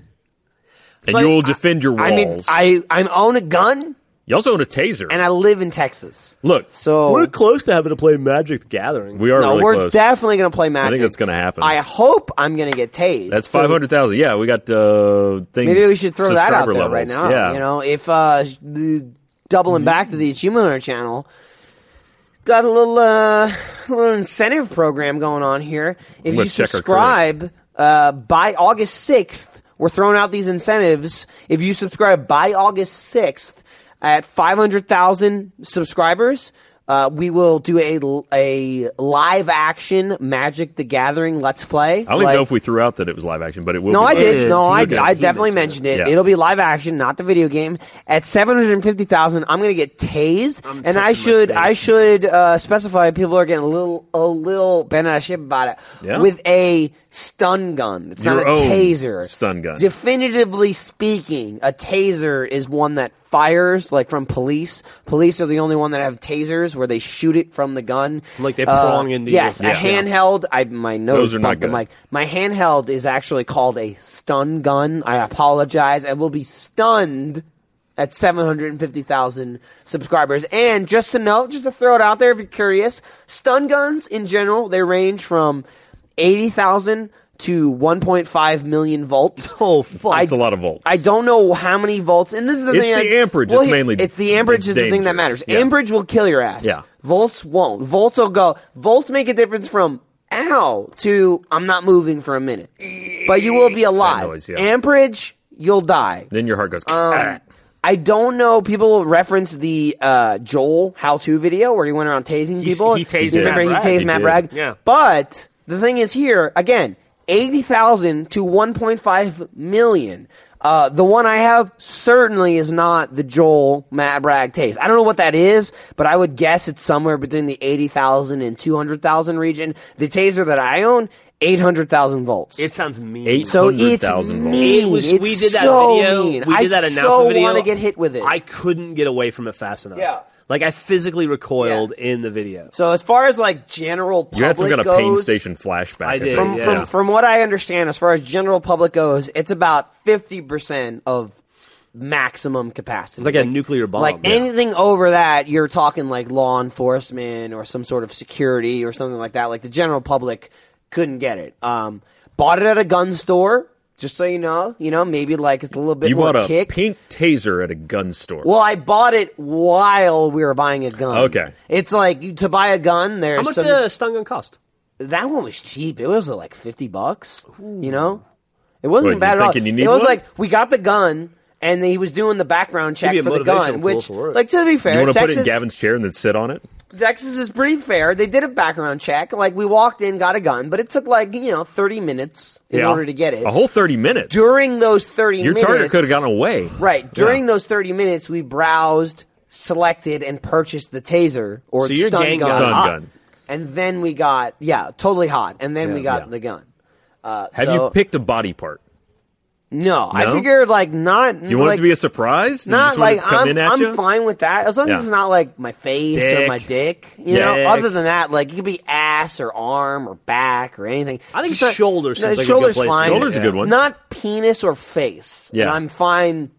Speaker 2: So I-
Speaker 1: you'll defend your walls.
Speaker 2: I mean, I I own a gun,
Speaker 1: you also own a taser.
Speaker 2: and I live in Texas.
Speaker 1: Look,
Speaker 2: So
Speaker 3: We're close to having to play Magic the Gathering.
Speaker 1: we are
Speaker 2: no,
Speaker 1: really
Speaker 2: we're
Speaker 1: close.
Speaker 2: definitely going to play magic.
Speaker 1: that's gonna happen.
Speaker 2: I hope I'm going to get tased.
Speaker 1: That's
Speaker 2: So
Speaker 1: five hundred thousand. Yeah, we got uh, things.
Speaker 2: Maybe we should throw that out
Speaker 1: subscriber
Speaker 2: there right now.
Speaker 1: levels. Yeah, Mm-hmm.
Speaker 2: You know, if uh, the- doubling back to the achievement hunter channel. got a little uh, little incentive program going on here. If
Speaker 1: Let's
Speaker 2: you
Speaker 1: check our
Speaker 2: subscribe uh, by August sixth, we're throwing out these incentives. If you subscribe by August sixth, at five hundred thousand subscribers. Uh, we will do a, a live action Magic the Gathering Let's Play.
Speaker 1: I don't even know if we threw out that it was live action, but it will.
Speaker 2: No,
Speaker 1: be
Speaker 2: I
Speaker 1: live
Speaker 2: did.
Speaker 1: action.
Speaker 2: No, I,
Speaker 1: Okay.
Speaker 2: I definitely mentioned it.
Speaker 1: Yeah.
Speaker 2: It'll be live action, not the video game. At seven hundred fifty thousand, I'm gonna get tased, and I should I should uh, specify people are getting a little a little bent out of shape about it
Speaker 1: Yeah.
Speaker 2: with a stun gun. It's
Speaker 1: Your
Speaker 2: not a
Speaker 1: own
Speaker 2: taser.
Speaker 1: stun gun.
Speaker 2: Definitively speaking, a taser is one that fires like from police. Police are the only one that have tasers where they shoot it from the gun. Uh,
Speaker 3: Like they prong into your-
Speaker 2: Yes, a
Speaker 1: Yeah.
Speaker 2: handheld. I my nose
Speaker 1: Those are not
Speaker 2: bumped the
Speaker 1: good.
Speaker 2: mic. My handheld is actually called a stun gun. I apologize. I will be stunned at 750,000 subscribers. And just to note, just to throw it out there if you're curious, stun guns in general, they range from 80,000 to 1.5 million volts.
Speaker 3: Oh, fuck.
Speaker 2: I-
Speaker 1: That's a lot of volts.
Speaker 2: I don't know how many volts, and this is the
Speaker 1: It's
Speaker 2: thing.
Speaker 1: the
Speaker 2: I-
Speaker 1: amperage. It's
Speaker 2: he-
Speaker 1: mainly-
Speaker 2: It's the amperage
Speaker 1: it's
Speaker 2: is the thing that
Speaker 1: dangerous.
Speaker 2: matters.
Speaker 1: Yeah.
Speaker 2: Amperage will kill your ass.
Speaker 1: Yeah.
Speaker 2: Volts won't. Volts will go. Volts make a difference from ow to I'm not moving for a minute, but you will be alive.
Speaker 1: noise, yeah.
Speaker 2: Amperage, you'll die.
Speaker 1: then your heart
Speaker 2: Um,
Speaker 1: goes. "Ah."
Speaker 2: I don't know. People reference the uh, Joel how to video where he went around tasing people.
Speaker 5: he tased
Speaker 2: You remember
Speaker 5: Matt
Speaker 2: he
Speaker 5: Bragg.
Speaker 2: tased
Speaker 1: He
Speaker 2: Matt
Speaker 1: did.
Speaker 2: Bragg.
Speaker 3: Yeah.
Speaker 2: But the thing is here again, eighty thousand to one point five million. Uh, the one I have certainly is not the Joel Matt Bragg taste. I don't know what that is, but I would guess it's somewhere between the 80,000 and 200,000 region. The taser that I own, 800,000 volts.
Speaker 3: It sounds mean.
Speaker 1: Eight-
Speaker 2: So it's
Speaker 1: 100,000 volts.
Speaker 2: mean.
Speaker 3: It was-
Speaker 2: It's
Speaker 3: we did that
Speaker 2: so
Speaker 3: video.
Speaker 2: mean.
Speaker 3: We
Speaker 2: I
Speaker 3: did that announcement
Speaker 2: so
Speaker 3: video.
Speaker 2: want to get hit with it.
Speaker 3: I couldn't get away from it fast enough.
Speaker 2: Yeah.
Speaker 3: Like I physically recoiled in the video.
Speaker 2: So as far as like general public
Speaker 1: you had some kind of
Speaker 2: goes,
Speaker 1: pain station flashback.
Speaker 3: I did,
Speaker 1: think.
Speaker 2: From,
Speaker 3: yeah.
Speaker 2: from from what I understand, as far as general public goes, it's about fifty percent of maximum capacity.
Speaker 3: It's like a nuclear bomb.
Speaker 2: Like
Speaker 3: Yeah.
Speaker 2: anything over that, you're talking like law enforcement or some sort of security or something like that. Like the general public couldn't get it. Um, bought it at a gun store, just so you know. You know, maybe like it's a little bit
Speaker 1: you
Speaker 2: more
Speaker 1: bought a
Speaker 2: kick.
Speaker 1: pink taser at a gun store.
Speaker 2: Well, I bought it while we were buying a gun.
Speaker 1: Okay.
Speaker 2: it's like you- to buy a gun. There's
Speaker 3: How much
Speaker 2: some,
Speaker 3: uh a stun gun cost?
Speaker 2: that one was cheap. It was uh, like fifty bucks. You know, it wasn't
Speaker 1: What,
Speaker 2: bad
Speaker 1: you're
Speaker 2: at all.
Speaker 1: thinking you need
Speaker 2: it was
Speaker 1: one?
Speaker 2: like we got the gun, and he was doing the background check
Speaker 3: Maybe a
Speaker 2: for the
Speaker 3: motivational
Speaker 2: gun,
Speaker 3: tool
Speaker 2: which,
Speaker 3: for it.
Speaker 2: like to be fair,
Speaker 1: you want to put
Speaker 2: Texas,
Speaker 1: it in Gavin's chair and then sit on it?
Speaker 2: Texas is pretty fair. They did a background check. Like we walked in, got a gun, but it took like you know thirty minutes in
Speaker 3: Yeah.
Speaker 2: order to get it.
Speaker 1: A whole thirty minutes.
Speaker 2: During those thirty,
Speaker 1: your
Speaker 2: minutes,
Speaker 1: target could have gotten away.
Speaker 2: Right. During those 30 minutes, we browsed, selected, and purchased the taser or
Speaker 3: So your
Speaker 2: stun
Speaker 3: gang
Speaker 2: gun.
Speaker 3: got
Speaker 1: Stun hot. gun.
Speaker 2: And then we got, yeah, totally hot. And then we got
Speaker 1: yeah.
Speaker 2: the gun. Uh,
Speaker 1: Have
Speaker 2: so-
Speaker 1: you picked a body part?
Speaker 2: No, I
Speaker 1: No?
Speaker 2: figured like not.
Speaker 1: Do you want it to be a surprise? You
Speaker 2: Not
Speaker 1: just want it
Speaker 2: like
Speaker 1: to come
Speaker 2: I'm,
Speaker 1: in at
Speaker 2: I'm
Speaker 1: you?
Speaker 2: fine with that as long
Speaker 1: Yeah.
Speaker 2: as it's not like my face or
Speaker 3: Dick.
Speaker 2: my dick. You know,
Speaker 3: Dick.
Speaker 2: other than that, like it could be ass or arm or back or anything.
Speaker 3: I think
Speaker 2: Just not-
Speaker 3: shoulder seems like a good
Speaker 2: shoulders
Speaker 3: place to
Speaker 2: fine.
Speaker 3: do it,
Speaker 1: Shoulder's a good yeah. one.
Speaker 2: Not penis or face.
Speaker 1: Yeah.
Speaker 2: and I'm fine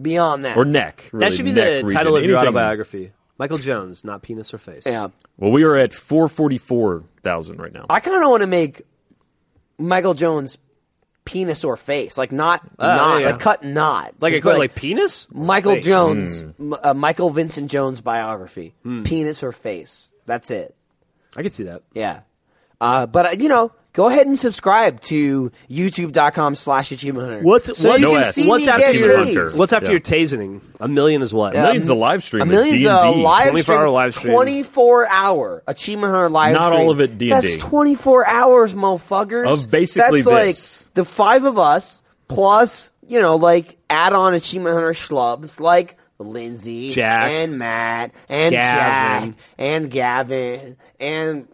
Speaker 2: beyond that.
Speaker 1: Or neck.
Speaker 3: That
Speaker 1: really,
Speaker 3: should be
Speaker 1: neck
Speaker 3: the
Speaker 1: region.
Speaker 3: title of your
Speaker 1: Anything-
Speaker 3: autobiography. Michael Jones, not penis or face.
Speaker 2: yeah.
Speaker 1: Well, we are at four forty four thousand right now.
Speaker 2: I kind of want to make Michael Jones penis or face, like not not
Speaker 3: yeah, yeah.
Speaker 2: like cut not
Speaker 3: Like a
Speaker 2: Just
Speaker 3: quite
Speaker 2: put,
Speaker 3: like penis? or
Speaker 2: Michael
Speaker 3: face? Hmm.
Speaker 2: Jones, m- uh, Michael Vincent Jones biography, penis or face. That's it.
Speaker 3: I could see that.
Speaker 2: Yeah. Uh, but, uh, you know, go ahead and subscribe to youtube.com slash achievement hunter.
Speaker 3: What's
Speaker 2: so
Speaker 3: what's,
Speaker 2: you
Speaker 1: No
Speaker 2: can
Speaker 1: ass.
Speaker 2: see
Speaker 3: what's
Speaker 2: me
Speaker 3: after
Speaker 2: get
Speaker 1: your-
Speaker 2: tased.
Speaker 1: Hunter.
Speaker 3: What's after
Speaker 1: Yeah.
Speaker 3: your tasing? A million is what?
Speaker 1: Millions a live stream.
Speaker 2: A
Speaker 1: with
Speaker 2: um, million's
Speaker 1: D&D.
Speaker 2: a live
Speaker 3: 24
Speaker 2: stream,
Speaker 3: hour live stream.
Speaker 2: 24 hour achievement hunter live
Speaker 1: Not
Speaker 2: stream.
Speaker 1: all of it D&D.
Speaker 2: That's 24 hours, motherfuckers.
Speaker 1: Of basically
Speaker 2: That's
Speaker 1: this.
Speaker 2: like the five of us plus, you know, like add on achievement hunter schlubs like Lindsay
Speaker 3: Jack.
Speaker 2: and Matt and
Speaker 3: Gavin.
Speaker 2: Jack and Gavin and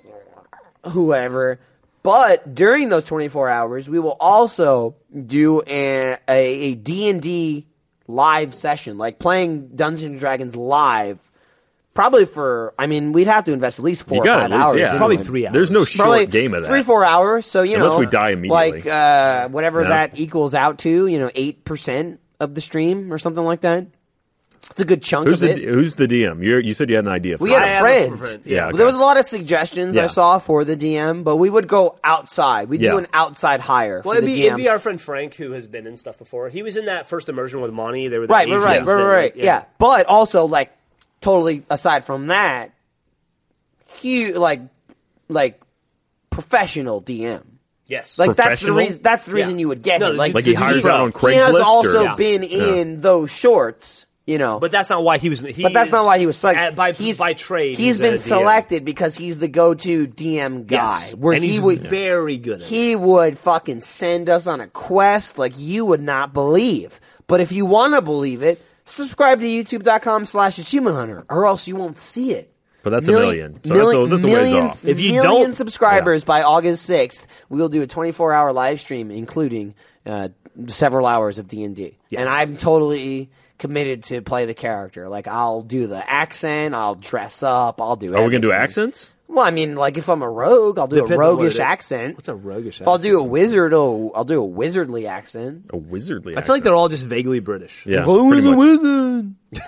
Speaker 2: whoever. But during those 24 hours, we will also do a, a, a D&D live session, like playing Dungeons and Dragons live. Probably for, I mean, we'd have to invest at least four
Speaker 1: You
Speaker 2: or
Speaker 1: got it, at
Speaker 2: five
Speaker 1: least,
Speaker 2: hours.
Speaker 1: yeah.
Speaker 2: into
Speaker 3: Probably
Speaker 2: it.
Speaker 3: three hours.
Speaker 1: There's no short
Speaker 2: Probably
Speaker 1: game of that.
Speaker 2: Three, four hours. So, you
Speaker 1: Unless
Speaker 2: know.
Speaker 1: we die immediately.
Speaker 2: Like, uh, whatever
Speaker 1: No.
Speaker 2: that equals out to, you know, 8% of the stream or something like that. It's a good chunk
Speaker 1: Who's
Speaker 2: of
Speaker 1: the
Speaker 2: it.
Speaker 1: who's the DM? You're, you said you had an idea. For
Speaker 2: We had
Speaker 1: it.
Speaker 2: a
Speaker 3: have
Speaker 2: friend.
Speaker 3: a friend,
Speaker 1: yeah.
Speaker 2: There was a lot of suggestions
Speaker 1: Yeah.
Speaker 2: I saw for the DM, but we would go outside. We'd
Speaker 1: Yeah.
Speaker 2: do an outside hire for
Speaker 3: Well, it'd
Speaker 2: the
Speaker 3: be,
Speaker 2: DM.
Speaker 3: it'd be our friend Frank who has been in stuff before. He was in that first immersion with Monty. They were the
Speaker 2: right, right, right,
Speaker 3: agents
Speaker 2: right,
Speaker 3: that,
Speaker 2: right, right.
Speaker 3: like,
Speaker 2: Yeah. But also, like, totally aside from that, huge, like, like professional DM.
Speaker 3: Yes.
Speaker 2: Like that's the
Speaker 1: Professional?
Speaker 2: reason. That's the
Speaker 3: Yeah.
Speaker 2: reason you would get
Speaker 3: No,
Speaker 2: him. Like,
Speaker 1: Like he hires
Speaker 2: he's-
Speaker 1: out on
Speaker 2: He has
Speaker 1: Craigslist
Speaker 2: also
Speaker 1: or-
Speaker 3: Yeah.
Speaker 2: been in those shorts, you know.
Speaker 3: but that's not why he was. He
Speaker 2: But that's
Speaker 3: is-
Speaker 2: not why he was selected.
Speaker 3: at- by,
Speaker 2: he's,
Speaker 3: by trade,
Speaker 2: he's
Speaker 3: a
Speaker 2: been
Speaker 3: DM.
Speaker 2: selected because he's the go-to DM guy.
Speaker 3: Yes.
Speaker 2: Where
Speaker 3: and
Speaker 2: he
Speaker 3: he's
Speaker 2: would
Speaker 3: very good. At it.
Speaker 2: he would fucking send us on a quest like you would not believe. But if you want to believe it, subscribe to youtube.com slash achievement hunter or else you won't see it.
Speaker 1: But that's a million, so that's a- that's a ways
Speaker 2: millions,
Speaker 1: off.
Speaker 3: If you
Speaker 2: million
Speaker 3: don't-
Speaker 2: subscribers by August 6th, we will do a 24-hour live stream including uh, several hours of D&D. And I'm totally committed to play the character. Like I'll do the accent, I'll dress up, I'll do
Speaker 1: Are Oh, we gonna do
Speaker 2: everything.
Speaker 1: accents?
Speaker 2: Well, I mean, like if I'm a rogue, I'll do
Speaker 3: Depends
Speaker 2: a
Speaker 3: on what it
Speaker 2: roguish
Speaker 3: is.
Speaker 2: accent.
Speaker 3: What's a roguish
Speaker 2: If I'll do a wizard, oh, I'll, I'll do a wizardly accent,
Speaker 1: A wizardly.
Speaker 3: I feel like they're all just vaguely British.
Speaker 1: Yeah, pretty much.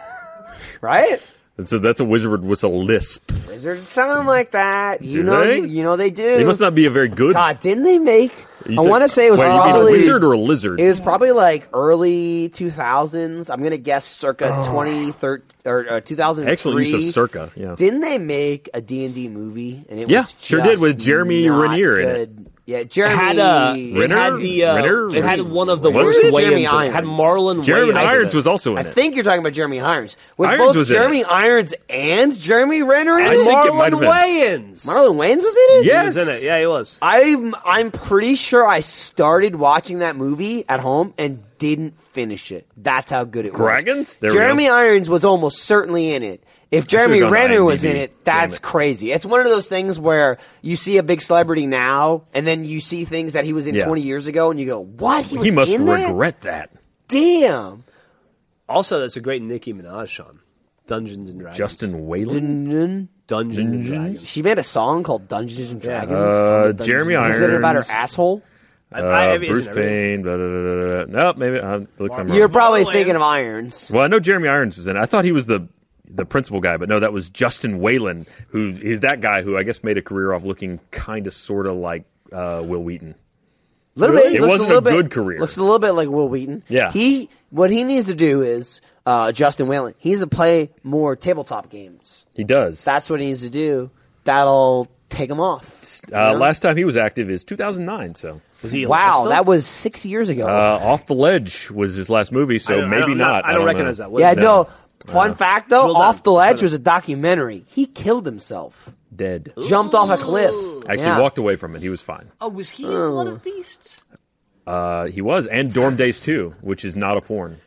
Speaker 2: right?
Speaker 1: So that's a wizard with a lisp.
Speaker 2: Wizards sound like that. You
Speaker 1: Mm. Do
Speaker 2: know,
Speaker 1: they?
Speaker 2: You, know they do.
Speaker 1: They must not be a very good.
Speaker 2: God, didn't they make?
Speaker 1: You
Speaker 2: I
Speaker 1: said-
Speaker 2: want to say it was
Speaker 1: Wait, you mean
Speaker 2: probably
Speaker 1: a wizard or a lizard.
Speaker 2: It was probably like early 2000s. I'm gonna guess circa
Speaker 3: Oh.
Speaker 2: 2013 or uh, 2003.
Speaker 1: Excellent use of circa, yeah.
Speaker 2: Didn't they make a D and D movie? And it
Speaker 1: Yeah,
Speaker 2: was
Speaker 1: sure did, with
Speaker 2: just
Speaker 1: Jeremy
Speaker 2: not
Speaker 1: Renner in it.
Speaker 2: good. Yeah, Jeremy
Speaker 3: It had uh, it
Speaker 1: Renner?
Speaker 3: had the uh,
Speaker 1: Renner?
Speaker 3: it had one of the
Speaker 1: Was
Speaker 3: worst
Speaker 1: it?
Speaker 3: Wayans. in
Speaker 2: Jeremy
Speaker 3: it. It had
Speaker 2: Irons.
Speaker 3: Marlon
Speaker 1: Jeremy
Speaker 3: Wayans.
Speaker 1: Irons was also in
Speaker 2: I
Speaker 1: it.
Speaker 2: think you're talking about Jeremy Irons. Was
Speaker 1: Irons
Speaker 2: both
Speaker 1: was in it.
Speaker 2: Jeremy Irons and Jeremy Renner in
Speaker 1: I
Speaker 2: it?
Speaker 1: think it might
Speaker 3: Marlon
Speaker 1: have been.
Speaker 3: Wayans.
Speaker 2: Marlon Wayans was in it.
Speaker 1: Yeah.
Speaker 3: He was in it. Yeah, he was.
Speaker 2: I'm I'm pretty sure I started watching that movie at home and didn't finish it. That's how good it was.
Speaker 1: Dragons? There we go.
Speaker 2: Jeremy Irons was almost certainly in it. If Jeremy
Speaker 1: gone to
Speaker 2: Renner was
Speaker 1: IMDb.
Speaker 2: in it, that's
Speaker 1: Damn it.
Speaker 2: crazy. It's one of those things where you see a big celebrity now, and then you see things that he was in
Speaker 1: Yeah.
Speaker 2: 20 years ago, and you go, "What? He, was
Speaker 1: he must
Speaker 2: in that?
Speaker 1: regret that.
Speaker 2: Damn.
Speaker 3: Also, that's a great Nicki Minaj song, Dungeons and Dragons.
Speaker 1: Justin Whalen.
Speaker 3: Dungeons and Dragons.
Speaker 2: She made a song called Dungeons and Dragons.
Speaker 1: Uh, Jeremy Irons.
Speaker 2: Is it about her asshole?
Speaker 3: I,
Speaker 1: Uh,
Speaker 3: I- I mean, it's
Speaker 1: Bruce
Speaker 3: in everything.
Speaker 1: Payne. Blah, blah, blah, blah, blah. No, maybe uh, looks I'm wrong.
Speaker 2: You're probably
Speaker 3: Marlins.
Speaker 2: thinking of Irons.
Speaker 1: Well, I know Jeremy Irons was in. it. I thought he was the the principal guy, but no, that was Justin Whalen, who is that guy who I guess made a career off looking kind of sort of like uh, Will Wheaton.
Speaker 2: Little
Speaker 1: Really?
Speaker 2: bit.
Speaker 1: It
Speaker 2: looks
Speaker 1: wasn't
Speaker 2: a, little
Speaker 1: a
Speaker 2: bit-
Speaker 1: good career.
Speaker 2: Looks a little bit like Will Wheaton.
Speaker 1: Yeah.
Speaker 2: He what he needs to do is uh, Justin Whalen. He needs to play more tabletop games.
Speaker 1: He does.
Speaker 2: That's what he needs to do. That'll take him off.
Speaker 1: uh, last time he was active is 2009. So
Speaker 3: Was he
Speaker 2: Wow,
Speaker 3: Lester?
Speaker 2: that was six years ago.
Speaker 1: uh, Off the Ledge was his last movie.
Speaker 3: I
Speaker 1: So
Speaker 3: don't- I
Speaker 1: maybe
Speaker 3: don't-
Speaker 1: not.
Speaker 3: I don't, recognize that. What
Speaker 2: yeah,
Speaker 3: is that?
Speaker 2: no.
Speaker 1: Uh,
Speaker 2: Fun fact though,
Speaker 3: Drill down.
Speaker 2: Off the
Speaker 3: Try
Speaker 2: Ledge
Speaker 3: to-
Speaker 2: was a documentary. He killed himself.
Speaker 1: Dead.
Speaker 2: Jumped off a cliff.
Speaker 1: Actually,
Speaker 2: Yeah.
Speaker 1: walked away from it. He was fine.
Speaker 3: Oh, was he in Blood of Beasts?
Speaker 1: Uh, he was, and Dorm Days 2, which is not a porn,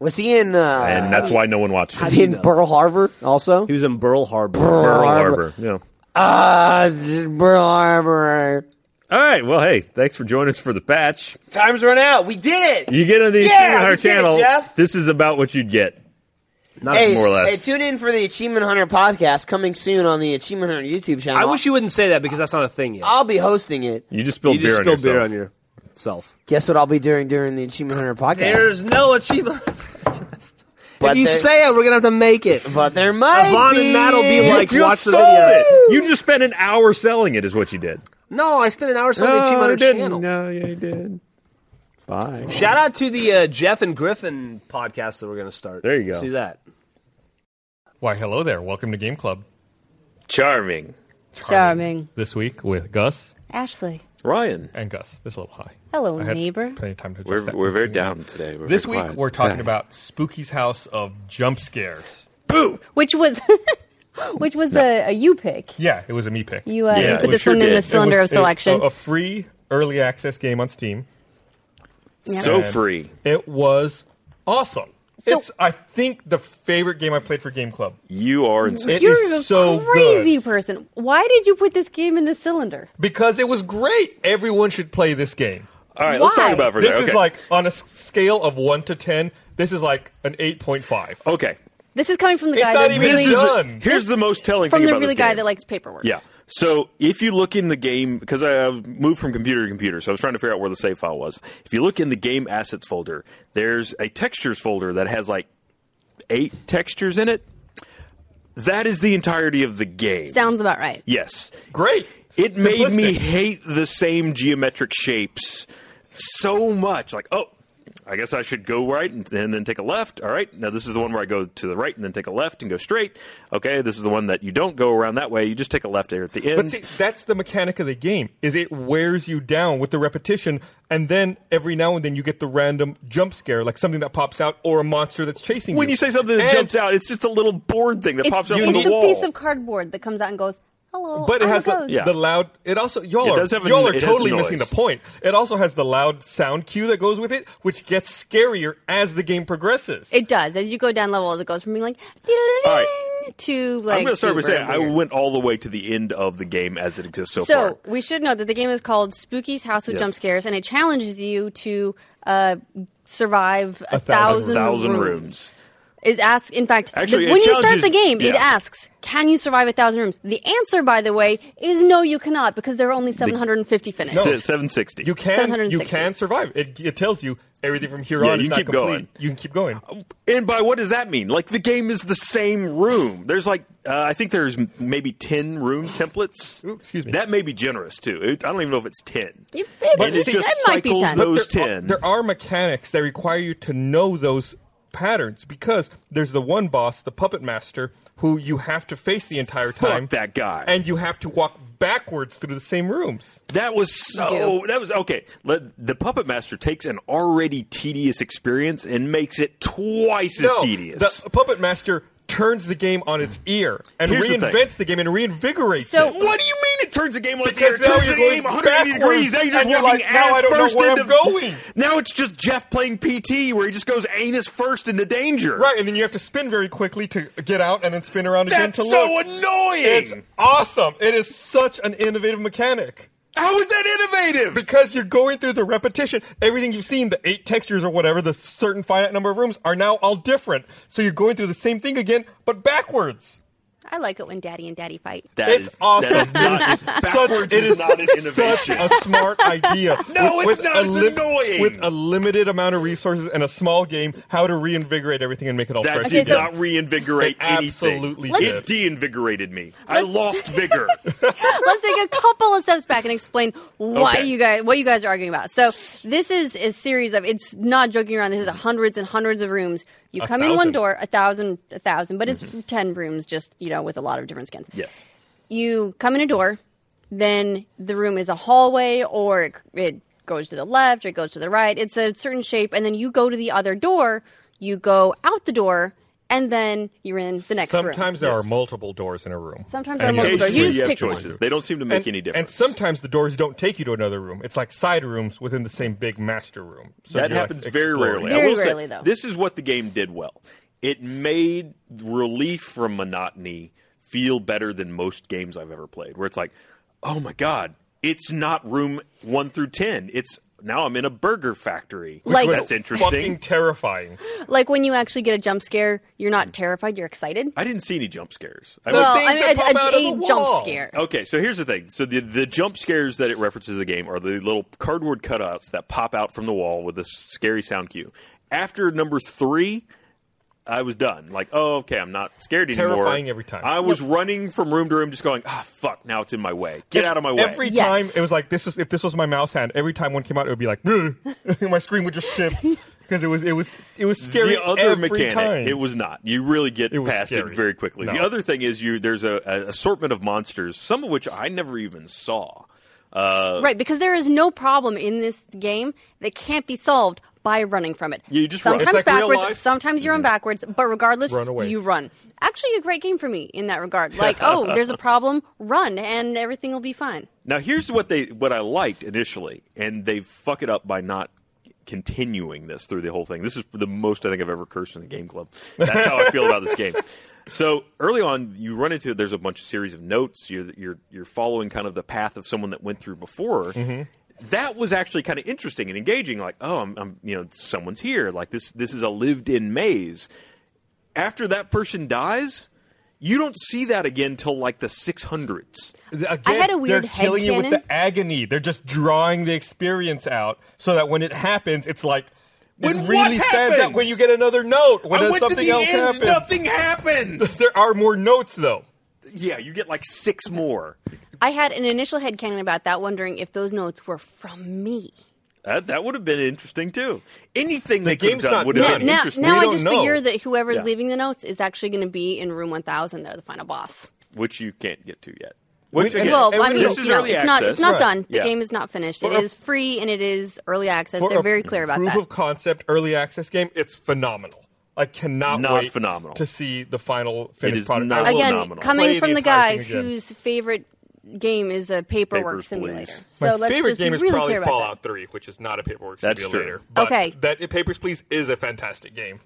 Speaker 2: Was he in uh
Speaker 1: and that's why no one watched
Speaker 2: was
Speaker 1: it.
Speaker 2: he in Pearl Harbor also?
Speaker 3: He was in Burl Harbor.
Speaker 1: Pearl
Speaker 2: Harbor.
Speaker 1: Harbor. Yeah.
Speaker 2: Uh Pearl Harbor.
Speaker 1: All right. Well, hey, thanks for joining us for the patch.
Speaker 2: Time's run out. We did it.
Speaker 1: You get on the
Speaker 2: Yeah,
Speaker 1: Achievement
Speaker 2: we
Speaker 1: Hunter
Speaker 2: did it,
Speaker 1: channel.
Speaker 2: Jeff.
Speaker 1: This is about what you'd get.
Speaker 3: Not
Speaker 2: Hey,
Speaker 1: more or less.
Speaker 2: hey, tune in for the Achievement Hunter podcast coming soon on the Achievement Hunter YouTube channel.
Speaker 3: I wish you wouldn't say that because that's not a thing yet.
Speaker 2: I'll be hosting it.
Speaker 1: You just spilled
Speaker 3: you just
Speaker 1: beer
Speaker 3: spilled
Speaker 1: on
Speaker 3: beer
Speaker 1: yourself.
Speaker 3: on yourself.
Speaker 2: Guess what I'll be doing during the Achievement Hunter podcast?
Speaker 3: no achievement.
Speaker 2: but there,
Speaker 3: it, we're gonna have to make it.
Speaker 2: but there might
Speaker 3: Yvonne
Speaker 2: be.
Speaker 3: and Matt will be like,
Speaker 1: You
Speaker 3: watch the
Speaker 1: sold
Speaker 3: video.
Speaker 1: it. You just spent an hour selling it, is what you did.
Speaker 3: No, I spent an hour selling the
Speaker 1: you
Speaker 3: achievement
Speaker 1: didn't.
Speaker 3: channel.
Speaker 1: No, yeah, you did. Bye.
Speaker 3: Shout out to the uh, Jeff and Griffin podcast that we're gonna start.
Speaker 1: There you go.
Speaker 3: See that.
Speaker 6: Why, hello there. Welcome to Game Club.
Speaker 1: Charming.
Speaker 7: Charming.
Speaker 6: This week with Gus
Speaker 7: Ashley.
Speaker 1: Ryan.
Speaker 6: and Gus. This is a little high.
Speaker 7: Hello,
Speaker 6: I had
Speaker 7: neighbor.
Speaker 6: Plenty of time to adjust
Speaker 8: We're,
Speaker 6: that.
Speaker 8: we're very down today. We're
Speaker 6: This
Speaker 8: very
Speaker 6: week,
Speaker 8: quiet.
Speaker 6: we're talking
Speaker 8: Hey.
Speaker 6: about Spooky's House of Jump Scares.
Speaker 7: Which was which was a, a you pick.
Speaker 6: Yeah, it was a me pick.
Speaker 7: You, uh,
Speaker 1: Yeah,
Speaker 7: you put
Speaker 1: we
Speaker 7: this
Speaker 1: sure
Speaker 7: one in
Speaker 1: did.
Speaker 7: the
Speaker 1: It
Speaker 7: cylinder
Speaker 6: It oh,
Speaker 7: of
Speaker 6: was a-
Speaker 7: selection.
Speaker 6: A, a free early access game on Steam.
Speaker 8: so
Speaker 6: And
Speaker 8: free.
Speaker 6: It was awesome. it's, I think, the favorite game I played for Game Club.
Speaker 8: You are insane.
Speaker 6: It
Speaker 7: You're
Speaker 6: is
Speaker 7: a
Speaker 6: so
Speaker 7: crazy
Speaker 6: good.
Speaker 7: person. Why did you put this game in the cylinder?
Speaker 6: Because it was great. Everyone should play this game.
Speaker 8: All right, let's
Speaker 7: Why?
Speaker 8: talk about it for a
Speaker 6: This
Speaker 8: second.
Speaker 6: is
Speaker 8: Okay.
Speaker 6: like, on a s- scale of 1 to 10, this is like an 8.5.
Speaker 8: okay.
Speaker 7: This is coming from the
Speaker 6: It's
Speaker 7: guy
Speaker 6: not
Speaker 7: that
Speaker 6: even
Speaker 7: really
Speaker 8: This is the-
Speaker 6: Done.
Speaker 8: here's
Speaker 7: this-
Speaker 8: the most telling
Speaker 7: from
Speaker 8: thing
Speaker 7: the
Speaker 8: about
Speaker 7: really
Speaker 8: this
Speaker 7: guy
Speaker 8: game.
Speaker 7: that likes paperwork.
Speaker 8: Yeah. So if you look in the game, because I have moved from computer to computer, so I was trying to figure out where the save file was. If you look in the game assets folder, there's a textures folder that has like eight textures in it. That is the entirety of the game.
Speaker 7: Sounds about right.
Speaker 8: yes.
Speaker 6: Great.
Speaker 8: It made me
Speaker 6: Simplistic.
Speaker 8: hate the same geometric shapes so much. Like, oh,
Speaker 1: I guess I should go right and, and then take a left. All right. Now, this is the one where I go to the right and then take a left and go straight. Okay. This is the one that you don't go around that way. You just take a left there at the end.
Speaker 6: But see, that's the mechanic of the game. Is it wears you down with the repetition, and then every now and then you get the random jump scare, like something that pops out or a monster that's chasing you.
Speaker 1: when you say something that
Speaker 6: And-
Speaker 1: jumps out, it's just a little board thing that
Speaker 7: It's,
Speaker 1: pops out
Speaker 7: it's
Speaker 1: from the
Speaker 7: a
Speaker 1: wall.
Speaker 7: piece of cardboard that comes out and goes, hello.
Speaker 6: but it
Speaker 7: I'm
Speaker 6: has
Speaker 7: a
Speaker 6: the,
Speaker 7: ghost."
Speaker 1: Yeah.
Speaker 6: the loud. It also y'all
Speaker 1: It
Speaker 6: are
Speaker 1: does have an-
Speaker 6: y'all are
Speaker 1: it has
Speaker 6: totally
Speaker 1: noise.
Speaker 6: missing the point. It also has the loud sound cue that goes with it, which gets scarier as the game progresses.
Speaker 7: It does. As you go down levels, it goes from being like,
Speaker 1: right.
Speaker 7: to like.
Speaker 1: I'm going to start by
Speaker 7: super
Speaker 1: saying I
Speaker 7: weird.
Speaker 1: went all the way to the end of the game as it exists so, far.
Speaker 7: So we should know that the game is called Spooky's House of
Speaker 1: Yes.
Speaker 7: Jump Scares, and it challenges you to uh, survive a,
Speaker 6: thousand-
Speaker 7: thousand,
Speaker 1: Thousand
Speaker 7: rooms.
Speaker 1: rooms.
Speaker 7: Is ask. In fact, the-
Speaker 1: Actually, it
Speaker 7: when you start
Speaker 1: challenges-
Speaker 7: the game, it
Speaker 1: yeah.
Speaker 7: asks, "Can you survive a thousand rooms?" The answer, by the way, is no, you cannot, because there are only 750 finished.
Speaker 1: Se- 760.
Speaker 6: Oh. You can you
Speaker 7: 760.
Speaker 6: can survive. It, it tells you everything from here
Speaker 1: Yeah,
Speaker 6: on
Speaker 1: you
Speaker 6: is not
Speaker 1: keep
Speaker 6: complete.
Speaker 1: going.
Speaker 6: You can keep going.
Speaker 1: And by what does that mean? Like the game is the same room. There's like uh, I think there's m- maybe ten room templates.
Speaker 6: Ooh, excuse me.
Speaker 1: That may be generous too. It, I don't even know if it's ten.
Speaker 7: You-
Speaker 1: and it
Speaker 7: that
Speaker 1: just
Speaker 7: might be
Speaker 1: cycles
Speaker 7: 10.
Speaker 1: those
Speaker 6: there Are,
Speaker 1: ten.
Speaker 6: there are mechanics that require you to know those patterns because there's the one boss, the puppet master, who you have to face the entire
Speaker 1: Fuck
Speaker 6: time.
Speaker 1: that guy.
Speaker 6: And you have to walk backwards through the same rooms.
Speaker 1: That was so. That was okay. Let, the puppet master takes an already tedious experience and makes it twice as
Speaker 6: no,
Speaker 1: tedious.
Speaker 6: The puppet master turns the game on its ear and
Speaker 1: Here's the thing.
Speaker 6: reinvents the, game and reinvigorates
Speaker 7: So-
Speaker 6: it.
Speaker 1: what do you mean it turns the game on its ear?
Speaker 6: Because
Speaker 1: It
Speaker 6: now
Speaker 1: turns the
Speaker 6: you're
Speaker 1: game
Speaker 6: going
Speaker 1: 180 degrees. Now you're
Speaker 6: backwards,
Speaker 1: just
Speaker 6: and you're
Speaker 1: walking
Speaker 6: like, now
Speaker 1: ass
Speaker 6: I don't know
Speaker 1: first
Speaker 6: where I'm
Speaker 1: into
Speaker 6: going.
Speaker 1: Now it's just Jeff playing PT where he just goes anus first into danger.
Speaker 6: Right, and then you have to spin very quickly to get out and then spin around
Speaker 1: That's
Speaker 6: again to
Speaker 1: so
Speaker 6: look.
Speaker 1: annoying.
Speaker 6: It's awesome. It is such an innovative mechanic.
Speaker 1: How is that innovative?
Speaker 6: Because you're going through the repetition. Everything you've seen, the eight textures or whatever, the certain finite number of rooms are now all different. So you're going through the same thing again, but backwards.
Speaker 7: I like it when Daddy and Daddy fight.
Speaker 1: That
Speaker 6: it's
Speaker 1: is-
Speaker 6: awesome.
Speaker 1: That is not, backwards
Speaker 6: it
Speaker 1: is not an
Speaker 6: such
Speaker 1: innovation.
Speaker 6: a smart idea.
Speaker 1: No, it's not. It's annoying.
Speaker 6: With a limited amount of resources and a small game, how to reinvigorate everything and make it all
Speaker 1: That
Speaker 6: fresh.
Speaker 1: did
Speaker 7: Okay, so-
Speaker 1: not reinvigorate
Speaker 6: It
Speaker 1: anything.
Speaker 6: absolutely
Speaker 1: it
Speaker 6: did.
Speaker 1: deinvigorated me. I lost vigor.
Speaker 7: Let's take a couple of steps back and explain why
Speaker 1: Okay.
Speaker 7: you guys what you guys are arguing about. So this is a series of it's not joking around. This is hundreds and hundreds of rooms. You
Speaker 6: A
Speaker 7: come in
Speaker 6: thousand. Mm-hmm.
Speaker 7: one door, a thousand, a thousand, but it's ten rooms, just you know, with a lot of different skins.
Speaker 1: yes.
Speaker 7: You come in a door, then the room is a hallway, or it, it goes to the left, or it goes to the right. It's a certain shape, and then you go to the other door. You go out the door, and then you're in the next room.
Speaker 6: Sometimes there are multiple doors in a room.
Speaker 7: Sometimes
Speaker 6: And
Speaker 7: there are
Speaker 6: you-
Speaker 7: multiple doors.
Speaker 1: Occasionally
Speaker 7: just
Speaker 1: you E have
Speaker 7: pick one.
Speaker 1: choices. They don't seem to make
Speaker 6: and,
Speaker 1: any
Speaker 6: and
Speaker 1: difference.
Speaker 6: sometimes the doors don't take you to another room. It's like side rooms within the same big master room. So
Speaker 1: that
Speaker 6: you're, like,
Speaker 1: happens very
Speaker 6: exploring.
Speaker 1: rarely.
Speaker 7: Very
Speaker 1: I will say,
Speaker 7: rarely, though.
Speaker 1: This is what the game did well. It made relief from monotony feel better than most games I've ever played, where it's like, oh my god, it's not room one through ten. It's now I'm in a burger factory.
Speaker 7: Like-
Speaker 1: that's
Speaker 6: Fucking
Speaker 1: interesting.
Speaker 6: terrifying.
Speaker 7: Like when you actually get a jump scare, you're not terrified, you're excited.
Speaker 1: I didn't see any jump scares. I
Speaker 7: well,
Speaker 6: things
Speaker 7: I mean,
Speaker 6: that
Speaker 7: a,
Speaker 6: pop
Speaker 7: a-
Speaker 6: out of the
Speaker 7: a
Speaker 6: wall.
Speaker 7: jump scare.
Speaker 1: Okay, so here's the thing. So the the jump scares that it references in the game are the little cardboard cutouts that pop out from the wall with this scary sound cue. After number three, I was done. Like, oh, okay, I'm not scared anymore.
Speaker 6: Terrifying every time.
Speaker 1: I was running from room to room, just going, ah, fuck, now it's in my way. Get out of my way.
Speaker 6: Every
Speaker 7: Yes.
Speaker 6: time it was like this is if this was my mouse hand. Every time one came out, it would be like "Bruh." my screen would just shift because it was it was it was scary.
Speaker 1: the other
Speaker 6: every
Speaker 1: mechanic,
Speaker 6: time.
Speaker 1: it was not. You really get
Speaker 6: It was
Speaker 1: past
Speaker 6: scary.
Speaker 1: it very quickly. The
Speaker 6: No.
Speaker 1: other thing is you there's a, a assortment of monsters, some of which I never even saw. Uh,
Speaker 7: Right, because there is no problem in this game that can't be solved by running from it.
Speaker 1: You just run.
Speaker 7: sometimes
Speaker 6: It's like real life. Mm-hmm.
Speaker 7: backwards, sometimes you run backwards, but regardless,
Speaker 6: Run away.
Speaker 7: you run. Actually, a great game for me in that regard. Like, oh, there's a problem, run, and everything will be fine.
Speaker 1: Now here's what they what I liked initially, and they fuck it up by not continuing this through the whole thing. This is the most I think I've ever cursed in a game club. That's how I feel about this game. So early on, you run into there's a bunch of series of notes. You're you're you're following kind of the path of someone that went through before. That was actually kind of interesting and engaging. Like, oh, I'm, I'm you know someone's here. Like this this is a lived in maze after that person dies, you don't see that again till like the 600s.
Speaker 6: Again,
Speaker 7: I had a weird
Speaker 6: they're killing you with
Speaker 7: headcanon.
Speaker 6: the agony. They're just drawing the experience out so that when it happens, it's like
Speaker 1: When
Speaker 6: it
Speaker 1: what
Speaker 6: really stands out
Speaker 1: happens?
Speaker 6: when you get another note. When
Speaker 1: I
Speaker 6: there's
Speaker 1: went to
Speaker 6: something
Speaker 1: the
Speaker 6: else
Speaker 1: end,
Speaker 6: happens,
Speaker 1: nothing happens.
Speaker 6: there are more notes though.
Speaker 1: yeah, you get like six more.
Speaker 7: I had an initial headcanon about that, wondering if those notes were from me.
Speaker 1: That, that would have been interesting too. Anything they could have
Speaker 6: game's
Speaker 1: done
Speaker 6: not
Speaker 1: would
Speaker 7: Now,
Speaker 1: have been
Speaker 6: done.
Speaker 7: now,
Speaker 1: interesting,
Speaker 7: now
Speaker 6: We
Speaker 7: I
Speaker 6: don't
Speaker 7: just
Speaker 6: know.
Speaker 7: figure that whoever's
Speaker 1: Yeah.
Speaker 7: leaving the notes is actually going to be in room 1000 there, the final boss.
Speaker 1: which you can't get to yet. Which
Speaker 6: We-
Speaker 1: again,
Speaker 7: Well,
Speaker 6: and
Speaker 7: I
Speaker 6: we
Speaker 7: mean,
Speaker 6: don't-
Speaker 1: this
Speaker 7: you
Speaker 1: is
Speaker 7: know,
Speaker 1: early
Speaker 7: it's
Speaker 1: access.
Speaker 7: not it's not
Speaker 6: Right.
Speaker 7: done. The
Speaker 1: Yeah.
Speaker 7: game is not finished. It
Speaker 6: For a-
Speaker 7: is free and it is early access.
Speaker 6: For
Speaker 7: They're
Speaker 6: a
Speaker 7: very clear about
Speaker 6: proof
Speaker 7: that.
Speaker 6: of concept early access game, it's phenomenal. I cannot
Speaker 1: Not
Speaker 6: wait
Speaker 1: phenomenal.
Speaker 6: to see the final finished
Speaker 1: is
Speaker 6: product.
Speaker 1: not-
Speaker 6: I will-
Speaker 7: again,
Speaker 1: nominal.
Speaker 6: Play
Speaker 7: coming from
Speaker 6: the
Speaker 7: the,
Speaker 6: entire
Speaker 7: guy
Speaker 6: thing again.
Speaker 7: whose favorite game is a paperwork
Speaker 1: Papers,
Speaker 7: simulator.
Speaker 1: Please.
Speaker 7: So
Speaker 6: My
Speaker 7: let's
Speaker 6: favorite
Speaker 7: just
Speaker 6: game
Speaker 7: be
Speaker 6: is
Speaker 7: really
Speaker 6: probably
Speaker 7: clear about
Speaker 6: Fallout 3, which is not a paperwork
Speaker 1: That's true.
Speaker 6: simulator. But
Speaker 7: Okay.
Speaker 6: That Papers Please is a fantastic game.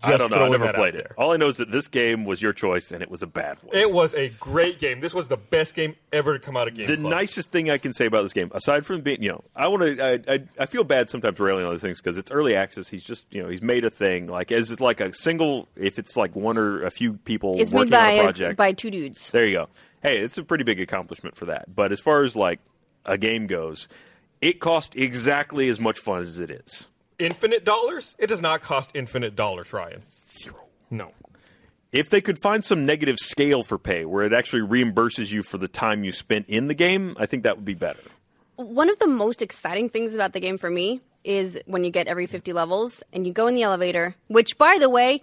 Speaker 1: I don't
Speaker 6: Just
Speaker 1: know. I
Speaker 6: throwing
Speaker 1: never
Speaker 6: that
Speaker 1: played
Speaker 6: out
Speaker 1: it.
Speaker 6: there.
Speaker 1: All I know is that this game was your choice, and it was a bad one.
Speaker 6: It was a great game. This was the best game ever to come out of Game
Speaker 1: the
Speaker 6: Club.
Speaker 1: nicest thing I can say about this game, aside from being, you know, I want to, I, I, I feel bad sometimes railing on other things because it's early access. He's just, you know, he's made a thing. Like, as it's like a single, if it's like one or a few people
Speaker 7: that. It's made
Speaker 1: working
Speaker 7: by,
Speaker 1: on a
Speaker 7: a-
Speaker 1: project,
Speaker 7: by two dudes.
Speaker 1: there you go. Hey, it's a pretty big accomplishment for that. But as far as like a game goes, it cost exactly as much fun as it is.
Speaker 6: Infinite dollars? It does not cost infinite dollars, Ryan. Zero. No.
Speaker 1: If they could find some negative scale for pay where it actually reimburses you for the time you spent in the game, I think that would be better.
Speaker 7: One of the most exciting things about the game for me is when you get every 50 levels and you go in the elevator, which, by the way,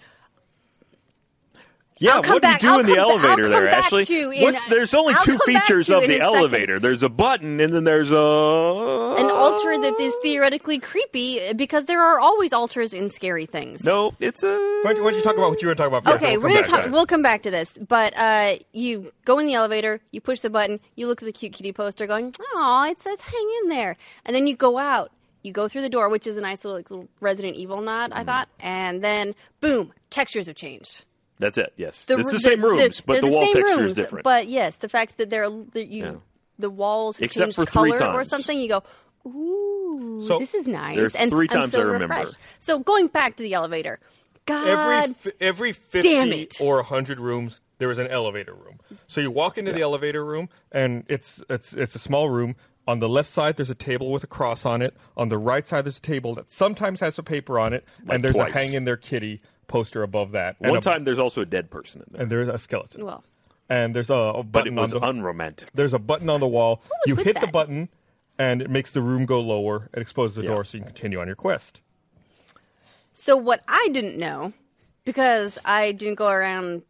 Speaker 1: Yeah,
Speaker 7: I'll come
Speaker 1: what
Speaker 7: back-
Speaker 1: do you do
Speaker 7: I'll
Speaker 1: in the
Speaker 7: come ba- I'll
Speaker 1: elevator
Speaker 7: come
Speaker 1: there,
Speaker 7: back
Speaker 1: Ashley?
Speaker 7: to you in
Speaker 1: What's
Speaker 7: a-
Speaker 1: there's only
Speaker 7: I'll
Speaker 1: two
Speaker 7: come back
Speaker 1: features
Speaker 7: to you
Speaker 1: of
Speaker 7: in
Speaker 1: the
Speaker 7: a second.
Speaker 1: elevator. There's a button, and then there's a
Speaker 7: an altar that is theoretically creepy because there are always altars in scary things.
Speaker 1: No, it's a.
Speaker 6: Why don't, you, why don't you talk about what you were talking about first?
Speaker 7: Okay,
Speaker 6: and
Speaker 7: we're
Speaker 6: we'll
Speaker 7: gonna
Speaker 6: come
Speaker 7: talk.
Speaker 6: back.
Speaker 7: We'll come back to this, but uh, you go in the elevator, you push the button, you look at the cute kitty poster, going, "Aw, it says hang in there," and then you go out. You go through the door, which is a nice little, like, little Resident Evil nod,
Speaker 1: Mm-hmm.
Speaker 7: I thought, and then boom, textures have changed.
Speaker 1: That's it. Yes,
Speaker 7: The,
Speaker 1: it's
Speaker 7: ru-
Speaker 1: the same rooms, but
Speaker 7: they're
Speaker 1: the, wall
Speaker 7: same
Speaker 1: texture
Speaker 7: rooms,
Speaker 1: is different.
Speaker 7: But yes, the fact that they're that you
Speaker 1: Yeah.
Speaker 7: the walls have
Speaker 1: Except
Speaker 7: changed
Speaker 1: for three
Speaker 7: color or
Speaker 1: times.
Speaker 7: something, you go, ooh,
Speaker 6: So,
Speaker 7: this is nice.
Speaker 1: there are
Speaker 7: and
Speaker 1: three
Speaker 7: I'm
Speaker 1: times
Speaker 7: so
Speaker 1: I remember.
Speaker 7: refreshed. So going back to the elevator, God,
Speaker 6: every fi- every
Speaker 7: damn
Speaker 6: 50
Speaker 7: it.
Speaker 6: or 100 rooms there is an elevator room so you walk into the elevator room and it's it's it's a small room on the left side there's a table with a cross on it on the right side there's a table that sometimes has a paper on it
Speaker 1: Like
Speaker 6: and there's
Speaker 1: twice.
Speaker 6: a hang in there kitty poster above that and
Speaker 1: One
Speaker 6: a-
Speaker 1: time, there's also a dead person in there,
Speaker 6: and there's a skeleton
Speaker 7: well.
Speaker 6: and there's a, a
Speaker 1: but it
Speaker 6: button
Speaker 1: was
Speaker 6: on the
Speaker 1: unromantic.
Speaker 6: there's a button on the wall
Speaker 7: was
Speaker 6: you
Speaker 7: with
Speaker 6: hit the
Speaker 7: that?
Speaker 6: button and it makes the room go lower it exposes the
Speaker 1: Yeah.
Speaker 6: door so you can continue on your quest
Speaker 7: So what I didn't know, because I didn't go around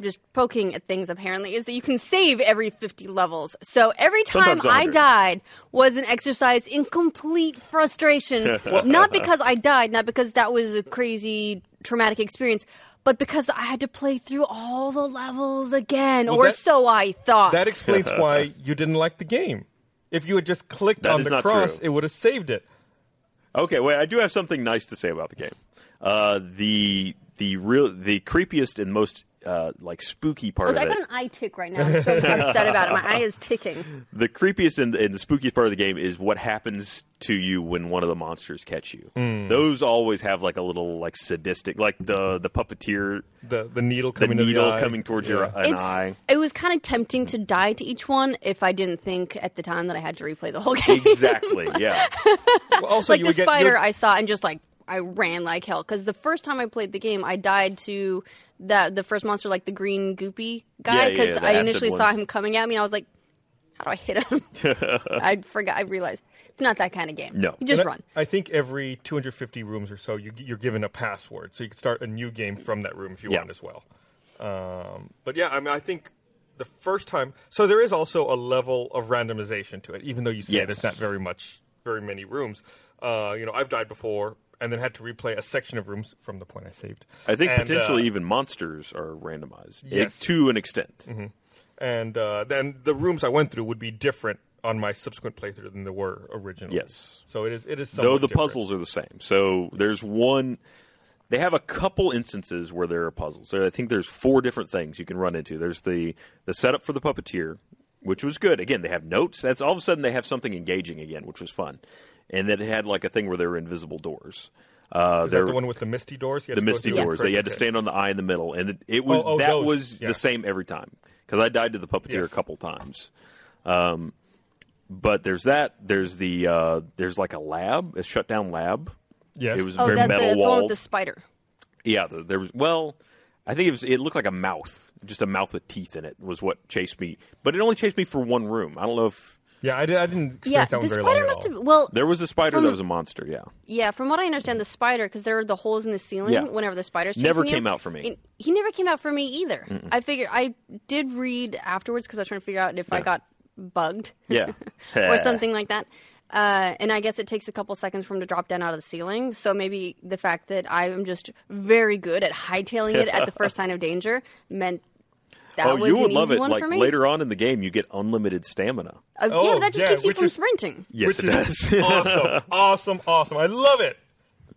Speaker 7: just poking at things apparently, is that you can save every 50 levels. So every time
Speaker 1: Sometimes
Speaker 7: I
Speaker 1: 100.
Speaker 7: died was an exercise in complete frustration. not because I died, not because that was a crazy traumatic experience, but because I had to play through all the levels again,
Speaker 6: Well,
Speaker 7: or
Speaker 6: that-
Speaker 7: so I thought.
Speaker 6: That explains why you didn't like the game. If you had just clicked
Speaker 1: That
Speaker 6: on
Speaker 1: is
Speaker 6: the
Speaker 1: not
Speaker 6: cross,
Speaker 1: true.
Speaker 6: it would have saved it.
Speaker 1: Okay, wait. I do have something nice to say about the game. Uh, the the real the creepiest and most uh, like spooky part
Speaker 7: Look,
Speaker 1: of
Speaker 7: I
Speaker 1: it.
Speaker 7: got an eye tick right now. I'm so upset about it. My eye is ticking.
Speaker 1: the creepiest and, and the spookiest part of the game is what happens to you when one of the monsters catch you.
Speaker 6: Hmm.
Speaker 1: Those always have like a little like sadistic, like the the puppeteer,
Speaker 6: The the needle
Speaker 1: the
Speaker 6: coming to
Speaker 1: needle
Speaker 6: eye.
Speaker 1: coming towards your an eye.
Speaker 7: It was kind of tempting to die to each one if I didn't think at the time that I had to replay the whole game.
Speaker 1: Exactly. Yeah.
Speaker 6: Well, also,
Speaker 7: like
Speaker 6: you
Speaker 7: the
Speaker 6: would get- you
Speaker 7: spider
Speaker 6: would-
Speaker 7: I saw and just like I ran like hell because the first time I played the game I died to that the first monster like the green goopy guy
Speaker 1: Yeah, yeah,
Speaker 7: because
Speaker 1: the
Speaker 7: I
Speaker 1: acid
Speaker 7: initially
Speaker 1: one.
Speaker 7: saw him coming at me and I was like, how do I hit him? I forgot. I realized it's not that kind of game.
Speaker 1: No.
Speaker 7: you just
Speaker 6: and I-
Speaker 7: run.
Speaker 6: I think every 250 rooms or so, you, you're given a password, so you can start a new game from that room if you
Speaker 1: Yeah.
Speaker 6: want as well. Um, but yeah, I mean, I think the first time, so there is also a level of randomization to it, even though you say
Speaker 1: Yes.
Speaker 6: there's not very much, very many rooms. Uh, you know, I've died before, and then had to replay a section of rooms from the point I saved.
Speaker 1: I think
Speaker 6: And, uh,
Speaker 1: potentially even monsters are randomized
Speaker 6: Yes.
Speaker 1: it, to an extent.
Speaker 6: and uh, then the rooms I went through would be different on my subsequent playthrough than they were originally.
Speaker 1: Yes.
Speaker 6: So it is. It is. somewhat
Speaker 1: Though the
Speaker 6: different.
Speaker 1: puzzles are the same. So there's one. They have a couple instances where there are puzzles. So I think there's four different things you can run into. There's the the setup for the puppeteer, which was good. Again, they have notes. That's all of a sudden they have something engaging again, which was fun. And then it had like a thing where there were invisible doors. Uh,
Speaker 6: Is that
Speaker 1: there-
Speaker 6: the one with the misty doors? You had
Speaker 1: the
Speaker 6: to go
Speaker 1: misty
Speaker 6: through-
Speaker 1: doors. They had to
Speaker 6: Okay.
Speaker 1: stand on the eye in the middle, and it, it was
Speaker 6: Oh, oh,
Speaker 1: that
Speaker 6: those,
Speaker 1: was
Speaker 6: yeah.
Speaker 1: the same every time because I died to the puppeteer
Speaker 6: Yes.
Speaker 1: a couple times. Um, but there's that. There's the uh, there's like a lab, a shut down lab.
Speaker 6: Yes.
Speaker 1: it was
Speaker 7: Oh,
Speaker 1: very
Speaker 7: that,
Speaker 1: metal
Speaker 7: that's the one
Speaker 1: walled.
Speaker 7: with the spider.
Speaker 1: Yeah, there, there was. Well, I think it was. It looked like a mouth, just a mouth with teeth in it, was what chased me. But it only chased me for one room. I don't know if
Speaker 6: Yeah, I, did, I didn't experience
Speaker 7: yeah,
Speaker 6: that
Speaker 7: the
Speaker 6: one very long.
Speaker 7: spider
Speaker 6: at
Speaker 7: must
Speaker 6: all.
Speaker 7: have. Well,
Speaker 1: There was a spider
Speaker 7: From
Speaker 1: that
Speaker 7: the-
Speaker 1: was a monster. Yeah,
Speaker 7: Yeah, from what I understand, the spider because there are the holes in the ceiling
Speaker 1: Yeah.
Speaker 7: whenever the spider's chasing
Speaker 1: Never
Speaker 7: you.
Speaker 1: came out for me.
Speaker 7: And he never came out for me either. I figured I did read afterwards because I was trying to figure out if I got bugged
Speaker 1: yeah,
Speaker 7: or something like that. Uh, and I guess it takes a couple seconds for him to drop down out of the ceiling. So maybe the fact that I'm just very good at hightailing it at the first sign of danger meant that
Speaker 1: Oh,
Speaker 7: was
Speaker 1: you
Speaker 7: an
Speaker 1: would
Speaker 7: easy
Speaker 1: love it.
Speaker 7: one
Speaker 1: Like
Speaker 7: for me.
Speaker 1: later on in the game, you get unlimited stamina.
Speaker 7: Uh, yeah,
Speaker 6: Oh,
Speaker 7: but that just
Speaker 6: yeah,
Speaker 7: keeps you
Speaker 6: which
Speaker 7: from
Speaker 6: is-
Speaker 7: sprinting.
Speaker 1: Yes,
Speaker 6: Which
Speaker 1: it
Speaker 6: is
Speaker 1: does.
Speaker 6: awesome, awesome, awesome. I love it.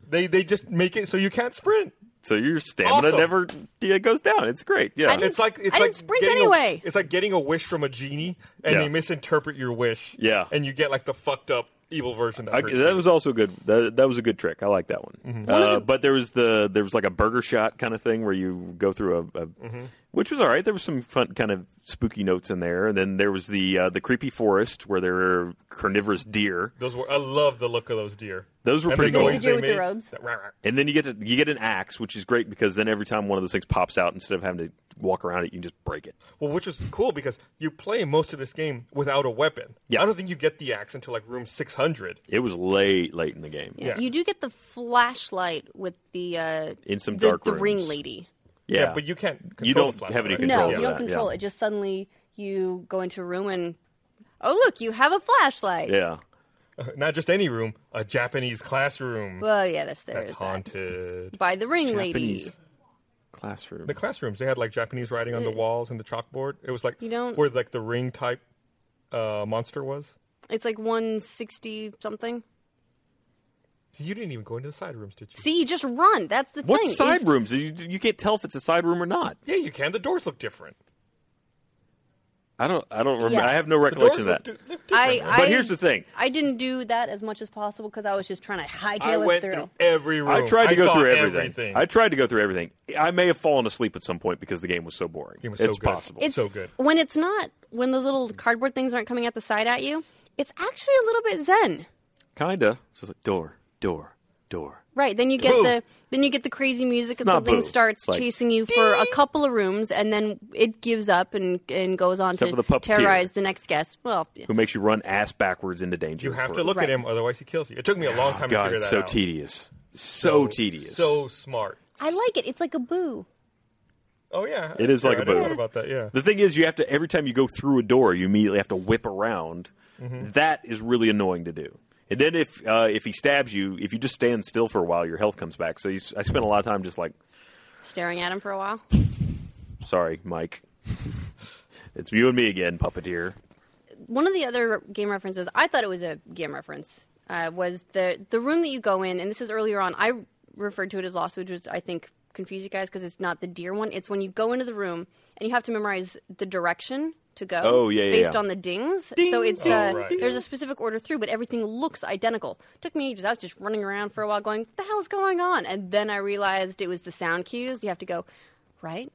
Speaker 6: They they just make it so you can't sprint.
Speaker 1: so your stamina
Speaker 6: Awesome.
Speaker 1: never yeah, goes down. It's great. Yeah,
Speaker 7: I didn't-
Speaker 6: It's like it's
Speaker 7: I
Speaker 6: like
Speaker 7: didn't sprint
Speaker 6: getting a-
Speaker 7: anyway.
Speaker 6: it's like getting a wish from a genie, and
Speaker 1: Yeah.
Speaker 6: they misinterpret your wish.
Speaker 1: Yeah.
Speaker 6: and you get like the fucked up evil version. That,
Speaker 1: I,
Speaker 6: hurts
Speaker 1: that
Speaker 6: you.
Speaker 1: was also good. That, that was a good trick. I like that one. Uh, but there was the there was like a burger shot kind of thing where you go through a, a which was all right. There was some fun kind of spooky notes in there, and then there was the uh, the creepy forest where there were carnivorous deer,
Speaker 6: Those were I love the look of those deer.
Speaker 1: Those were
Speaker 6: And
Speaker 1: pretty
Speaker 6: the
Speaker 1: cool.
Speaker 6: noise
Speaker 7: The deer
Speaker 6: they
Speaker 7: with the
Speaker 6: made.
Speaker 7: robes.
Speaker 6: That rah, rah.
Speaker 1: and then you get to, you get an axe, which is great because then every time one of those things pops out, instead of having to walk around it, you can just break it.
Speaker 6: Well, which is cool because you play most of this game without a weapon.
Speaker 1: Yeah.
Speaker 6: I don't think you get the axe until like room six hundred.
Speaker 1: It was late late in the game.
Speaker 7: Yeah.
Speaker 6: Yeah.
Speaker 7: You do get the flashlight with the uh,
Speaker 1: In some
Speaker 7: the,
Speaker 1: dark
Speaker 7: the
Speaker 1: rooms.
Speaker 7: ring lady.
Speaker 1: Yeah,
Speaker 6: but you can't. Control
Speaker 1: You don't
Speaker 6: the flashlight,
Speaker 1: have any
Speaker 6: right?
Speaker 1: control
Speaker 7: No,
Speaker 1: over
Speaker 7: you don't
Speaker 1: that,
Speaker 7: control
Speaker 1: yeah.
Speaker 7: it. Just suddenly you go into a room and oh look, you have a flashlight.
Speaker 1: yeah.
Speaker 6: Not just any room, a Japanese classroom
Speaker 7: Well, yeah, that's there
Speaker 6: that's
Speaker 7: is that.
Speaker 6: haunted.
Speaker 7: by the ring lady.
Speaker 1: Japanese classroom.
Speaker 6: The classrooms they had like Japanese writing on the walls and the chalkboard. It was like
Speaker 7: You don't-
Speaker 6: where like the ring type uh, monster was.
Speaker 7: It's like one sixty something.
Speaker 6: You didn't even go into the side rooms, did you?
Speaker 7: See, you just run. That's the
Speaker 1: what
Speaker 7: thing.
Speaker 1: side
Speaker 7: It's-
Speaker 1: rooms? You, you can't tell if it's a side room or not.
Speaker 6: Yeah, you can. The doors look different.
Speaker 1: I don't. I don't remember.
Speaker 7: Yeah.
Speaker 1: I have no
Speaker 6: The
Speaker 1: recollection
Speaker 6: doors
Speaker 1: of
Speaker 6: look,
Speaker 1: that.
Speaker 6: di- look different.
Speaker 7: I,
Speaker 1: but
Speaker 7: I-
Speaker 1: here's the thing.
Speaker 7: I didn't do that as much as possible because I was just trying to hightail
Speaker 6: I
Speaker 7: it
Speaker 6: went
Speaker 7: through.
Speaker 6: through. every room.
Speaker 1: Oh, I tried to go
Speaker 6: saw
Speaker 1: through everything.
Speaker 6: everything.
Speaker 1: I tried to go through everything. I may have fallen asleep at some point because the game was so boring.
Speaker 6: Game was so
Speaker 1: it's
Speaker 6: good.
Speaker 1: possible.
Speaker 7: It's
Speaker 6: So good.
Speaker 7: when it's not when those little cardboard things aren't coming at the side at you. It's actually a little bit zen.
Speaker 1: Kinda. It's just like door, door, door.
Speaker 7: Right. Then you get
Speaker 1: Boo.
Speaker 7: the then you get the crazy music and
Speaker 1: not
Speaker 7: something
Speaker 1: boo.
Speaker 7: starts
Speaker 1: It's like,
Speaker 7: chasing you for a couple of rooms and then it gives up and and goes on
Speaker 1: Except
Speaker 7: to
Speaker 1: for the puppeteer.
Speaker 7: terrorize the next guest. Well, yeah.
Speaker 1: Who makes you run ass backwards into danger?
Speaker 6: you have
Speaker 1: for-
Speaker 6: to look at
Speaker 7: Right.
Speaker 6: him, otherwise he kills you. It took me a long time to
Speaker 1: God,
Speaker 6: figure
Speaker 1: it's
Speaker 6: that
Speaker 1: so
Speaker 6: out.
Speaker 1: tedious. So, tedious.
Speaker 6: So smart.
Speaker 7: I like it. It's like a boo.
Speaker 6: Oh yeah,
Speaker 1: It is
Speaker 6: sure,
Speaker 1: like a
Speaker 6: I never
Speaker 1: boo.
Speaker 6: thought about that. Yeah.
Speaker 1: The thing is, you have to every time you go through a door, you immediately have to whip around. That is really annoying to do. And then if uh, if he stabs you, if you just stand still for a while, your health comes back. So you, s- I spent a lot of time just like,
Speaker 7: Staring at him for a while.
Speaker 1: sorry, Mike, it's you and me again, puppeteer.
Speaker 7: One of the other game references, I thought it was a game reference, uh, was the the room that you go in, and this is earlier on. I referred to it as lost, which was I think confused you guys because it's not the deer one. It's when you go into the room and you have to memorize the direction to go.
Speaker 1: Oh, yeah, yeah,
Speaker 7: Based
Speaker 1: yeah.
Speaker 7: on the dings. So it's
Speaker 6: Oh,
Speaker 7: uh,
Speaker 6: right.
Speaker 7: there's a specific order through, but everything looks identical. Took me ages. I was just running around for a while, going, "The hell's going on?" And then I realized it was the sound cues. You have to go right,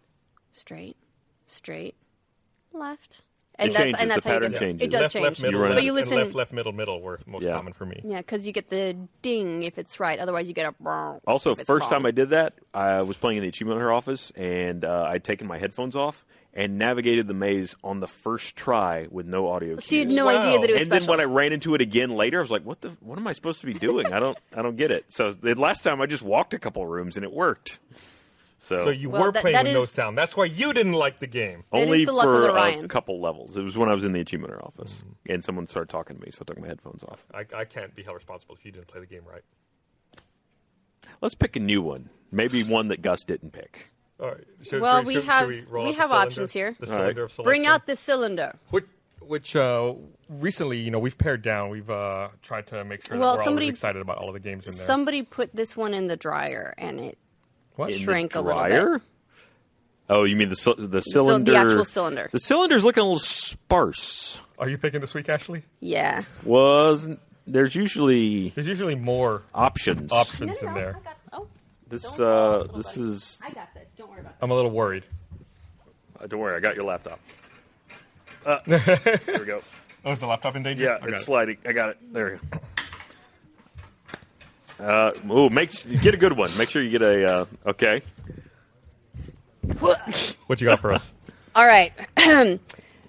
Speaker 7: straight, straight, left, and
Speaker 1: It
Speaker 7: that's
Speaker 1: changes.
Speaker 7: and that's
Speaker 1: The
Speaker 7: how
Speaker 1: pattern
Speaker 7: you get
Speaker 1: changes.
Speaker 7: it does
Speaker 6: left,
Speaker 7: change.
Speaker 6: left, middle,
Speaker 1: You run
Speaker 7: but
Speaker 6: left,
Speaker 7: you
Speaker 6: and
Speaker 7: listen,
Speaker 6: left, left, middle, middle were most
Speaker 1: Yeah.
Speaker 6: common for me.
Speaker 7: yeah, because you get the ding if it's right. Otherwise, you get a. brrrr
Speaker 1: Also,
Speaker 7: if it's
Speaker 1: first
Speaker 7: wrong.
Speaker 1: time I did that, I was playing in the achievement hunter office, and uh, I'd taken my headphones off and navigated the maze on the first try with no audio.
Speaker 7: so you had
Speaker 1: cues.
Speaker 7: no
Speaker 6: Wow.
Speaker 7: idea that it was
Speaker 1: and
Speaker 7: special.
Speaker 1: then when I ran into it again later, I was like, "What the? What am I supposed to be doing? I don't, I don't get it." So the last time I just walked a couple rooms and it worked. So,
Speaker 6: So you
Speaker 7: Well,
Speaker 6: were
Speaker 7: that-
Speaker 6: playing
Speaker 7: that
Speaker 6: with no
Speaker 7: is-
Speaker 6: sound. That's why you didn't like the game.
Speaker 7: That is
Speaker 1: only
Speaker 7: the luck of
Speaker 1: for
Speaker 7: Orion.
Speaker 1: a couple levels. It was when I was in the achievement Hunter office,
Speaker 6: Mm-hmm.
Speaker 1: and someone started talking to me, so I took my headphones off.
Speaker 6: I, I can't be held responsible if you didn't play the game right.
Speaker 1: Let's pick a new one, maybe one that Gus didn't pick.
Speaker 6: All right. Should,
Speaker 7: Well,
Speaker 6: should,
Speaker 7: we
Speaker 6: should,
Speaker 7: have-
Speaker 6: should we, roll
Speaker 7: we
Speaker 6: out the
Speaker 7: have
Speaker 6: cylinder?
Speaker 7: options here.
Speaker 6: The
Speaker 1: All right.
Speaker 6: cylinder of selection.
Speaker 7: Bring out the cylinder.
Speaker 6: which which uh, recently, you know, we've pared down. We've uh, tried to make sure
Speaker 7: Well,
Speaker 6: that we're all
Speaker 7: somebody-
Speaker 6: really excited about all of the games in there.
Speaker 7: Somebody put this one in the dryer, and it
Speaker 6: what?
Speaker 1: In the
Speaker 7: shrank a little
Speaker 1: dryer?
Speaker 7: bit.
Speaker 1: Oh, you mean the cy- the cylinder?
Speaker 7: actual cylinder.
Speaker 1: The cylinder's looking a little sparse.
Speaker 6: Are you picking this week, Ashley?
Speaker 7: Yeah.
Speaker 1: Wasn't there's usually
Speaker 6: There's usually more
Speaker 1: options.
Speaker 6: options in there.
Speaker 7: oh,
Speaker 1: This
Speaker 7: Don't fall,
Speaker 1: uh,
Speaker 7: little
Speaker 1: this
Speaker 7: buddy.
Speaker 1: is.
Speaker 7: I got this. Don't worry about
Speaker 6: I'm a little worried.
Speaker 1: Uh, don't worry, I got your laptop. Uh, there we go.
Speaker 6: Oh, is the laptop in danger?
Speaker 1: Yeah,
Speaker 6: I got
Speaker 1: it's
Speaker 6: it.
Speaker 1: sliding. I got it. There we go. Uh, ooh, make get a good one. Make sure you get a uh, okay.
Speaker 7: that.
Speaker 6: What you got for us?
Speaker 7: All right.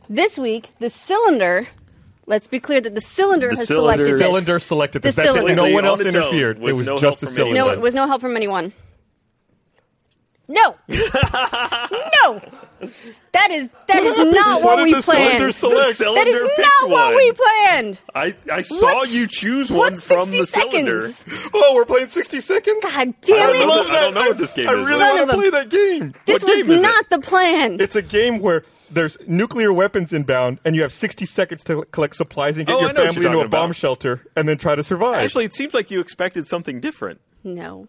Speaker 7: this week, the cylinder Let's be clear that the cylinder
Speaker 1: The
Speaker 7: has
Speaker 1: cylinder-
Speaker 7: selected this.
Speaker 6: Cylinder selected this.
Speaker 7: The
Speaker 6: That's it.
Speaker 7: cylinder.
Speaker 6: No one
Speaker 1: Completely
Speaker 6: else
Speaker 1: on its own,
Speaker 6: interfered.
Speaker 1: with
Speaker 6: It was
Speaker 1: no
Speaker 6: just
Speaker 1: help
Speaker 6: the
Speaker 1: from
Speaker 6: cylinder.
Speaker 7: No, with no help from anyone. No, no, that is that is not what,
Speaker 1: did
Speaker 7: we
Speaker 1: the cylinder
Speaker 7: planned.
Speaker 1: select? The
Speaker 7: that is
Speaker 1: cylinder
Speaker 7: not
Speaker 1: picked
Speaker 7: what
Speaker 1: one.
Speaker 7: we planned.
Speaker 1: I, I saw
Speaker 7: What's-
Speaker 1: you choose one
Speaker 7: What's
Speaker 1: from
Speaker 7: sixty
Speaker 1: the cylinder.
Speaker 7: seconds?
Speaker 6: Oh, we're playing 60 seconds?
Speaker 7: God
Speaker 1: I don't,
Speaker 7: damn
Speaker 1: know,
Speaker 7: it!
Speaker 1: I don't know what this game
Speaker 6: I
Speaker 1: is.
Speaker 6: really
Speaker 7: Son
Speaker 6: want
Speaker 7: of
Speaker 6: to
Speaker 7: a-
Speaker 6: play that game.
Speaker 7: This
Speaker 1: what
Speaker 7: was
Speaker 1: game is it?
Speaker 7: not the plan.
Speaker 6: It's a game where there's nuclear weapons inbound, and you have 60 seconds to collect supplies and get
Speaker 1: Oh,
Speaker 6: your
Speaker 1: I know what
Speaker 6: family
Speaker 1: you're
Speaker 6: into a
Speaker 1: talking
Speaker 6: bomb
Speaker 1: about.
Speaker 6: shelter and then try to survive.
Speaker 1: Actually, it seems like you expected something different.
Speaker 7: no.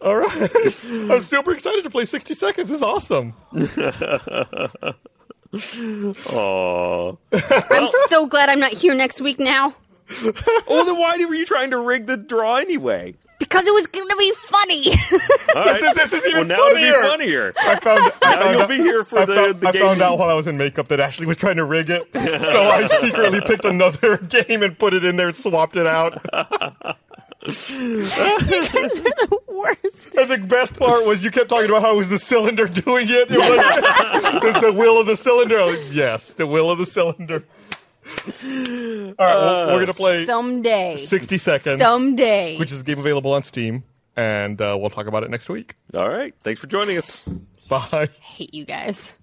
Speaker 6: all right. I'm super excited to play 60 seconds. It's awesome.
Speaker 1: Oh.
Speaker 7: I'm so glad I'm not here next week now
Speaker 1: oh, then why were you trying to rig the draw anyway?
Speaker 7: because it was going to be funny.
Speaker 1: All right.
Speaker 6: This is even
Speaker 1: well, now
Speaker 6: funnier.
Speaker 1: it'll be funnier.
Speaker 6: I found, I
Speaker 1: Now
Speaker 6: found
Speaker 1: you'll
Speaker 6: out-
Speaker 1: be here for
Speaker 6: I
Speaker 1: the,
Speaker 6: found,
Speaker 1: the
Speaker 6: I
Speaker 1: game.
Speaker 6: found out while I was in makeup that Ashley was trying to rig it, so I secretly picked another game and put it in there, swapped it out.
Speaker 7: the worst.
Speaker 6: And the best part was you kept talking about how it was the cylinder doing it. It was it's the will of the cylinder. I was like, yes, the will of the cylinder. All right, well, we're
Speaker 1: Uh,
Speaker 6: gonna play
Speaker 7: Someday.
Speaker 6: sixty seconds,
Speaker 7: Someday.
Speaker 6: which is a game available on Steam, and uh, we'll talk about it next week.
Speaker 1: All right. Thanks for joining us.
Speaker 6: Bye.
Speaker 7: hate you guys.